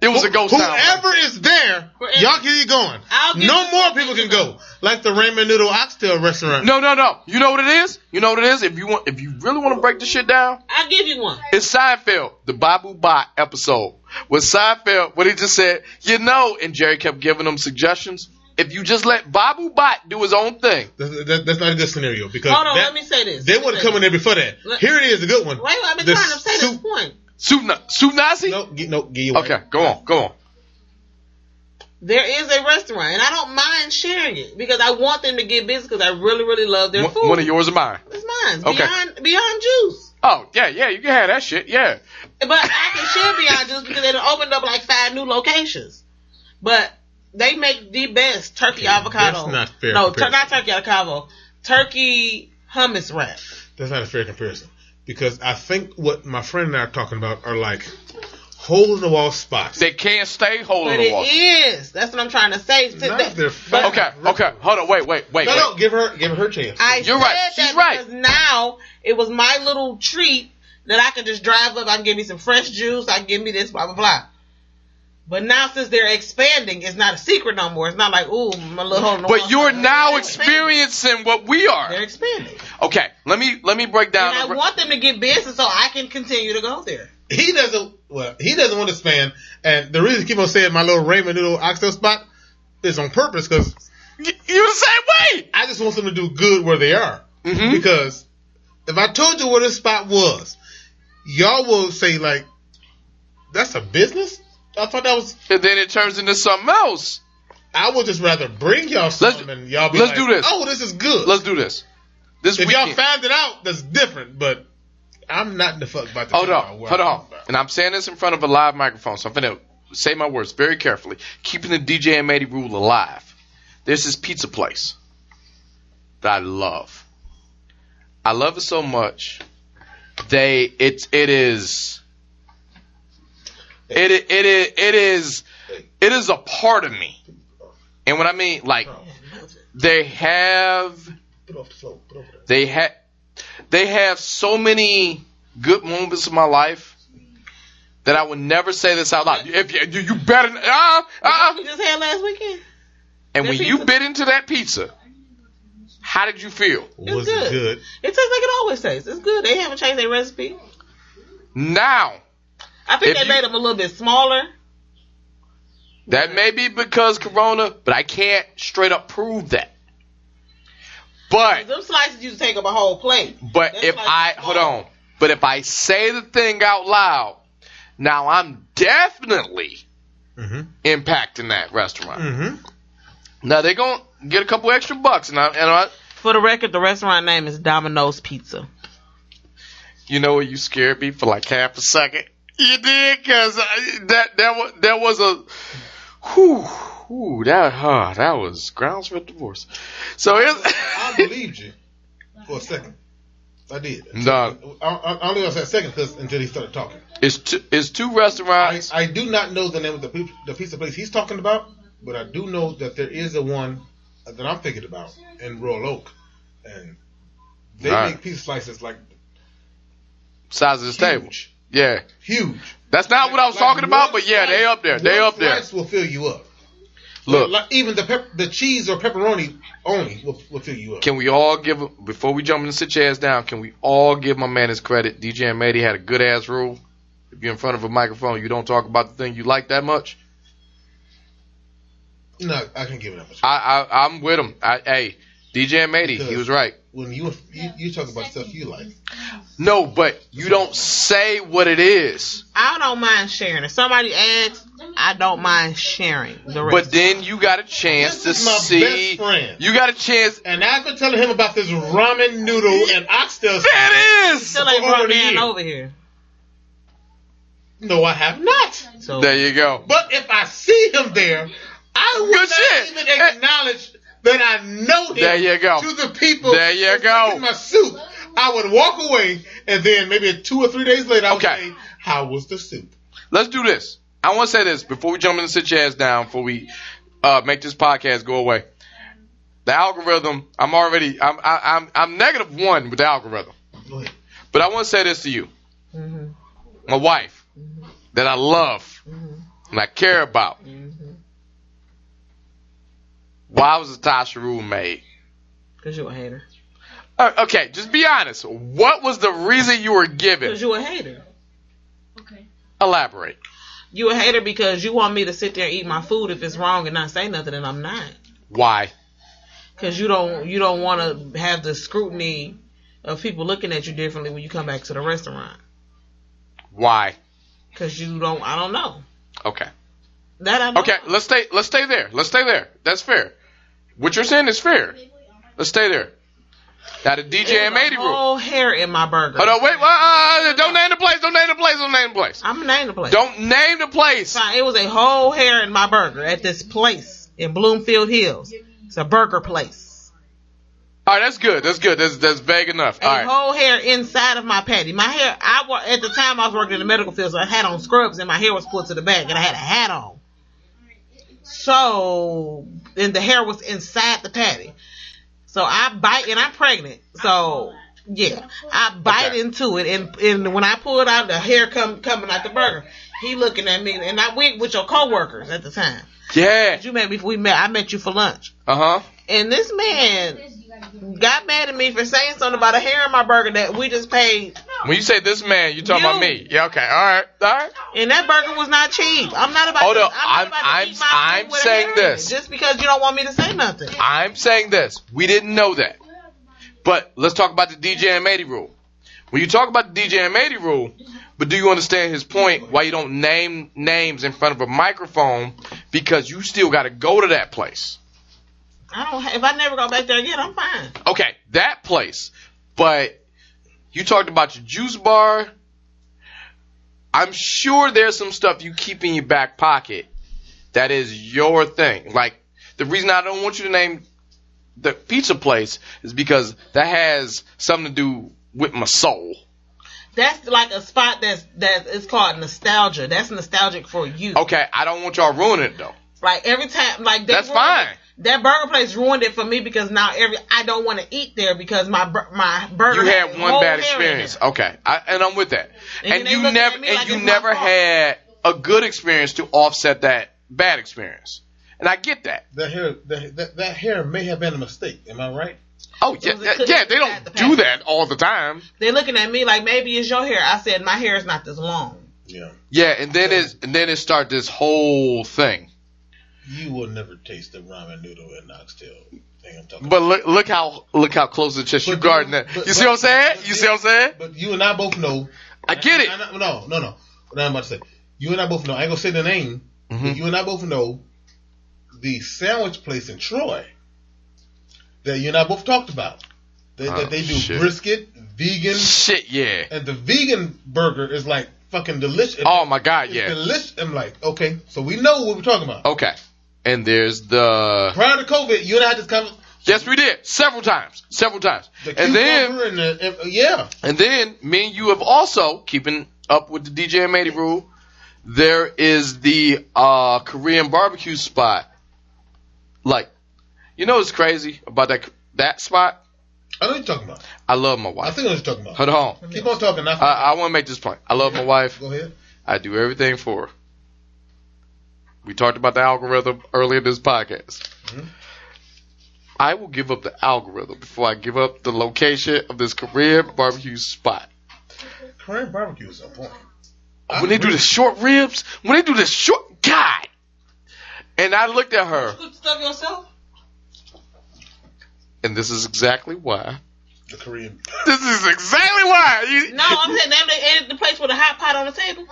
Speaker 5: it was a ghost town.
Speaker 4: whoever is there,
Speaker 6: Whoever-
Speaker 4: y'all can keep going.
Speaker 6: I'll give
Speaker 4: No
Speaker 6: you-
Speaker 4: more people can go. Like the ramen noodle oxtail restaurant.
Speaker 5: No, no, no. You know what it is? You know what it is? If you want, if you really want to break this shit down,
Speaker 6: I'll give you one.
Speaker 5: It's Seinfeld, the Babu Bot episode. With Seinfeld, what he just said, you know, and Jerry kept giving him suggestions. If you just let Babu Bot do his own thing,
Speaker 4: That, that- that's not a good scenario because
Speaker 6: Hold on,
Speaker 4: that-
Speaker 6: let me say this.
Speaker 4: they
Speaker 6: Let me
Speaker 4: would have
Speaker 6: say
Speaker 4: come in
Speaker 6: this.
Speaker 4: there before that.
Speaker 6: Let-
Speaker 4: Here it is, a good one.
Speaker 6: Wait, I've been
Speaker 4: The
Speaker 6: trying to say this
Speaker 4: soup-
Speaker 6: point.
Speaker 5: Subna- Subnasi?
Speaker 4: No, get, no, get your wife.
Speaker 5: Okay, go on, go on.
Speaker 6: There is a restaurant, and I don't mind sharing it because I want them to get business because I really, really love their
Speaker 5: One,
Speaker 6: food.
Speaker 5: one of yours or mine?
Speaker 6: It's mine.
Speaker 5: Okay.
Speaker 6: Beyond, beyond juice.
Speaker 5: Oh, yeah, yeah, you can have that shit, yeah.
Speaker 6: But I can share Beyond Juice because they done opened up like five new locations. But they make the best turkey avocado.
Speaker 4: that's not fair
Speaker 6: No, tur-
Speaker 4: comparison.
Speaker 6: not turkey avocado. turkey hummus wrap.
Speaker 4: That's not a fair comparison because I think what my friend and I are talking about are like hole in the wall spots.
Speaker 5: They can't stay hole
Speaker 6: But
Speaker 5: in the
Speaker 6: it
Speaker 5: wall.
Speaker 6: is. That's what I'm trying to say. To
Speaker 4: Not
Speaker 6: that-
Speaker 4: if they're
Speaker 6: but
Speaker 4: fat.
Speaker 5: Okay, okay, hold on, wait, wait, wait,
Speaker 4: no,
Speaker 5: wait.
Speaker 4: no, give her give her a chance.
Speaker 6: I
Speaker 5: You're
Speaker 6: said
Speaker 5: right.
Speaker 6: that
Speaker 5: She's right.
Speaker 6: because now it was my little treat that I could just drive up. I can give me some fresh juice. I can give me this, blah blah blah. But now since they're expanding, it's not a secret no more. It's not like ooh, my little hole in the
Speaker 5: But
Speaker 6: wall.
Speaker 5: you're now
Speaker 6: They're expanding.
Speaker 5: experiencing what we
Speaker 6: They're
Speaker 5: are.
Speaker 6: expanding,
Speaker 5: Okay, let me let me break down.
Speaker 6: and I
Speaker 5: the-
Speaker 6: want them to get business so I can continue to go there.
Speaker 4: he doesn't. Well, he doesn't want to span, and the reason he keep on saying my little ramen noodle oxtail spot is on purpose because
Speaker 5: Y- you the same way.
Speaker 4: I just want them to do good where they are.
Speaker 5: Mm-hmm.
Speaker 4: Because if I told you where this spot was, y'all will say like, "That's a business." I thought that was.
Speaker 5: And then it turns into something else.
Speaker 4: I would just rather bring y'all something and y'all be
Speaker 5: let's
Speaker 4: like,
Speaker 5: do this.
Speaker 4: "Oh, this is good."
Speaker 5: Let's do this. This
Speaker 4: if y'all
Speaker 5: weekend.
Speaker 4: found it out, that's different. But I'm not in the fuck about the.
Speaker 5: Hold on, hold on. And I'm saying this in front of a live microphone, so I'm finna say my words very carefully, keeping the DJ and Matey rule alive. There's this pizza place that I love. I love it so much. They it it is it it it, it is it is a part of me. And what I mean like they have
Speaker 4: Put off the floor. Put off the
Speaker 5: they had they have so many good moments in my life that I would never say this out loud. If you, you better uh, uh,
Speaker 6: We just had last weekend.
Speaker 5: and when you bit into that pizza, how did you feel?
Speaker 4: floor. Was
Speaker 6: good.
Speaker 4: it good?
Speaker 6: It tastes like it always tastes. It's good. They haven't changed their recipe.
Speaker 5: Now
Speaker 6: I think
Speaker 5: If
Speaker 6: they
Speaker 5: you-
Speaker 6: made them a little bit smaller.
Speaker 5: that may be because Corona, but I can't straight up prove that. But
Speaker 6: Them slices used to take up a whole plate.
Speaker 5: But
Speaker 6: That's
Speaker 5: if
Speaker 6: like
Speaker 5: I
Speaker 6: small.
Speaker 5: hold on, but if I say the thing out loud, now I'm definitely
Speaker 4: Mhm.
Speaker 5: impacting that restaurant.
Speaker 4: Mhm.
Speaker 5: Now they're gonna get a couple extra bucks, and I and I,
Speaker 6: For the record, the restaurant name is Domino's Pizza.
Speaker 5: you know what, you scared me for like half a second. You did, cause I, that that was that was a whew, whew that huh, that was grounds for divorce. So
Speaker 4: I
Speaker 5: it's
Speaker 4: believed you for a second. I did.
Speaker 5: no,
Speaker 4: I, I, I only was that second because until he started talking.
Speaker 5: it's two it's two
Speaker 4: I,
Speaker 5: restaurants.
Speaker 4: I do not know the name of the pe- the pizza place he's talking about, but I do know that there is a one that I'm thinking about in Royal Oak, and they
Speaker 5: Right.
Speaker 4: make pizza slices like
Speaker 5: size of this table,
Speaker 4: huge,
Speaker 5: yeah.
Speaker 4: huge.
Speaker 5: That's not what I was
Speaker 4: Like,
Speaker 5: talking about,
Speaker 4: one
Speaker 5: but yeah, they
Speaker 4: slice-
Speaker 5: up there. They
Speaker 4: one
Speaker 5: up there.
Speaker 4: Slice will fill you up.
Speaker 5: Look,
Speaker 4: like, even the pep- the cheese or pepperoni only will, will fill you up.
Speaker 5: can we all give before we jump in and sit your ass down? Can we all give my man his credit? DJ and Matey had a good ass rule. If you're in front of a microphone, you don't talk about the thing you like that much.
Speaker 4: no, I can give it up.
Speaker 5: I, I I'm with him. I, hey, DJ and Matey, he
Speaker 4: Because-
Speaker 5: was right.
Speaker 4: When you you, you talk about stuff you like,
Speaker 5: No, but you don't say what it is.
Speaker 6: I don't mind sharing. If somebody asks, I don't mind sharing the
Speaker 5: But
Speaker 6: rest.
Speaker 5: then you got a
Speaker 4: This
Speaker 5: chance to
Speaker 4: is my
Speaker 5: see.
Speaker 4: best friend.
Speaker 5: You got a chance.
Speaker 4: and I've been telling him about this ramen noodle and oxtail.
Speaker 5: There it is.
Speaker 6: Still ain't
Speaker 4: over
Speaker 6: brought
Speaker 4: the
Speaker 6: man
Speaker 4: years.
Speaker 6: over here.
Speaker 4: No, I have not.
Speaker 6: So
Speaker 5: There you go.
Speaker 4: But if I see him there, I will not
Speaker 5: Good shit.
Speaker 4: even acknowledge that I know him.
Speaker 5: There you go.
Speaker 4: To the people.
Speaker 5: There you
Speaker 4: that's
Speaker 5: go.
Speaker 4: making My soup. I would walk away, and then maybe two or three days later, I would
Speaker 5: Okay.
Speaker 4: say, "How was the soup?"
Speaker 5: Let's do this. I want to say this before we jump in and sit your ass down, before we uh, make this podcast go away. The algorithm, I'm already, I'm, I, I'm, I'm negative one with the algorithm.
Speaker 4: Go ahead.
Speaker 5: But I want to say this to you,
Speaker 6: mm-hmm,
Speaker 5: my wife,
Speaker 4: Mm-hmm.
Speaker 5: that I love and I care about.
Speaker 6: mm-hmm.
Speaker 5: Why was the Tasha rule made?
Speaker 6: Because you a hater.
Speaker 5: Uh, okay, just be honest. What was the reason you were given?
Speaker 6: Because you a hater.
Speaker 7: Okay.
Speaker 5: Elaborate.
Speaker 6: You a hater because you want me to sit there and eat my food if it's wrong and not say nothing and I'm not.
Speaker 5: Why?
Speaker 6: Because you don't you don't want to have the scrutiny of people looking at you differently when you come back to the restaurant.
Speaker 5: Why?
Speaker 6: Because you don't I don't know.
Speaker 5: Okay.
Speaker 6: That I know.
Speaker 5: Okay, let's stay. Let's stay there. Let's stay there. That's fair. What you're saying is fair. Let's stay there. Now the DJ and Matey rule.
Speaker 6: whole hair in my burger.
Speaker 5: Hold on, wait. Uh, uh, don't name the place. Don't name the place. Don't name the place.
Speaker 6: I'm gonna name the place.
Speaker 5: Don't name the place.
Speaker 6: Fine, It was a whole hair in my burger at this place in Bloomfield Hills. It's a burger place.
Speaker 5: All right, that's good. That's good. That's that's vague enough.
Speaker 6: a
Speaker 5: All right.
Speaker 6: whole hair inside of my patty. My hair, I wa- at the time I was working in the medical field, so I had on scrubs and my hair was pulled to the back and I had a hat on. So, and the hair was inside the patty. So I bite and I'm pregnant. So yeah, I bite
Speaker 5: Okay.
Speaker 6: into it and and when I pull it out, the hair come coming out the burger. He looking at me and I went with your coworkers at the time.
Speaker 5: Yeah.
Speaker 6: You met me. We met. I met you for lunch.
Speaker 5: Uh huh.
Speaker 6: And this man got mad at me for saying something about a hair in my burger that we just paid,
Speaker 5: When you say this man, you talking about
Speaker 6: You.
Speaker 5: me? Yeah. Okay. All right. All right.
Speaker 6: and that burger was not cheap. I'm not about.
Speaker 5: Hold
Speaker 6: to,
Speaker 5: up.
Speaker 6: I'm,
Speaker 5: I'm-
Speaker 6: not about to
Speaker 5: I'm-
Speaker 6: eat my food
Speaker 5: I'm
Speaker 6: with a
Speaker 5: saying
Speaker 6: hair in it
Speaker 5: this.
Speaker 6: just because you don't want me to say nothing.
Speaker 5: I'm saying this. We didn't know that. But let's talk about the DJ M80 rule. When you talk about the DJ M80 rule, but do you understand his point why you don't name names in front of a microphone because you still got to go to that place?
Speaker 6: I don't. If I never go back there again, I'm fine.
Speaker 5: Okay, that place. But you talked about your juice bar. I'm sure there's some stuff you keep in your back pocket that is your thing. Like the reason I don't want you to name the pizza place is because that has something to do with my soul.
Speaker 6: That's like a spot that's that is called nostalgia. That's nostalgic for you.
Speaker 5: Okay, I don't want y'all ruining it though.
Speaker 6: Like every time, like they
Speaker 5: That's
Speaker 6: ruined it.
Speaker 5: fine.
Speaker 6: That burger place ruined it for me because now every I don't want to eat there because my bur- my burger.
Speaker 5: You had
Speaker 6: whole
Speaker 5: one bad
Speaker 6: hair in it.
Speaker 5: experience. Oh. Okay, I, and I'm with that. And,
Speaker 6: And then they
Speaker 5: you
Speaker 6: looking
Speaker 5: never
Speaker 6: at
Speaker 5: and
Speaker 6: me like
Speaker 5: you
Speaker 6: it's my
Speaker 5: never
Speaker 6: fault.
Speaker 5: had a good experience to offset that bad experience. And I get that.
Speaker 4: That hair, that, that, that hair may have been a mistake. Am I right?
Speaker 5: Oh yeah,
Speaker 6: was a
Speaker 5: yeah,
Speaker 6: cookie
Speaker 5: yeah, They
Speaker 6: inside the
Speaker 5: don't do
Speaker 6: package.
Speaker 5: that all the time.
Speaker 6: They're looking at me like maybe it's your hair. I said my hair is not this long.
Speaker 4: Yeah.
Speaker 5: Yeah, and then it's and then it start this whole thing.
Speaker 4: You will never taste the ramen noodle and oxtail thing I'm talking
Speaker 5: But look, look how look how close to Cheshire
Speaker 4: But
Speaker 5: Garden.
Speaker 4: then-
Speaker 5: That
Speaker 4: but-
Speaker 5: you see what I'm
Speaker 4: but-
Speaker 5: saying?
Speaker 4: but
Speaker 5: You
Speaker 4: then-
Speaker 5: see what I'm saying?
Speaker 4: But you and I both know.
Speaker 5: I get it.
Speaker 4: I- I- no, no, no. What I'm about to say. You and I both know. I ain't gonna say the name. But
Speaker 5: Mm-hmm.
Speaker 4: you and I both know the sandwich place in Troy that you and I both talked about. They,
Speaker 5: Oh,
Speaker 4: that they do
Speaker 5: shit.
Speaker 4: brisket, vegan,
Speaker 5: Shit, yeah.
Speaker 4: and the vegan burger is like fucking delicious.
Speaker 5: Oh my god,
Speaker 4: It's
Speaker 5: yeah. Oh.
Speaker 4: delicious. I'm like, okay, so we know what we're talking about.
Speaker 5: Okay, and there's the
Speaker 4: Prior to COVID, you and I had this conversation.
Speaker 5: yes, we did several times, several times,
Speaker 4: The
Speaker 5: and then
Speaker 4: cucumber and the, and- uh, yeah,
Speaker 5: and then me and you have also keeping up with the DJ Matey rule. There is the uh Korean barbecue spot. Like, you know what's crazy about that that spot?
Speaker 4: I know what you're talking about.
Speaker 5: I love my
Speaker 4: I
Speaker 5: wife.
Speaker 4: think I know what you're talking about.
Speaker 5: Hold on.
Speaker 4: Keep on talking.
Speaker 5: I,
Speaker 4: I,
Speaker 5: I want to make this point. I love my wife.
Speaker 4: go ahead.
Speaker 5: I do everything for her. We talked about the algorithm earlier in this podcast.
Speaker 4: Mm-hmm.
Speaker 5: I will give up the algorithm before I give up the location of this Korean barbecue spot.
Speaker 4: Korean barbecue is on point. I
Speaker 5: When they do
Speaker 4: agree.
Speaker 5: the short ribs, when they do the short, God. And I looked at her,
Speaker 6: Good stuff yourself.
Speaker 5: and this is exactly why.
Speaker 4: the Korean,
Speaker 5: This is exactly why. You-
Speaker 6: No, I'm saying them. They added the place with a hot pot on the table.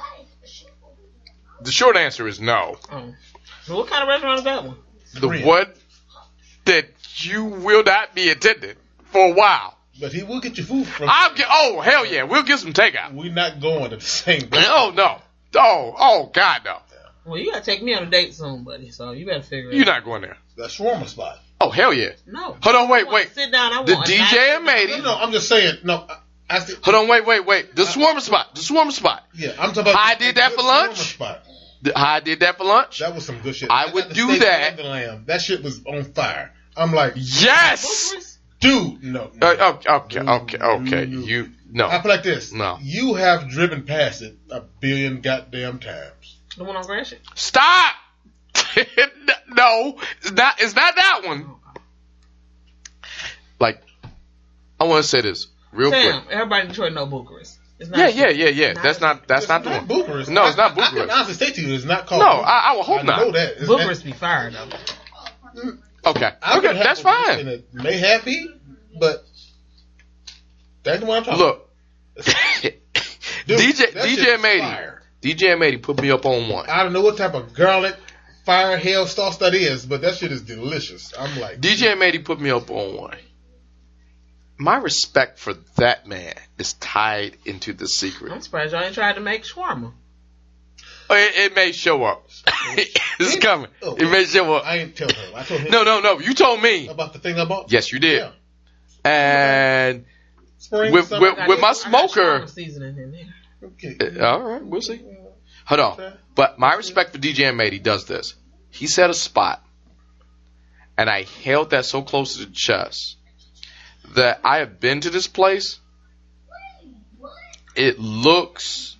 Speaker 5: the short answer is no.
Speaker 6: So Oh. what kind of restaurant is that one?
Speaker 5: The
Speaker 4: Korean.
Speaker 5: one that you will not be attending for a while.
Speaker 4: but he will get your food from.
Speaker 5: I'll get. Oh hell yeah, we'll get some takeout.
Speaker 4: We're not going to the same place.
Speaker 5: Oh no. Oh oh god no.
Speaker 6: Well, you gotta take me on a date soon, buddy. So you better figure it.
Speaker 5: You're not
Speaker 6: out.
Speaker 5: going there.
Speaker 4: That shawarma spot.
Speaker 5: Oh hell yeah.
Speaker 6: No.
Speaker 5: Hold on,
Speaker 6: I
Speaker 5: wait
Speaker 6: wanna
Speaker 5: wait.
Speaker 6: Sit down. I
Speaker 5: The
Speaker 6: want a
Speaker 5: DJ
Speaker 6: nice-
Speaker 5: and
Speaker 4: No,
Speaker 5: Matey.
Speaker 4: no, I'm just saying. No, I, I said,
Speaker 5: Hold on, wait wait wait. The swarm spot. The swarm spot.
Speaker 4: yeah, I'm talking about.
Speaker 5: I did that
Speaker 4: good
Speaker 5: for lunch?
Speaker 4: shawarma Spot.
Speaker 5: The- how I did that for lunch.
Speaker 4: That was some good shit.
Speaker 5: I
Speaker 4: got
Speaker 5: would
Speaker 4: the
Speaker 5: do
Speaker 4: steak
Speaker 5: that.
Speaker 4: and the lamb. That shit was on fire. I'm like,
Speaker 5: Yes.
Speaker 4: dude, no. no.
Speaker 5: Uh, okay okay okay okay. You
Speaker 4: I
Speaker 5: no.
Speaker 4: feel like this.
Speaker 5: No.
Speaker 4: You have driven past it a billion goddamn times.
Speaker 6: The one on Gresham.
Speaker 5: Stop. no, it's not. It's not that one. Like, I want to say this real quick.
Speaker 6: Damn. Everybody in Detroit know Bucharest. It's not
Speaker 5: Yeah, yeah, yeah, yeah. That's not. That's
Speaker 4: It's
Speaker 5: not the one.
Speaker 4: Bucharest.
Speaker 5: No, it's
Speaker 4: I-
Speaker 5: not
Speaker 4: I- I
Speaker 5: Bucharest.
Speaker 4: can honestly say to you, it's not called
Speaker 5: No,
Speaker 4: Bucharest.
Speaker 5: I- I would hope not.
Speaker 4: know that. It's
Speaker 6: Bucharest be fired though.
Speaker 5: Okay.
Speaker 4: I
Speaker 5: Okay,
Speaker 4: could have
Speaker 5: that's
Speaker 4: Bucharest
Speaker 5: fine.
Speaker 4: and It may have been, but that's what I'm talking about.
Speaker 5: Look.
Speaker 4: Dude,
Speaker 5: DJ
Speaker 4: that shit
Speaker 5: DJ
Speaker 4: is fire.
Speaker 5: Matey. DJ Matey put me up on one.
Speaker 4: I don't know what type of garlic fire hell sauce that is, but that shit is delicious. I'm like,
Speaker 5: DJ Matey put me up on one. My respect for that man is tied into the
Speaker 6: I'm
Speaker 5: secret. Oh,
Speaker 6: surprised y'all ain't tried to make shawarma.
Speaker 5: It, it may show up. it's coming. It may show up.
Speaker 4: I ain't tell him. I told him
Speaker 5: No, no, no. You told me.
Speaker 4: about the thing I bought.
Speaker 5: Yes, you did.
Speaker 4: Yeah.
Speaker 5: And
Speaker 4: Spring,
Speaker 5: with
Speaker 4: summer.
Speaker 5: with, with my
Speaker 8: I
Speaker 5: smoker,
Speaker 8: got seasoning in there.
Speaker 4: okay.
Speaker 5: Uh, all right, we'll see. Hold on. But my respect for DJ Matey does this. He set a spot, and I held that so close to the chest that I have been to this place. It looks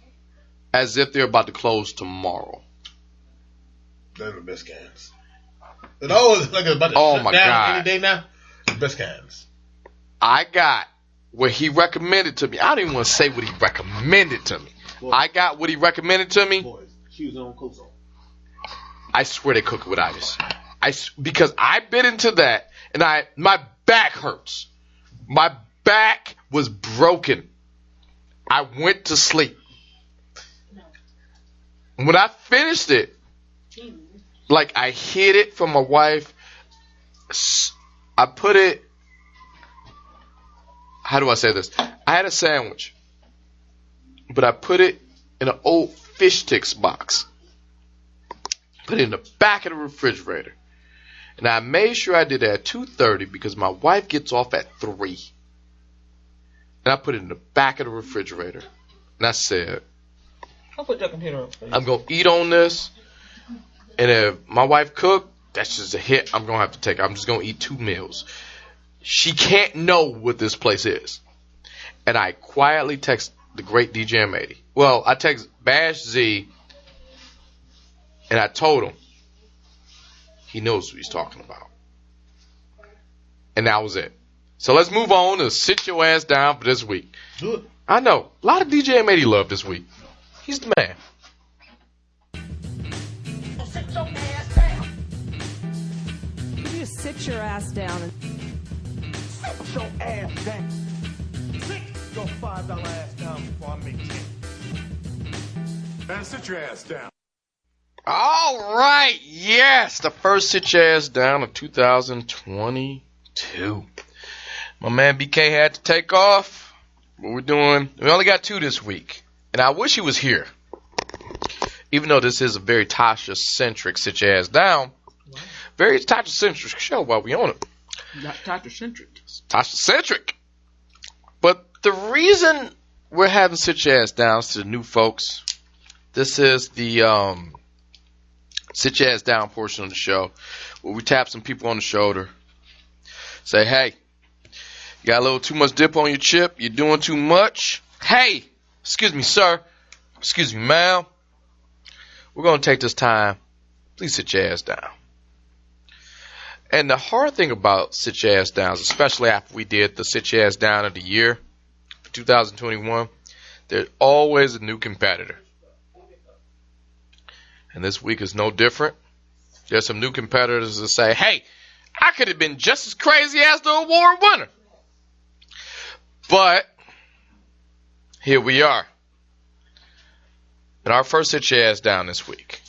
Speaker 5: as if they're about to close tomorrow.
Speaker 4: Those are the best cans. It always like it's about to
Speaker 5: Oh
Speaker 4: shut
Speaker 5: my
Speaker 4: down
Speaker 5: God.
Speaker 4: any day now. The best cans.
Speaker 5: I got what he recommended to me. I don't even want to say what he recommended to me. I got what he recommended to me.
Speaker 4: Boys, shoes on, clothes on.
Speaker 5: I swear they cook it with itis. I s- because I bit into that and I my back hurts. My back was broken. I went to sleep. When I finished it, like I hid it from my wife. S- I put it. How do I say this? I had a sandwich, but I put it in an old fish sticks box put it in the back of the refrigerator. And I made sure I did that at two thirty because my wife gets off at three. And I put it in the back of the refrigerator. And I said,
Speaker 8: I'll put your computer on.
Speaker 5: I'm gonna eat on this. And if my wife cooked, that's just a hit I'm gonna have to take. I'm just gonna eat two meals. She can't know what this place is. And I quietly text the great DJ M80. Well, I text Bash Z and I told him he knows what he's talking about. And that was it. So let's move on to sit your ass down for this week.
Speaker 4: Do it.
Speaker 5: I know. A lot of DJ M80 love this week. He's the man.
Speaker 10: You just sit your ass down and
Speaker 5: All right, yes, the first sit your ass down of 2022. My man BK had to take off, but we're doing. We only got two this week, and I wish he was here. Even though this is a very Tasha centric sit your ass down, very Tasha centric show while we on it.
Speaker 6: Dr. Centric.
Speaker 5: Tasha centric. But the reason we're having sit your ass downs to the new folks, this is the um, sit your ass down portion of the show where we tap some people on the shoulder, say, hey, you got a little too much dip on your chip, you're doing too much. Hey, excuse me, sir, excuse me, ma'am. We're going to take this time. Please sit your ass down. And the hard thing about sit your ass downs, especially after we did the sit your ass down of the year for 2021, there's always a new competitor. And this week is no different. There's some new competitors that say, hey, I could have been just as crazy as the award winner. But here we are. And our first sit your ass down this week.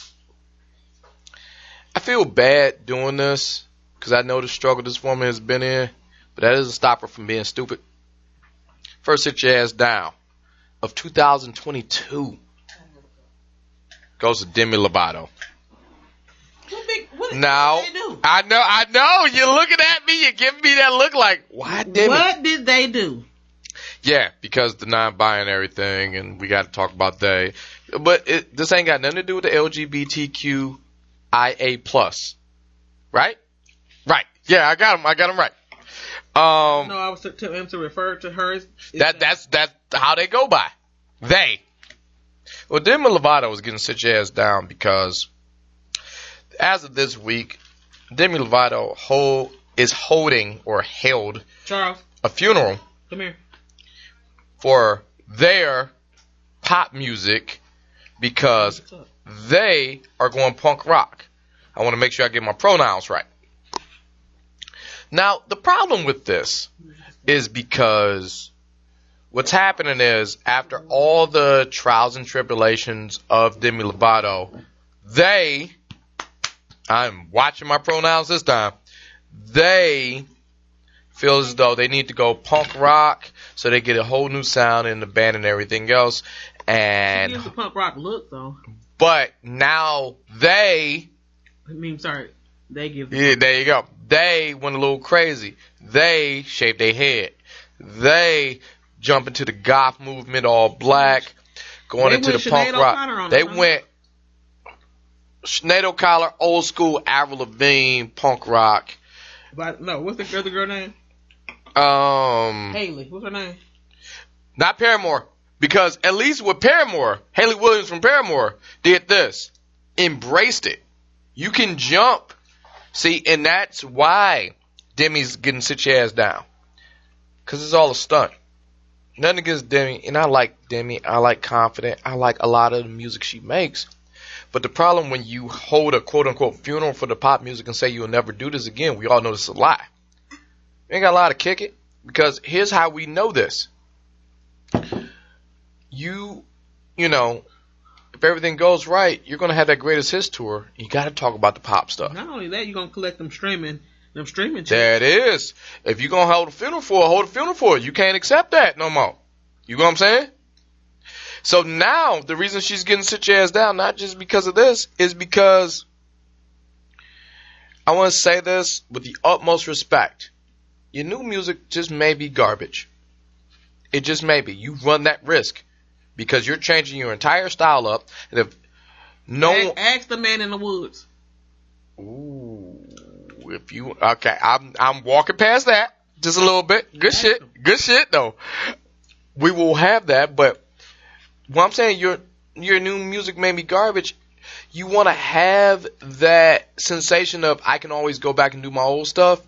Speaker 5: I feel bad doing this because I know the struggle this woman has been in, but that doesn't stop her from being stupid. First, sit your ass down of 2022 goes to Demi Lovato.
Speaker 6: What big, what
Speaker 5: Now,
Speaker 6: did they do?
Speaker 5: I know, I know, you're looking at me, you're giving me that look like, why Demi?
Speaker 6: What did they do?
Speaker 5: Yeah, because the non-binary thing, and we got to talk about that. But it, this ain't got nothing to do with the LGBTQIA plus, right? Right. Yeah, I got him. I got him right. Um,
Speaker 6: No, I was to him to refer to hers.
Speaker 5: that that's that's how they go by. They. Well, Demi Lovato was getting such ass down because as of this week, Demi Lovato hold, is holding or held
Speaker 6: Charles,
Speaker 5: a funeral
Speaker 6: come here.
Speaker 5: for their pop music because they are going punk rock. I want to make sure I get my pronouns right. Now, the problem with this is because what's happening is after all the trials and tribulations of Demi Lovato, they I'm watching my pronouns this time. They feel as though they need to go punk rock so they get a whole new sound in the band and everything else.
Speaker 6: She
Speaker 5: And
Speaker 6: gives the punk rock look though.
Speaker 5: but now they
Speaker 6: I mean, sorry, They give
Speaker 5: Yeah, there you go. They went a little crazy. They shaved their head. They jump into the goth movement, all black, going
Speaker 6: They
Speaker 5: into
Speaker 6: went
Speaker 5: the punk
Speaker 6: Sinead O'Connor
Speaker 5: rock.
Speaker 6: on
Speaker 5: They
Speaker 6: us, huh?
Speaker 5: went Sinead O'Connor, old school Avril Lavigne, punk rock.
Speaker 6: But no, what's the other girl name?
Speaker 5: Um,
Speaker 6: Haley. What's her name?
Speaker 5: not Paramore, because at least with Paramore, Haley Williams from Paramore did this, embraced it. You can jump, see, and that's why Demi's getting sit your ass down, cause it's all a stunt. Nothing against Demi, and I like Demi. I like Confident. I like a lot of the music she makes. But the problem when you hold a quote unquote funeral for the pop music and say you'll never do this again, we all know this is a lie. Ain't got a lot to kick it because here's how we know this you, you know, if everything goes right, you're gonna have that greatest hits tour. You got to talk about the pop stuff.
Speaker 6: Not only that, you're gonna collect them streaming, them streaming checks.
Speaker 5: There it is. If you're gonna hold a funeral for it, hold a funeral for it. You can't accept that no more. You know what I'm saying? So now the reason she's getting sit your ass down, not just because of this, is because I want to say this with the utmost respect. Your new music just may be garbage. It just may be. You run that risk because you're changing your entire style up, and if no
Speaker 6: A- ask the man in the woods.
Speaker 5: Ooh, if you okay, I'm I'm walking past that just a little bit. Good shit, good shit though. We will have that, but what I'm saying, your your new music may be garbage. You want to have that sensation of I can always go back and do my old stuff,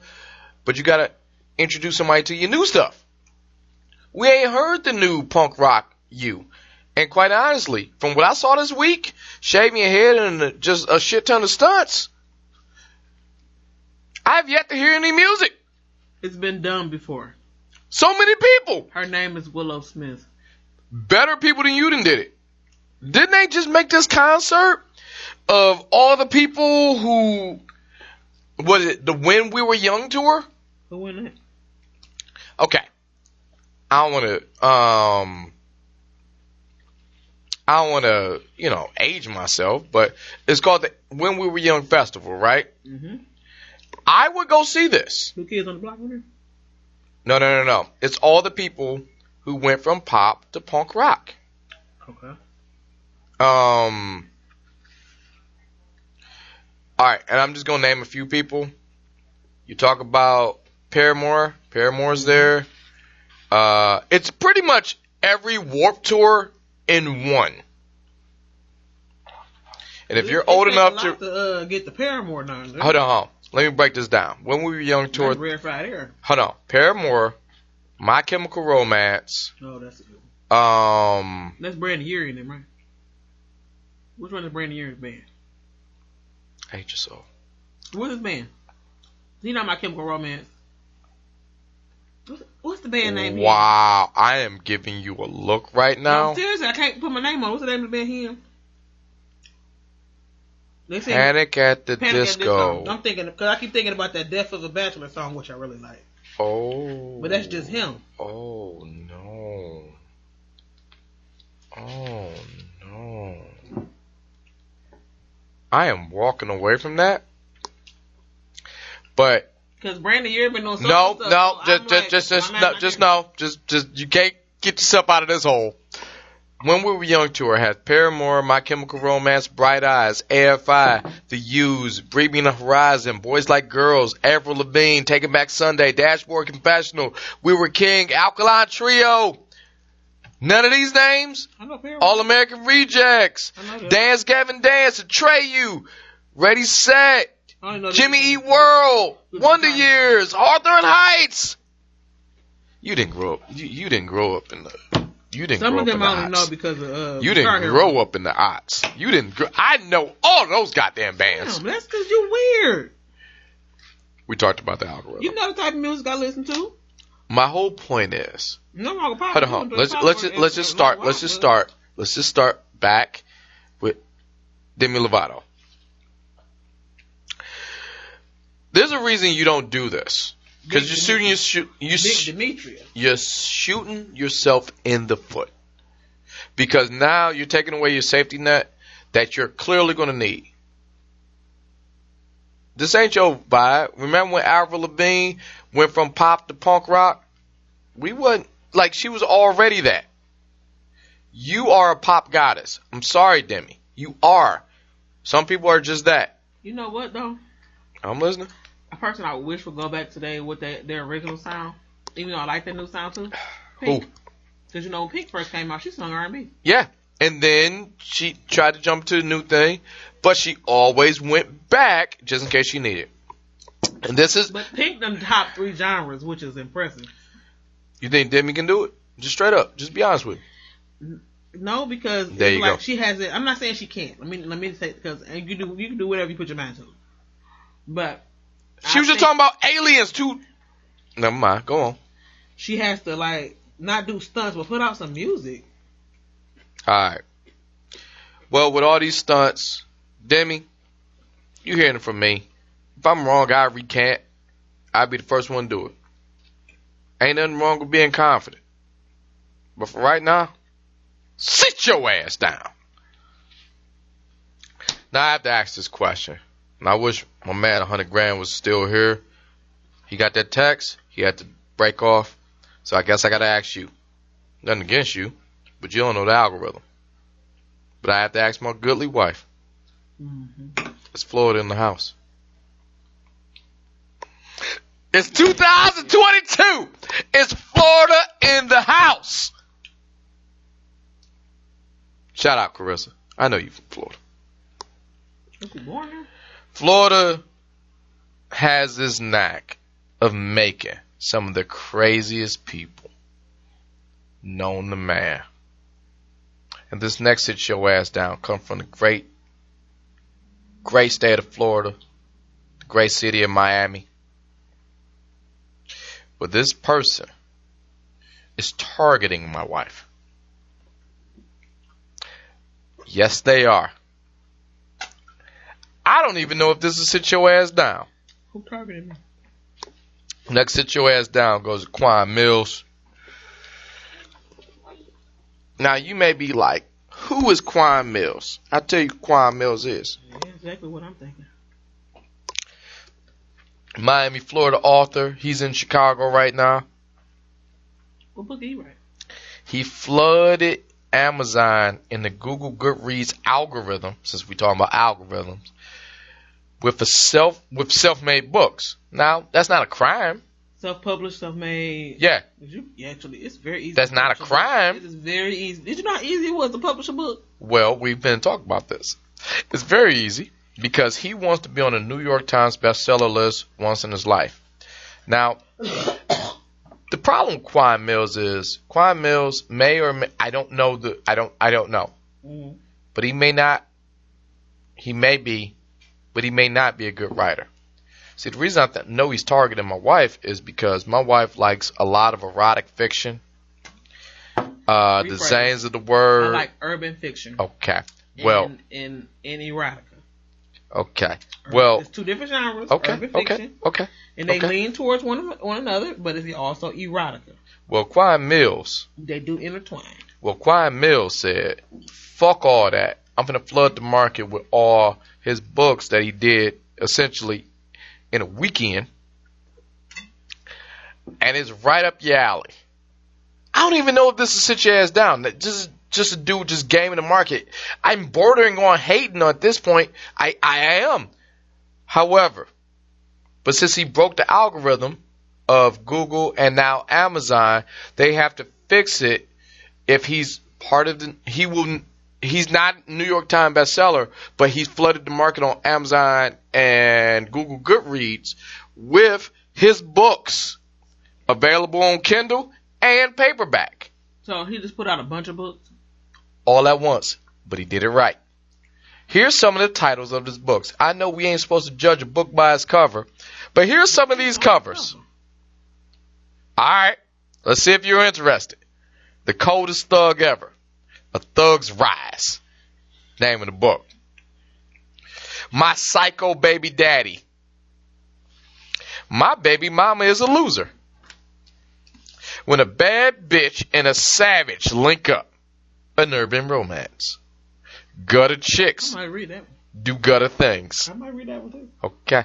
Speaker 5: but you gotta introduce somebody to your new stuff. We ain't heard the new punk rock you, and quite honestly, from what I saw this week, shaving your head and just a shit ton of stunts. I've yet to hear any music.
Speaker 6: It's been done before.
Speaker 5: So many people,
Speaker 6: Her name is Willow Smith.
Speaker 5: better people than you done did it. Didn't they just make this concert of all the people who was it the When We Were Young tour?
Speaker 6: Who went that?
Speaker 5: Okay. I don't want to um I don't want to, you know, age myself, but it's called the When We Were Young Festival, right?
Speaker 6: Mm-hmm.
Speaker 5: I would go see this.
Speaker 6: Two kids on the block with her.
Speaker 5: No, no, no, no. It's all the people who went from pop to punk rock.
Speaker 6: Okay.
Speaker 5: Um. All right, and I'm just gonna name a few people. You talk about Paramore. Paramore's
Speaker 6: Mm-hmm.
Speaker 5: there. Uh, it's pretty much every Warp Tour in one. And if you're old enough to
Speaker 6: to uh, get the Paramore done,
Speaker 5: hold on, hold on. let me break this down. When we were young,
Speaker 6: Like
Speaker 5: tour.
Speaker 6: rarefied air.
Speaker 5: Hold on, Paramore, My Chemical Romance.
Speaker 6: No, Oh, that's a good one.
Speaker 5: Um,
Speaker 6: That's Brandon Urie in them, right? Which one is Brandon Urie's band?
Speaker 5: I hate you so.
Speaker 6: What's his band? He not my Chemical Romance. What's, what's the band name? he in?
Speaker 5: Wow, I am giving you a look right now.
Speaker 6: No, seriously, I can't put my name on. What's the name of the band him? They said
Speaker 5: Panic at the
Speaker 6: Panic at the
Speaker 5: Disco.
Speaker 6: Disco. I'm thinking because I keep thinking about that "Death of a Bachelor" song, which I really like.
Speaker 5: oh.
Speaker 6: But that's just him.
Speaker 5: Oh no. Oh no. I am walking away from that. But
Speaker 6: Because Brandon, you been on some
Speaker 5: no,
Speaker 6: stuff,
Speaker 5: no, just,
Speaker 6: so I'm
Speaker 5: just,
Speaker 6: like,
Speaker 5: just, just,
Speaker 6: my
Speaker 5: no,
Speaker 6: man,
Speaker 5: just
Speaker 6: my man.
Speaker 5: no, just, just, you can't get yourself out of this hole. When We Were Young tour had Paramore, My Chemical Romance, Bright Eyes, AFI, The U's, Breathing the Horizon, Boys Like Girls, Avril Lavigne, Taking Back Sunday, Dashboard Confessional, We Were King, Alkaline Trio. None of these names.
Speaker 6: I know Paramore.
Speaker 5: All American Rejects,
Speaker 6: I know that.
Speaker 5: Dance Gavin Dance, Trey You, Ready Set,
Speaker 6: I only know
Speaker 5: Jimmy E
Speaker 6: this-
Speaker 5: Eat World,
Speaker 6: Good
Speaker 5: Wonder
Speaker 6: times.
Speaker 5: Years, Arthur and Heights. You didn't grow up. You, you didn't grow up in the. You didn't
Speaker 6: Some
Speaker 5: grow
Speaker 6: of
Speaker 5: up
Speaker 6: them
Speaker 5: in
Speaker 6: I only
Speaker 5: the
Speaker 6: know
Speaker 5: odds.
Speaker 6: because of uh,
Speaker 5: You didn't grow up in the odds. You didn't. Grow, I know all those goddamn bands.
Speaker 6: Damn, that's because you're weird.
Speaker 5: We talked about the algorithm.
Speaker 6: You know the type of music I listen to.
Speaker 5: My whole point is.
Speaker 6: No, I'm gonna
Speaker 5: Hold on, hold on. Let's let's just, let's just start. Let's just start. Let's just start back with Demi Lovato. There's a reason you don't do this because you're shooting your shoot you
Speaker 6: Big
Speaker 5: sh-
Speaker 6: Demetria.
Speaker 5: you're shooting yourself in the foot because now you're taking away your safety net that you're clearly going to need. this ain't your vibe. Remember when Avril Lavigne went from pop to punk rock? We wasn't like she was already that. You are a pop goddess. I'm sorry, Demi. You are. Some people are just that.
Speaker 6: You know what though?
Speaker 5: I'm listening.
Speaker 6: A person I wish would go back today with their, their original sound, even though I like that new sound too.
Speaker 5: Who?
Speaker 6: Pink. Because you know when Pink first came out, she sung R and B.
Speaker 5: Yeah. And then she tried to jump to a new thing, but she always went back just in case she needed. And this is
Speaker 6: But Pink done top three genres, which is impressive.
Speaker 5: you think Demi can do it? Just straight up. Just be honest with me.
Speaker 6: No, because
Speaker 5: There
Speaker 6: it's
Speaker 5: you
Speaker 6: like
Speaker 5: go.
Speaker 6: she has it. I'm not saying she can't. Let me let me say because and you do you can do whatever you put your mind to. But
Speaker 5: She
Speaker 6: I
Speaker 5: was just talking
Speaker 6: think
Speaker 5: about aliens too. Never mind. Go on.
Speaker 6: She has to like not do stunts, but put out some music.
Speaker 5: All right. Well, with all these stunts, Demi, you hearing it from me. If I'm wrong, I recant. I'll be the first one to do it. Ain't nothing wrong with being confident. But for right now, sit your ass down. Now I have to ask this question. And I wish my man 100 grand was still here. He got that text. He had to break off. So I guess I got to ask you. Nothing against you but you don't know the algorithm. But I have to ask my goodly wife. It's Florida in the house. It's 2022. It's Florida in the house. Shout out, Carissa. I know you from Florida.
Speaker 6: Is she born here?
Speaker 5: Florida has this knack of making some of the craziest people known to man. And this next sit your ass down come from the great, great state of Florida, the great city of Miami. But this person is targeting my wife. Yes, they are. I don't even know if this is sit your ass down.
Speaker 6: Who targeted me?
Speaker 5: Next, sit your ass down goes Quan Mills. Now you may be like, who is Quan Mills? I tell you, who Quan Mills is
Speaker 6: Yeah, exactly what I'm thinking.
Speaker 5: Miami, Florida author. He's in Chicago right now.
Speaker 6: What book did he write?
Speaker 5: He flooded Amazon in the Google Goodreads algorithm, since we're talking about algorithms, with a self with self-made books. Now that's not a crime.
Speaker 6: Self-published, self-made.
Speaker 5: Yeah,
Speaker 6: Did you, yeah, actually, it's very easy.
Speaker 5: That's
Speaker 6: to
Speaker 5: not a
Speaker 6: publish book.
Speaker 5: crime.
Speaker 6: It is very easy. Did you know how easy it was to publish a book?
Speaker 5: Well, we've been talking about this. It's very easy because he wants to be on the New York Times bestseller list once in his life. Now, the problem with Quan Mills is Quan Mills may or may, I don't know the I don't I don't know,
Speaker 6: Mhm.
Speaker 5: but he may not. He may be, but he may not be a good writer. See, the reason I th- know he's targeting my wife is because my wife likes a lot of erotic fiction, uh, the
Speaker 6: Rephrase.
Speaker 5: Zanes of the
Speaker 6: I
Speaker 5: Word.
Speaker 6: like urban fiction.
Speaker 5: okay, Er. Oh, well,
Speaker 6: and, and, and erotica.
Speaker 5: Okay. Well,
Speaker 6: it's two different genres.
Speaker 5: okay,
Speaker 6: urban
Speaker 5: okay,
Speaker 6: fiction,
Speaker 5: okay.
Speaker 6: and they
Speaker 5: okay.
Speaker 6: lean towards one one another, but it's also erotica.
Speaker 5: Well, Quan Mills,
Speaker 6: They do intertwine.
Speaker 5: well, Quan Mills said, fuck all that. I'm going to flood the market with all his books that he did essentially in a weekend. And it's right up your alley. I don't even know if this is sit your ass down. That Just, just a dude just gaming the market. I'm bordering on hating at this point. I, I am. However, but since he broke the algorithm of Google and now Amazon, they have to fix it if he's part of the he will he's not New York Times bestseller, but he's flooded the market on Amazon and Google Goodreads with his books available on Kindle and paperback
Speaker 6: So he just put out a bunch of books.
Speaker 5: all at once, but he did it right. Here's some of the titles of his books. I know we ain't supposed to judge a book by its cover, but here's some of these covers. All right, let's see if you're interested. The coldest thug ever, a thug's rise. Name of the book. My psycho baby daddy. My baby mama is a loser. When a bad bitch and a savage link up, an urban romance. Gutter
Speaker 6: I
Speaker 5: chicks
Speaker 6: might read that. One.
Speaker 5: do gutter things.
Speaker 6: I might read that one too.
Speaker 5: Okay.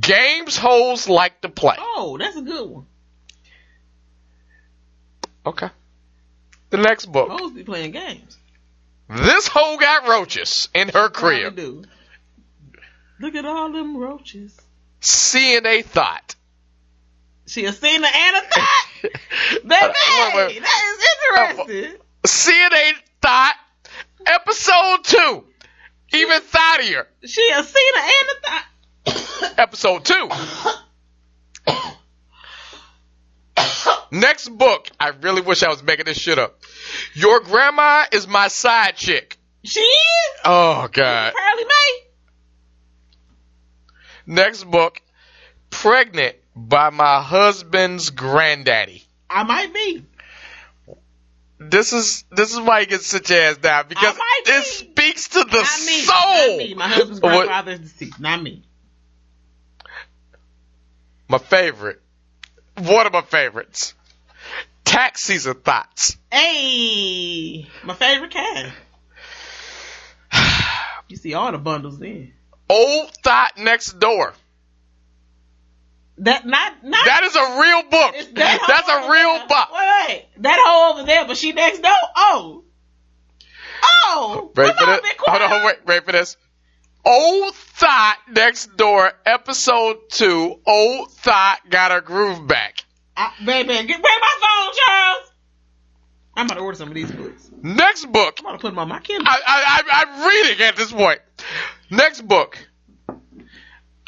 Speaker 5: Games hoes like to play.
Speaker 6: Oh, that's a good one.
Speaker 5: Okay. The next book.
Speaker 6: Hoes be playing games.
Speaker 5: This hoe got roaches in her
Speaker 6: Probably
Speaker 5: crib.
Speaker 6: do. Look at all them roaches.
Speaker 5: CNA thought.
Speaker 6: She a Cena and a thot.
Speaker 5: Uh,
Speaker 6: Baby,
Speaker 5: wait, wait.
Speaker 6: that is interesting.
Speaker 5: CNA thought. Episode two. Even thottier.
Speaker 6: She a Cena and a thot.
Speaker 5: Episode two. Next book. I really wish I was making this shit up. Your grandma is my side chick.
Speaker 6: She is
Speaker 5: Oh God.
Speaker 6: Pearly May.
Speaker 5: Next book. Pregnant by my husband's granddaddy.
Speaker 6: I might be.
Speaker 5: This is this is why he gets such ass down because
Speaker 6: I might
Speaker 5: it
Speaker 6: be.
Speaker 5: speaks to the
Speaker 6: Not me.
Speaker 5: soul.
Speaker 6: Not me. My husband's
Speaker 5: What-
Speaker 6: grandfather is deceased. Not me.
Speaker 5: my favorite, one of my favorites, tax season thoughts.
Speaker 6: Hey, my favorite cat. You see all the bundles then.
Speaker 5: Old thought next door.
Speaker 6: That not not
Speaker 5: That is a real book.
Speaker 6: It's that hoe
Speaker 5: That's a
Speaker 6: over
Speaker 5: real
Speaker 6: there.
Speaker 5: book.
Speaker 6: Wait, wait. That hoe over there, but she next door. Oh. Oh.
Speaker 5: Ready for
Speaker 6: Come
Speaker 5: this?
Speaker 6: on, Big
Speaker 5: Hold on,
Speaker 6: Quiet.
Speaker 5: wait, ready for this? Old thought next door, episode two. Old thought got her groove back.
Speaker 6: I, baby, get, bring my phone, Charles. I'm about to order some of these books. I'm
Speaker 5: Next book.
Speaker 6: about to put them on my Kindle.
Speaker 5: I, I, I, I'm reading at this point. Next book.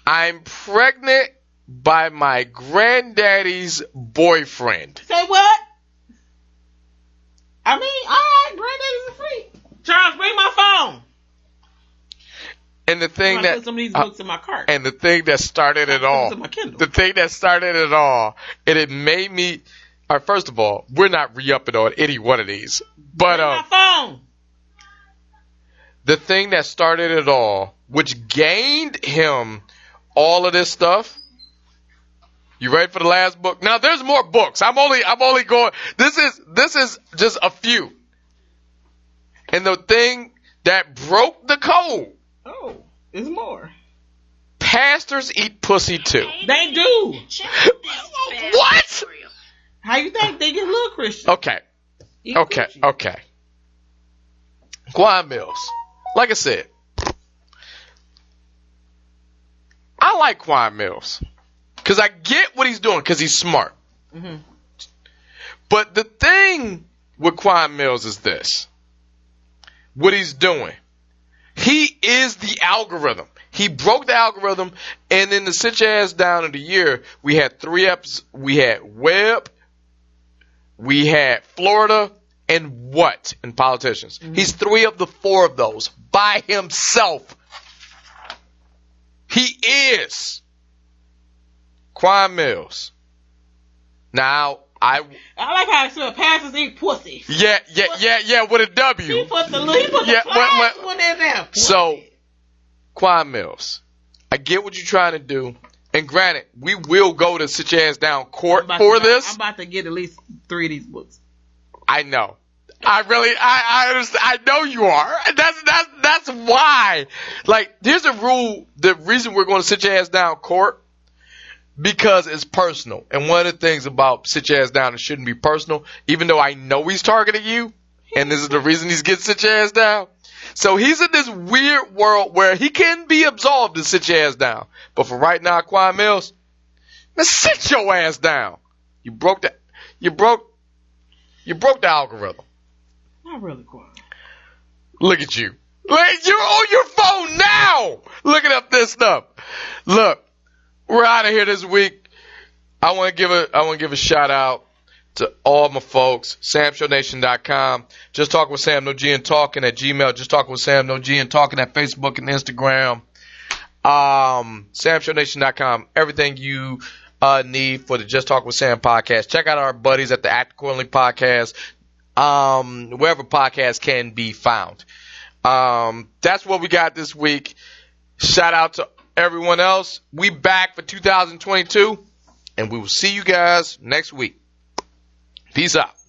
Speaker 5: I'm pregnant by my granddaddy's boyfriend.
Speaker 6: Say what? I mean, all right, granddaddy's a freak. Charles, bring my phone.
Speaker 5: And the
Speaker 6: I'm
Speaker 5: thing
Speaker 6: about to put
Speaker 5: that
Speaker 6: some of these
Speaker 5: uh,
Speaker 6: books in my cart.
Speaker 5: and the thing that started it all,
Speaker 6: Put them in my Kindle.
Speaker 5: the thing that started it all, and it made me. All right, first of all, we're not re-upping on any one of these, but
Speaker 6: bring
Speaker 5: um,
Speaker 6: my phone.
Speaker 5: the thing that started it all, which gained him all of this stuff. You ready for the last book? Now there's more books. I'm only I'm only going this is this is just a few. And the thing that broke the code,
Speaker 6: Oh, there's more.
Speaker 5: pastors eat pussy too.
Speaker 6: They do.
Speaker 5: What?
Speaker 6: How you think they get little Christian?
Speaker 5: Okay.
Speaker 6: Eat
Speaker 5: Oh, Okay.
Speaker 6: Gucci.
Speaker 5: Okay. Quan Mills. Like I said, I like Quan Mills because I get what he's doing because he's smart.
Speaker 6: Mhm.
Speaker 5: But the thing with Quan Mills is this what he's doing. He is the algorithm. He broke the algorithm, and in the sit your ass down of the year, we had three eps. We had Webb, we had Florida, and what? And politicians.
Speaker 6: Mm-hmm.
Speaker 5: He's three of the four of those by himself. He is Quan Mills. Now I
Speaker 6: I like how I said pastors eat pussy.
Speaker 5: yeah yeah yeah yeah with a
Speaker 6: He
Speaker 5: W.
Speaker 6: put the he put the
Speaker 5: Yeah,
Speaker 6: class
Speaker 5: what- what-
Speaker 6: one in there.
Speaker 5: So, Quan Mills, I get what you're trying to do. And granted, we will go to sit your ass down court
Speaker 6: I'm about
Speaker 5: for
Speaker 6: to- I'm
Speaker 5: this.
Speaker 6: about to get at least three of these books.
Speaker 5: I know. I really, I, I understand. I know you are. That's, that's, that's why. Like, here's the rule. The reason we're going to sit your ass down court because it's personal. And one of the things about sit your ass down, it shouldn't be personal, even though I know he's targeting you. And this is the reason he's getting sit your ass down. So he's in this weird world where he can be absolved to sit your ass down. But for right now, Quan Mills, man, sit your ass down. You broke the, you broke, you broke the algorithm.
Speaker 6: Not really quiet.
Speaker 5: Look at you. Look, you're on your phone now. Looking up this stuff. Look, we're out of here this week. I want to give a I want to give a shout out to all my folks. SamShowNation.com. Just talk with Sam No G and talking at Gmail. Just talk with Sam No G and talking at Facebook and Instagram. Um, SamShowNation.com. Everything you uh, need for the Just Talk with Sam podcast. Check out our buddies at the Act Accordingly podcast um, wherever podcasts can be found. Um, that's what we got this week. Shout out to everyone else. We back for 2022, and we will see you guys next week. Peace out.